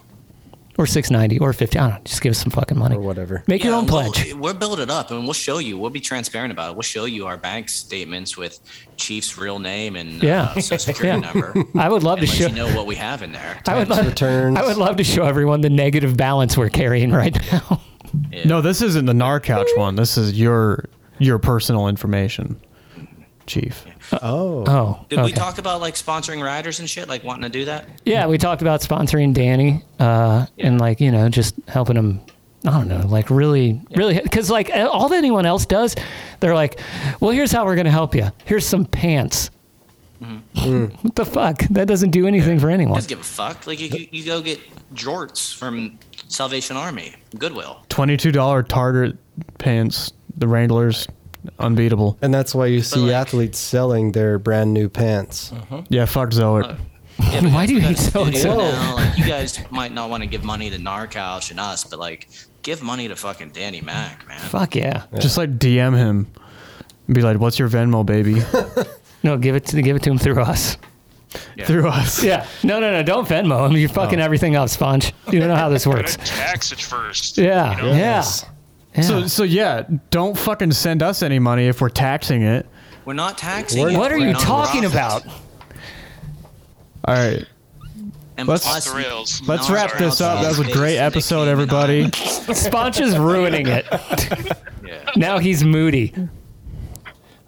Speaker 2: Or six ninety or fifty. I don't know. Just give us some fucking money. Or
Speaker 4: whatever.
Speaker 2: Make your
Speaker 10: Yeah,
Speaker 2: own
Speaker 10: we'll-
Speaker 2: pledge.
Speaker 10: We'll build it up and we'll show you. We'll be transparent about it. We'll show you our bank statements with Chief's real name and
Speaker 2: Yeah.
Speaker 10: uh, social security
Speaker 2: Yeah.
Speaker 10: number.
Speaker 2: I would love
Speaker 10: and
Speaker 2: to
Speaker 10: let
Speaker 2: show-
Speaker 10: you know what we have in there.
Speaker 2: I would love I would love to show everyone the negative balance we're carrying right now.
Speaker 3: No, this isn't the Narcouch one. This is your your personal information, Chief.
Speaker 4: Oh.
Speaker 2: Oh.
Speaker 10: Did we
Speaker 2: okay.
Speaker 10: talk about like sponsoring riders and shit, like wanting to do that?
Speaker 2: Yeah, we talked about sponsoring Danny uh, and like you know just helping him. I don't know, like really, really, because like all that anyone else does, they're like, well, here's how we're gonna help you. Here's some pants.
Speaker 10: Mm-hmm.
Speaker 3: Mm.
Speaker 2: What the fuck? That doesn't do anything for anyone.
Speaker 10: Doesn't give a fuck. Like you, you go get jorts from Salvation Army, Goodwill.
Speaker 3: Twenty-two dollar Target pants, the Wranglers, unbeatable.
Speaker 4: And that's why you see athletes selling their brand new pants.
Speaker 2: Mm-hmm.
Speaker 3: Yeah, fuck Zoet.
Speaker 2: Why do you hate so
Speaker 10: It is now,
Speaker 2: much?
Speaker 10: like you guys might not want to give money to Narcouch and us, but like give money to fucking Danny Mac, man.
Speaker 2: Fuck yeah.
Speaker 3: Just like DM him, and be like, "What's your Venmo, baby?"
Speaker 2: No, give it to give it to him through us.
Speaker 3: Through us.
Speaker 2: Yeah. No, no, no. Don't Venmo him. You're fucking
Speaker 3: Oh.
Speaker 2: everything up, Sponge. You don't know how this works.
Speaker 8: Tax at first.
Speaker 2: Yeah.
Speaker 8: you know?
Speaker 2: Yeah.
Speaker 3: So so yeah, don't fucking send us any money if we're taxing it.
Speaker 10: We're not taxing.
Speaker 2: We're-
Speaker 10: you,
Speaker 2: What are
Speaker 10: we're
Speaker 2: you
Speaker 10: a
Speaker 2: talking
Speaker 10: nonprofit.
Speaker 2: about?
Speaker 3: All right.
Speaker 10: And plus
Speaker 3: Let's,
Speaker 10: the rails.
Speaker 3: let's
Speaker 10: No,
Speaker 3: wrap
Speaker 10: sorry,
Speaker 3: this up.
Speaker 10: outside
Speaker 3: That was a
Speaker 10: space
Speaker 3: great
Speaker 10: and they
Speaker 3: episode, everybody.
Speaker 2: Sponge is ruining it. Now he's moody.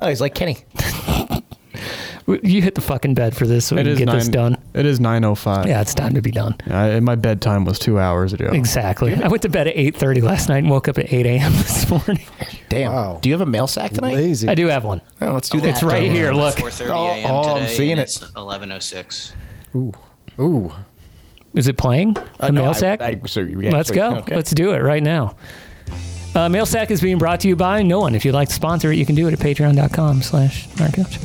Speaker 1: Oh, he's like Kenny.
Speaker 2: You hit the fucking bed for this so we
Speaker 3: It
Speaker 2: can
Speaker 3: is
Speaker 2: get this
Speaker 3: nine-
Speaker 2: done.
Speaker 3: It is nine oh
Speaker 1: Uh,
Speaker 3: five.
Speaker 2: Yeah, it's time to be done.
Speaker 3: my bedtime was two hours ago.
Speaker 2: Exactly. I went to bed at 8:30 last night and woke up at 8 a.m. this morning.
Speaker 1: Damn. Do you have a mail sack tonight?
Speaker 4: Lazy.
Speaker 2: I do have one.
Speaker 1: Oh, let's do that.
Speaker 2: It's right here. Look.
Speaker 10: 4:30
Speaker 1: Oh,
Speaker 10: a.m.
Speaker 1: oh, I'm
Speaker 10: today, and
Speaker 1: seeing it.
Speaker 10: It's 11:06.
Speaker 1: Ooh. Ooh.
Speaker 2: Is it playing?
Speaker 1: Uh,
Speaker 2: the
Speaker 1: no, I-
Speaker 2: mail sack?
Speaker 1: I- so you actually-
Speaker 2: Let's go.
Speaker 1: okay.
Speaker 2: Let's do it right now. Uh, mail sack is being brought to you by no one. If you'd like to sponsor it, you can do it at patreon.com slash narcouch.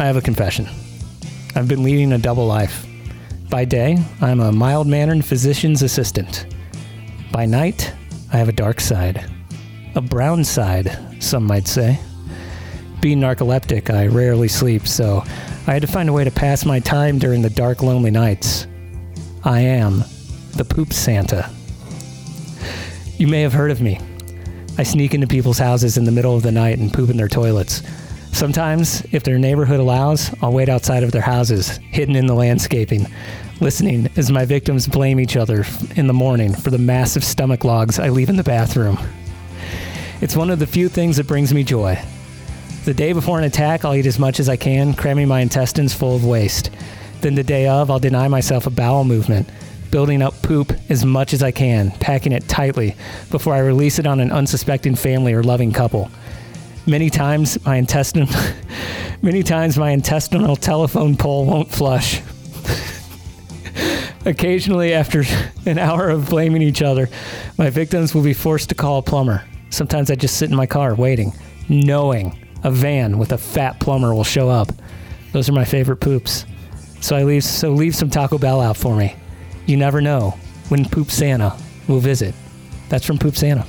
Speaker 2: I have a confession. I've been leading a double life. By day, I'm a mild mannered physician's assistant. By night, I have a dark side. A brown side, some might say. Being narcoleptic, I rarely sleep, so I had to find a way to pass my time during the dark, lonely nights. I am the poop Santa. You may have heard of me. I sneak into people's houses in the middle of the night and poop in their toilets. Sometimes, if their neighborhood allows, I'll wait outside of their houses, hidden in the landscaping, listening as my victims blame each other in the morning for the massive stomach logs I leave in the bathroom. It's one of the few things that brings me joy. The day before an attack, I'll eat as much as I can, cramming my intestines full of waste. Then the day of, I'll deny myself a bowel movement, building up poop as much as I can, packing it tightly before I release it on an unsuspecting family or loving couple. Many times my intestine many times my intestinal telephone pole won't flush. Occasionally, after an hour of blaming each other, my victims will be forced to call a plumber. Sometimes I just sit in my car waiting, knowing a van with a fat plumber will show up. Those are my favorite poops. So I leave so leave some Taco Bell out for me. You never know when Poop Santa will visit. That's from Poop Santa.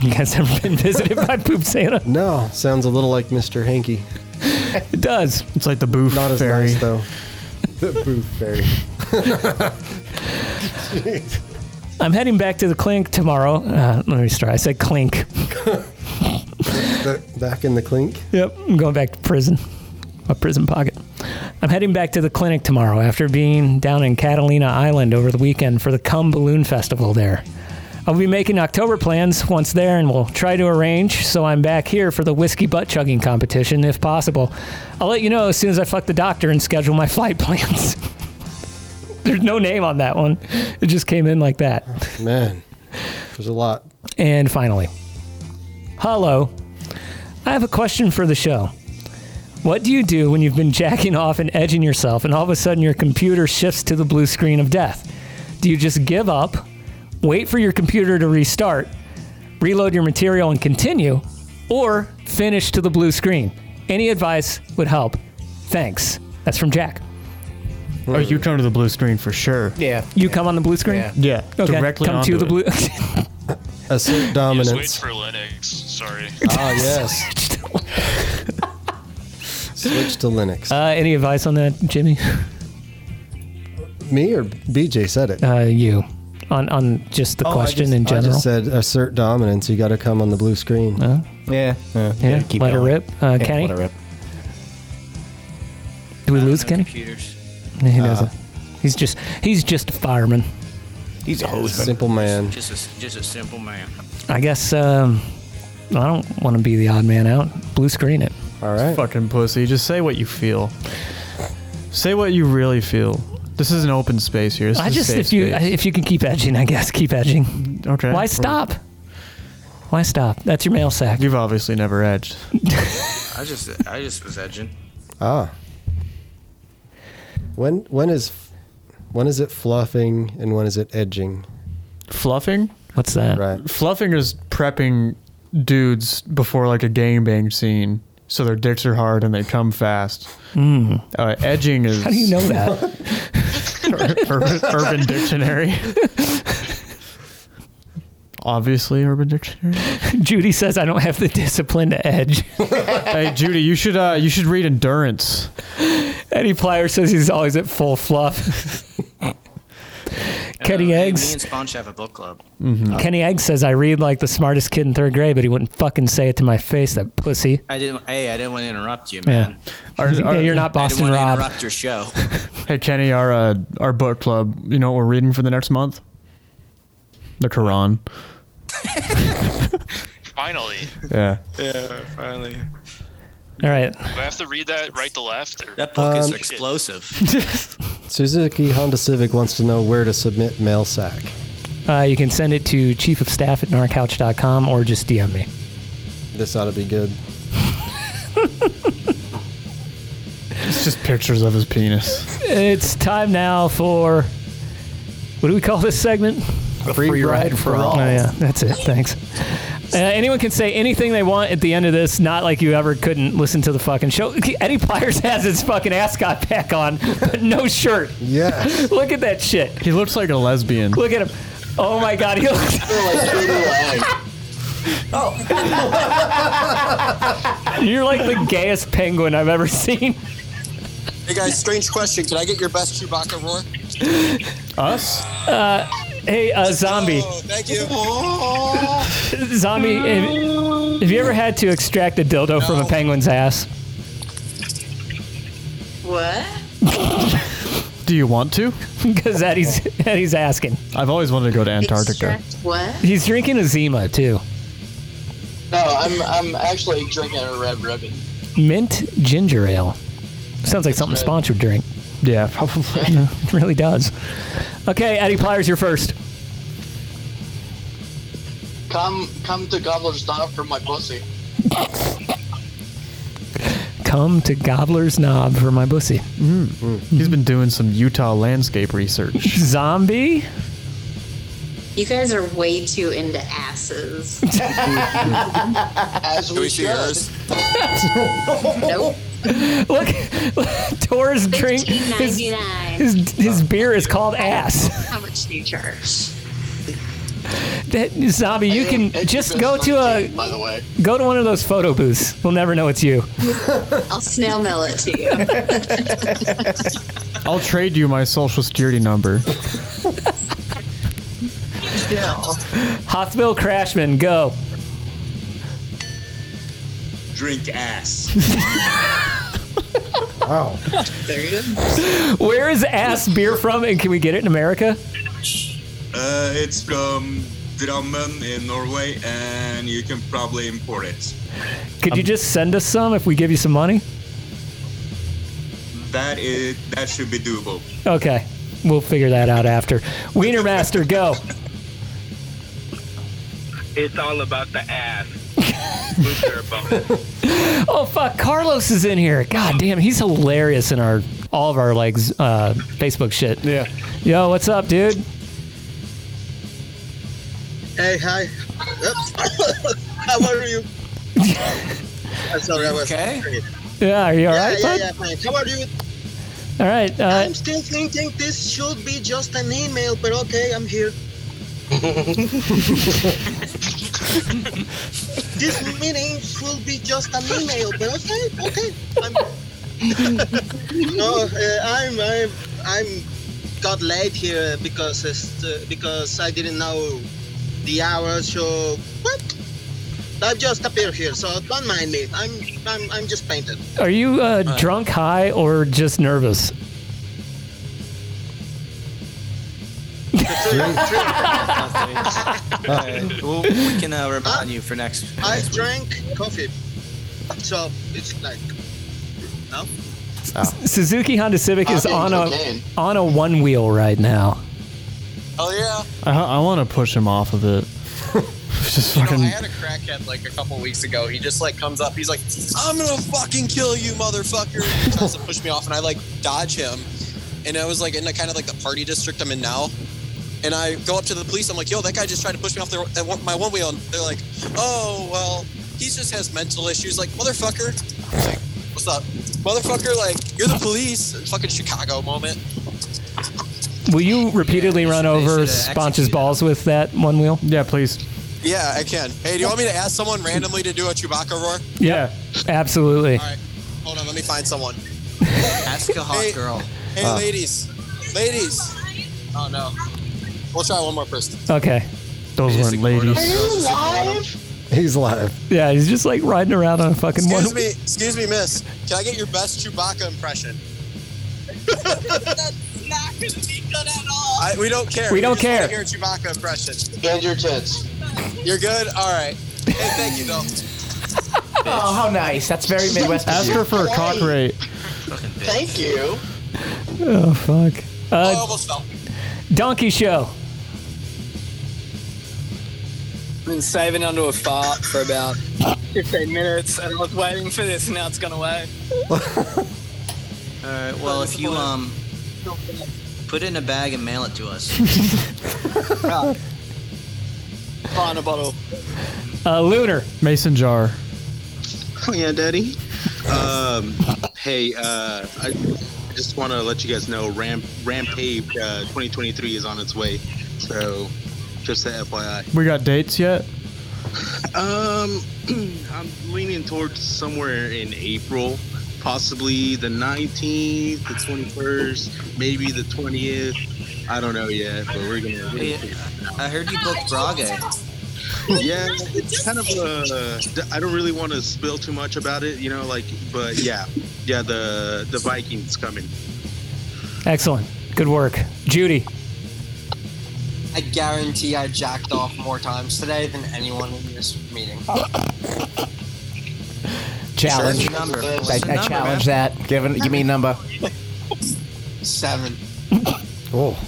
Speaker 2: You guys ever been visited by Poop Santa?
Speaker 4: No, sounds a little like Mr. Hanky.
Speaker 2: It does.
Speaker 3: It's like the booth
Speaker 4: Not as
Speaker 3: fairy.
Speaker 4: nice though. The booth fairy.
Speaker 2: I'm heading back to the clink tomorrow. Uh, let me start. I said clink.
Speaker 4: The- back in the clink.
Speaker 2: Yep, I'm going back to prison. My prison pocket. I'm heading back to the clinic tomorrow after being down in Catalina Island over the weekend for the Cum Balloon Festival there. I'll be making October plans once there and we'll try to arrange so I'm back here for the whiskey butt chugging competition if possible. I'll let you know as soon as I fuck the doctor and schedule my flight plans. There's no name on that one. It just came in like that.
Speaker 4: Man, there's a lot.
Speaker 2: And finally, hello. I have a question for the show. What do you do when you've been jacking off and edging yourself and all of a sudden your computer shifts to the blue screen of death? Do you just give up, wait for your computer to restart, reload your material and continue, or finish to the blue screen? Any advice would help. Thanks. That's from Jack.
Speaker 3: Oh, you come to the blue screen for sure.
Speaker 1: Yeah.
Speaker 2: You come on the blue screen?
Speaker 3: Yeah.
Speaker 2: Okay.
Speaker 3: Directly
Speaker 2: come to
Speaker 3: onto
Speaker 2: the
Speaker 3: it.
Speaker 2: blue.
Speaker 4: Assert
Speaker 8: Just
Speaker 4: dominance.
Speaker 8: wait for Linux. Sorry.
Speaker 4: Ah, yes. Switch to Linux.
Speaker 2: uh, any advice on that, Jimmy?
Speaker 4: Me or BJ said it.
Speaker 2: Uh, you on on just the
Speaker 4: Oh, I
Speaker 2: question
Speaker 4: just-
Speaker 2: in general.
Speaker 4: I just said assert dominance. You got to come on the blue screen.
Speaker 1: Yeah. Yeah.
Speaker 2: Yeah, let her rip. Uh,
Speaker 1: Yeah,
Speaker 2: Kenny?
Speaker 1: let her rip.
Speaker 2: Do
Speaker 4: uh,
Speaker 2: we lose Kenny?
Speaker 10: Computers.
Speaker 2: No, he doesn't. He's just he's just a fireman.
Speaker 1: He's a host.
Speaker 4: Simple man.
Speaker 10: Just a just a simple man.
Speaker 2: I guess um, I don't want to be the odd man out. Blue screen it.
Speaker 4: All right.
Speaker 3: Fucking pussy. Just say what you feel. Say what you really feel. This is an open space here. This
Speaker 2: I
Speaker 3: is
Speaker 2: just
Speaker 3: a safe
Speaker 2: if you
Speaker 3: space.
Speaker 2: if you can keep edging, I guess keep edging.
Speaker 3: okay.
Speaker 2: Why stop? Why stop? That's your mail sack.
Speaker 3: You've obviously never edged.
Speaker 10: I just, I just was edging.
Speaker 4: Ah. When when is when is it fluffing and when is it edging?
Speaker 3: Fluffing?
Speaker 2: What's that?
Speaker 4: Right.
Speaker 3: Fluffing is prepping dudes before like a gangbang scene, so their dicks are hard and they come fast.
Speaker 2: Mm.
Speaker 3: Uh, edging is.
Speaker 2: How do you know that?
Speaker 3: Urban, Urban Dictionary. Obviously, Urban Dictionary.
Speaker 2: Judy says I don't have the discipline to edge.
Speaker 3: hey, Judy, you should uh, you should read endurance.
Speaker 2: Eddie Plier says he's always at full fluff. Kenny
Speaker 10: Uh, hey,
Speaker 2: Eggs. Mm-hmm.
Speaker 10: Me and Sponge have a book club.
Speaker 3: Mm-hmm.
Speaker 2: Uh, Kenny Egg says I read like the smartest kid in third grade, but he wouldn't fucking say it to my face. That pussy.
Speaker 10: I didn't. Hey, I didn't want to interrupt you,
Speaker 2: Yeah.
Speaker 10: man.
Speaker 3: Are-
Speaker 2: Yeah,
Speaker 3: are-
Speaker 2: you're not Boston
Speaker 10: I didn't want
Speaker 2: Rob.
Speaker 10: to interrupt your show.
Speaker 3: Hey, Kenny, our uh, our book club. You know what we're reading for the next month? The Quran.
Speaker 8: Finally.
Speaker 3: Yeah.
Speaker 8: Yeah, finally.
Speaker 2: All right.
Speaker 8: Do I have to read that right to left? Or?
Speaker 10: That book is
Speaker 4: Um,
Speaker 10: explosive.
Speaker 4: Suzuki Honda Civic wants to know where to submit mail sack.
Speaker 2: Uh, you can send it to chief of staff at narcouch.com or just DM me.
Speaker 4: This ought to be good.
Speaker 3: It's just pictures of his penis.
Speaker 2: It's time now for what do we call this segment?
Speaker 3: A free Free ride ride for for all. all.
Speaker 2: Oh, yeah, that's it. Thanks. Uh, anyone can say anything they want at the end of this, not like you ever couldn't listen to the fucking show. Eddie Pliers has his fucking ascot back on, but no shirt.
Speaker 4: Yeah.
Speaker 2: Look at that shit.
Speaker 3: He looks like a lesbian.
Speaker 2: Look at him. Oh my god, he looks. You're like the gayest penguin I've ever seen.
Speaker 16: Hey guys, strange question. Can I get your best Chewbacca roar?
Speaker 3: Us?
Speaker 2: Uh, hey, uh, zombie.
Speaker 16: Thank you.
Speaker 2: Zombie, have, have you ever had to extract a dildo from a penguin's ass?
Speaker 7: What?
Speaker 3: Do you want to?
Speaker 2: Because Eddie's, Eddie's asking.
Speaker 3: I've always wanted to go to Antarctica.
Speaker 7: What?
Speaker 2: He's drinking a Zima, too.
Speaker 14: No, I'm I'm actually drinking a red ribbon.
Speaker 2: Mint ginger ale. Sounds like something Sponge would drink.
Speaker 3: Yeah, probably.
Speaker 2: it really does. Okay, Eddie Pliers, you're first.
Speaker 14: Come come to Gobbler's Knob for my pussy.
Speaker 2: Come to Gobbler's Knob for my bussy.
Speaker 3: Mm. He's been doing some Utah landscape research.
Speaker 2: Zombie?
Speaker 7: You guys are way too into asses.
Speaker 14: As we,
Speaker 16: see yours?
Speaker 7: nope.
Speaker 2: Look, Tor's drink. His, his, his beer is called ass.
Speaker 7: How much do you charge?
Speaker 2: That, zombie, you can just go to a
Speaker 14: by the way.
Speaker 2: go to one of those photo booths. We'll never know it's you.
Speaker 7: I'll snail mail it to you.
Speaker 3: I'll trade you my social security number.
Speaker 2: Hospital Crashman, go.
Speaker 12: Drink ass.
Speaker 4: wow.
Speaker 16: There you go.
Speaker 2: Where is ass beer from, and can we get it in America?
Speaker 12: Uh, it's from Drammen in Norway, and you can probably import it.
Speaker 2: Could you just send us some if we give you some money?
Speaker 12: That is that should be doable.
Speaker 2: Okay, we'll figure that out after. Wiener Master, go.
Speaker 17: It's all about the ass. With their bones.
Speaker 2: Oh fuck, Carlos is in here. God damn, he's hilarious in our all of our like z- uh, Facebook shit.
Speaker 3: Yeah.
Speaker 2: Yo, what's up, dude?
Speaker 16: Hey, hi. Yep. How are you? I'm sorry, I was
Speaker 10: okay.
Speaker 2: Yeah, are you all
Speaker 16: yeah,
Speaker 2: right,
Speaker 16: yeah,
Speaker 2: bud?
Speaker 16: yeah, fine. How are you?
Speaker 2: All right. Uh,
Speaker 16: I'm still thinking this should be just an email, but okay, I'm here. this meeting should be just an email, but okay, okay. I'm, no, uh, I'm, I'm, I'm got late here because it's, uh, because I didn't know the hour, so what? I just appeared here, so don't mind me. I'm, I'm, I'm just painted.
Speaker 2: Are you uh, drunk, high, or just nervous?
Speaker 10: well, we can uh, remind you for next.
Speaker 16: I drank coffee, so it's like no.
Speaker 2: Suzuki Honda Civic is
Speaker 16: Oh. I'm
Speaker 2: on a
Speaker 16: cocaine.
Speaker 2: on a one wheel right now.
Speaker 16: Oh yeah.
Speaker 3: I, I want to push him off of it. was just
Speaker 16: You know,
Speaker 3: fucking.
Speaker 16: I had a crackhead like a couple weeks ago. He just like comes up. He's like, "I'm gonna fucking kill you, motherfucker!" And he tries to push me off, and I like dodge him. And I was like in the kind of like the party district I'm in now. And I go up to the police. I'm like, "Yo, that guy just tried to push me off their, uh, my one wheel." And they're like, "Oh well, he just has mental issues." Like, motherfucker, what's up, motherfucker? Like, you're the police. Fucking Chicago moment.
Speaker 2: Will you repeatedly run over Sponge's balls with that one wheel?
Speaker 3: Yeah, please.
Speaker 16: Yeah, I can. Hey, do you want me to ask someone randomly to do a Chewbacca roar?
Speaker 2: Yeah, absolutely.
Speaker 16: Hold on, let me find someone.
Speaker 10: Ask a hot girl. Ah.
Speaker 16: Hey,
Speaker 2: Uh.
Speaker 16: ladies. Ladies. Oh, no. We'll try one more person.
Speaker 2: Okay.
Speaker 3: Those weren't ladies.
Speaker 16: alive?
Speaker 4: He's alive.
Speaker 2: Yeah, he's just like riding around on a fucking
Speaker 16: Excuse
Speaker 2: one.
Speaker 16: me, excuse me, miss. Can I get your best Chewbacca impression? That's not going to be good at all. I, we don't care.
Speaker 2: We don't
Speaker 16: just wanna
Speaker 2: care.
Speaker 16: hear a Chewbacca impression. And your tits. You're good? All right. Hey, thank you, though.
Speaker 9: Oh, how nice. That's very Midwest. of
Speaker 3: Ask
Speaker 9: you.
Speaker 3: her for a cock rate.
Speaker 16: Thank you.
Speaker 2: Oh fuck.
Speaker 16: I
Speaker 2: Uh,
Speaker 16: almost fell.
Speaker 2: donkey show.
Speaker 18: been saving under a fart for about 15 minutes and I was waiting for this and now it's gone away.
Speaker 10: All right. uh, Well, if you um, put it in a bag and mail it to us.
Speaker 18: Buy in a bottle.
Speaker 2: Uh, Lunar.
Speaker 3: Mason jar.
Speaker 18: yeah, daddy.
Speaker 17: Um, hey, uh, I I just want to let you guys know Ramp, Rampage uh, 2023 is on its way. So, just the FYI.
Speaker 3: We got dates yet?
Speaker 17: Um, I'm leaning towards somewhere in April, possibly the 19th, the 21st, maybe the 20th. I don't know yet, but we're gonna.
Speaker 10: Hey, I heard you booked Braga.
Speaker 17: yeah, it's kind of uh, I don't really want to spill too much about it, you know, like, but yeah, yeah, the the Vikings coming.
Speaker 2: Excellent. Good work, Judy.
Speaker 6: I guarantee I jacked off more times today than anyone in this meeting.
Speaker 9: Challenge.
Speaker 6: Sure. Number.
Speaker 9: I,
Speaker 6: What's
Speaker 9: I
Speaker 6: the number,
Speaker 9: challenge that. Give, an, give me a number.
Speaker 6: Seven.
Speaker 9: Oh.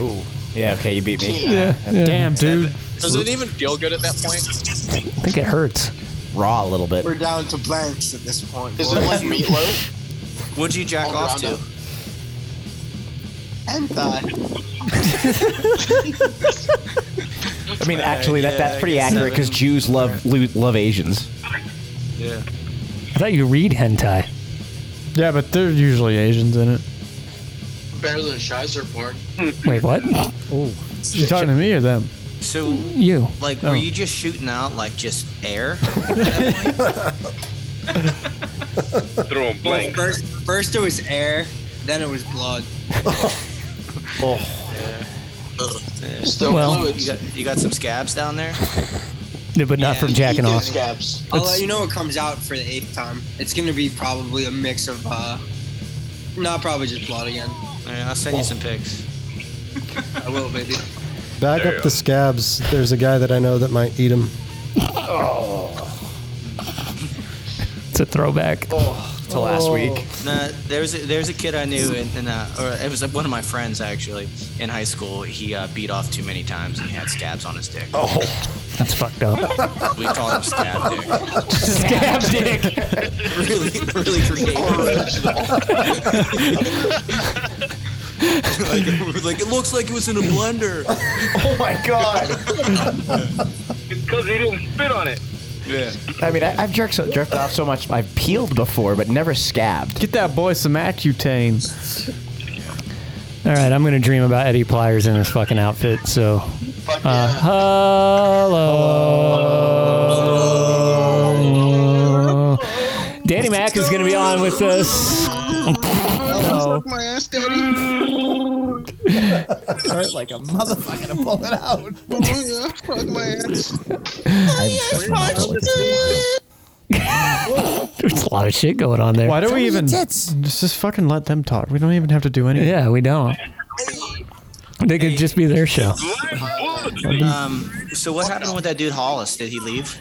Speaker 9: Ooh. Yeah, okay, you beat me.
Speaker 2: Yeah, yeah. Damn, dude.
Speaker 16: Does it even feel good at that point?
Speaker 2: I think it hurts.
Speaker 9: Raw a little bit.
Speaker 6: We're down to blanks at this point.
Speaker 16: Is it like meatloaf?
Speaker 10: What'd you jack
Speaker 6: All
Speaker 10: off to?
Speaker 6: ground And thigh.
Speaker 9: I mean, actually, that,
Speaker 1: Yeah,
Speaker 9: that's
Speaker 1: I
Speaker 9: pretty
Speaker 1: guess
Speaker 9: accurate because
Speaker 1: seven.
Speaker 9: Jews love lo- love Asians.
Speaker 17: Yeah.
Speaker 2: I thought you read hentai.
Speaker 3: Yeah, but there's usually Asians in it.
Speaker 14: Better than Shizer porn.
Speaker 2: Wait, what?
Speaker 3: Oh. You talking to me or them?
Speaker 10: So
Speaker 2: You.
Speaker 10: Like,
Speaker 3: Oh.
Speaker 10: were you just shooting out like just air?
Speaker 17: Throw him
Speaker 6: Well, first, first it was air, then it was blood.
Speaker 9: Oh.
Speaker 10: Still
Speaker 2: Well-
Speaker 10: You got, you got some scabs down there.
Speaker 2: Yeah, but not from jacking off.
Speaker 6: I'll
Speaker 2: It's-
Speaker 6: let you know what comes out for the eighth time. It's going to be probably a mix of, uh, not probably just blood again.
Speaker 10: I'll send you some pics.
Speaker 6: I will, baby. There
Speaker 4: Back
Speaker 6: you
Speaker 4: up
Speaker 6: go.
Speaker 4: the scabs. There's a guy that I know that might eat them.
Speaker 2: It's a throwback.
Speaker 16: Oh.
Speaker 9: to last
Speaker 2: Oh.
Speaker 9: week.
Speaker 10: Nah, there was a, there was a kid I knew, and, and uh, or it was one of my friends actually in high school. He uh, beat off too many times and he had scabs on his dick. Oh,
Speaker 2: That's fucked up.
Speaker 10: we called him scab dick.
Speaker 2: Scab dick.
Speaker 10: really, really creative.
Speaker 17: like, like it looks like it was in a blender.
Speaker 9: oh my god.
Speaker 17: Because he didn't spit on it. Yeah.
Speaker 9: I mean, I, I've jerked, so, jerked off so much. I've peeled before, but never scabbed.
Speaker 3: Get that boy some Accutane.
Speaker 2: All right, I'm gonna dream about Eddie Pliers in this fucking outfit. So, uh, hello. Danny Mac is gonna be on with us. Hello.
Speaker 17: my ass, Daddy.
Speaker 9: Hurt like a motherfucker to pull it out.
Speaker 17: Fuck my ass.
Speaker 2: There's a lot of shit going on there.
Speaker 3: Why do we even just, just fucking let them talk? We don't even have to do anything.
Speaker 2: Yeah, we don't. They could just be their show.
Speaker 10: Um, so what happened with that dude Hollis? Did he leave?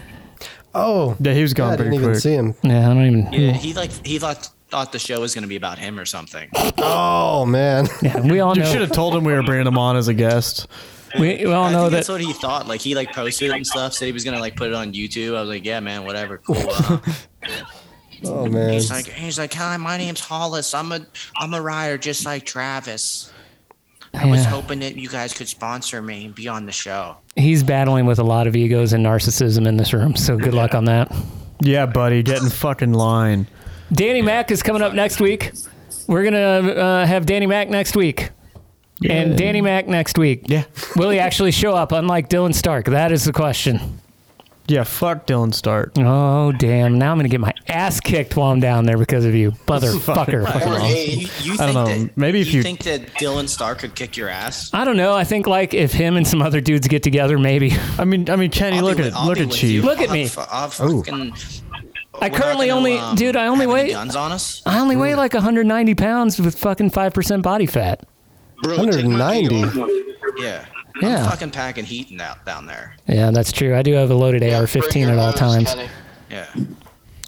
Speaker 4: Oh,
Speaker 3: yeah, he was
Speaker 4: I
Speaker 3: gone
Speaker 4: didn't
Speaker 3: pretty
Speaker 4: even
Speaker 3: quick.
Speaker 4: see him.
Speaker 2: Yeah, I don't even.
Speaker 10: Yeah, he like he thought thought the show was gonna be about him or something.
Speaker 4: Oh man.
Speaker 2: Yeah, we all
Speaker 3: you
Speaker 2: know.
Speaker 3: should have told him we were bringing him on as a guest.
Speaker 2: We, we all
Speaker 10: I
Speaker 2: know
Speaker 10: think
Speaker 2: that
Speaker 10: that's what he thought. Like he like posted it and stuff. Said he was gonna like put it on YouTube. I was like, yeah, man, whatever. Cool. uh."
Speaker 4: Oh man.
Speaker 10: He's like, he's like, hi, my name's Hollis. I'm a, I'm a rider just like Travis. I was
Speaker 2: Yeah.
Speaker 10: hoping that you guys could sponsor me and be on the show.
Speaker 2: he's battling with a lot of egos and narcissism in this room. So good luck on that.
Speaker 3: Yeah, buddy, get in fucking line.
Speaker 2: Danny Mack is coming up next week. We're gonna uh, have Danny Mack next week. And Danny Mack next week. Yeah. Will he actually show up? Unlike Dylan Stark, that is the question.
Speaker 3: Yeah, fuck Dylan Stark.
Speaker 2: Oh damn! Now I'm gonna get my ass kicked while I'm down there because of you, motherfucker. Fucking
Speaker 10: Or,
Speaker 2: awesome.
Speaker 10: hey, you, you
Speaker 2: I don't
Speaker 10: think
Speaker 2: know,
Speaker 10: That,
Speaker 2: maybe if you-
Speaker 10: think that Dylan Stark could kick your ass.
Speaker 2: I don't know. I think like if him and some other dudes get together, maybe.
Speaker 3: I mean, I mean, Kenny, look at
Speaker 10: I'll
Speaker 3: look
Speaker 10: be
Speaker 3: at
Speaker 10: with
Speaker 3: Chief.
Speaker 10: you.
Speaker 2: Look at
Speaker 10: I'll
Speaker 2: me.
Speaker 10: fu- I'll
Speaker 2: Ooh.
Speaker 10: fucking- we're
Speaker 2: I
Speaker 10: not
Speaker 2: currently
Speaker 10: gonna,
Speaker 2: only,
Speaker 10: um,
Speaker 2: dude. I only
Speaker 10: have any
Speaker 2: weigh.
Speaker 10: guns on us.
Speaker 2: I only
Speaker 3: Hmm.
Speaker 2: weigh like 190 pounds with fucking five percent body fat.
Speaker 10: Yeah.
Speaker 2: Yeah.
Speaker 10: I'm fucking packing heat in that down there.
Speaker 2: Yeah, that's true. I do have a loaded AR-15 at all times.
Speaker 10: Yeah.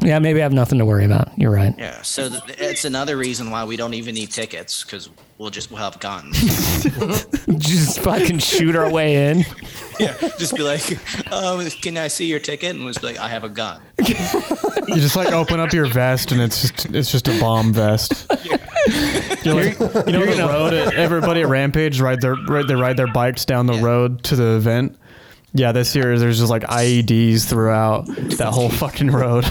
Speaker 2: Yeah, maybe I have nothing to worry about. You're right.
Speaker 10: Yeah. So th- it's another reason why we don't even need tickets because we'll just we'll have guns.
Speaker 2: Just fucking shoot our way in.
Speaker 10: yeah. Just be like, um, can I see your ticket? And we'll just be like, I have a gun.
Speaker 3: You just like open up your vest and it's just it's just a bomb vest. You're like, you know the road. at- Everybody at Rampage ride their ride, they ride their bikes down the road to the event. Yeah, this year there's just like IEDs throughout that whole fucking road.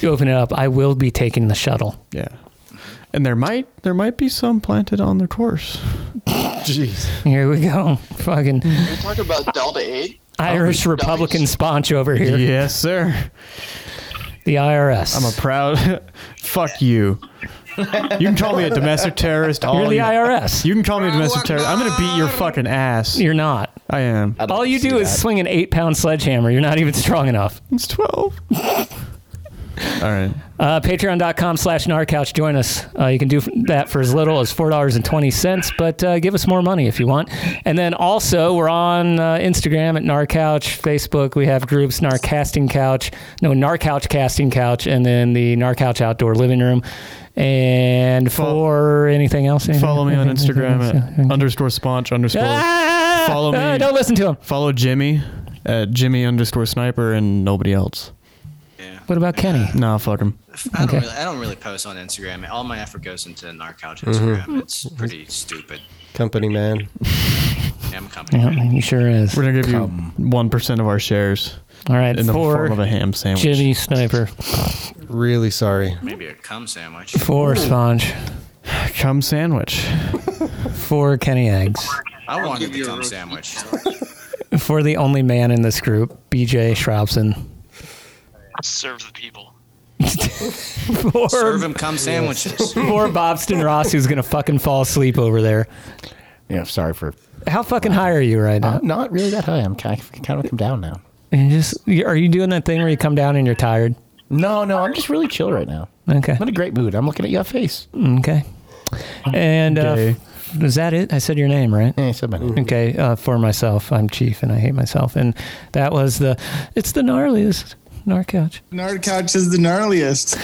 Speaker 2: You open it up. I will be taking the shuttle.
Speaker 3: Yeah. and there might there might be some planted on the course. Jeez.
Speaker 2: Here we go. Fucking
Speaker 14: We're talking about Delta 8.
Speaker 2: Irish Republican sponge over here.
Speaker 3: Yes, sir.
Speaker 2: The IRS.
Speaker 3: I'm a proud. fuck you. You can call me a domestic terrorist. All
Speaker 2: You're the
Speaker 3: you,
Speaker 2: IRS.
Speaker 3: You can call me a domestic terrorist. I'm gonna beat your fucking ass.
Speaker 2: You're not.
Speaker 3: I am.
Speaker 2: All you do is swing an eight-pound sledgehammer. You're not even strong enough.
Speaker 3: It's twelve. All right.
Speaker 2: Uh, Patreon.com slash NarCouch. Join us. Uh, you can do f- that for as little as $4.20, but uh, give us more money if you want. And then also, we're on uh, Instagram at NarCouch, Facebook. We have groups NarCasting Couch, no, NarCouch Casting Couch, and then the NarCouch Outdoor Living Room. And for anything else, anything-
Speaker 3: Follow me on
Speaker 2: anything-
Speaker 3: Instagram
Speaker 2: anything else?
Speaker 3: at underscore sponge underscore. follow me.
Speaker 2: Ah, don't listen to him.
Speaker 3: Follow Jimmy at Jimmy underscore sniper and nobody else.
Speaker 2: What about Kenny?
Speaker 3: Nah, fuck him.
Speaker 10: I don't really I don't really post on Instagram. All my effort goes into Narcouch Instagram.
Speaker 2: Mm-hmm.
Speaker 4: Mhm.
Speaker 10: It's pretty stupid.
Speaker 4: Company man.
Speaker 10: Damn company.
Speaker 2: Yeah, he sure is.
Speaker 3: We're gonna give you one percent of our shares.
Speaker 2: All right,
Speaker 3: in the
Speaker 2: for
Speaker 3: form of a ham sandwich.
Speaker 2: Jimmy Sniper.
Speaker 4: Really sorry.
Speaker 10: Maybe a cum sandwich.
Speaker 2: For Sponge.
Speaker 3: Cum sandwich.
Speaker 2: For Kenny Eggs.
Speaker 10: I wanted the cum sandwich.
Speaker 2: For the only man in this group, BJ Shrobson.
Speaker 8: Serve the people.
Speaker 2: For,
Speaker 10: Serve him cum sandwiches.
Speaker 2: For Bobston Ross, who's going to fucking fall asleep over there.
Speaker 1: Yeah, sorry for.
Speaker 2: How fucking high are you right now?
Speaker 1: I'm not really that high. I'm kind of, kind of come down now.
Speaker 2: You just you- Are you doing that thing where you come down and you're tired?
Speaker 1: No, no, I'm just really chill right now.
Speaker 2: Okay.
Speaker 1: I'm in a great mood. I'm looking at your face.
Speaker 2: Okay. And uh, is that it? I said your name, right?
Speaker 1: Yeah, I said my name.
Speaker 2: Okay. Uh, for myself, I'm Chief and I hate myself. And that was the, it's the gnarliest Narcouch.
Speaker 19: Nard Couch is the gnarliest.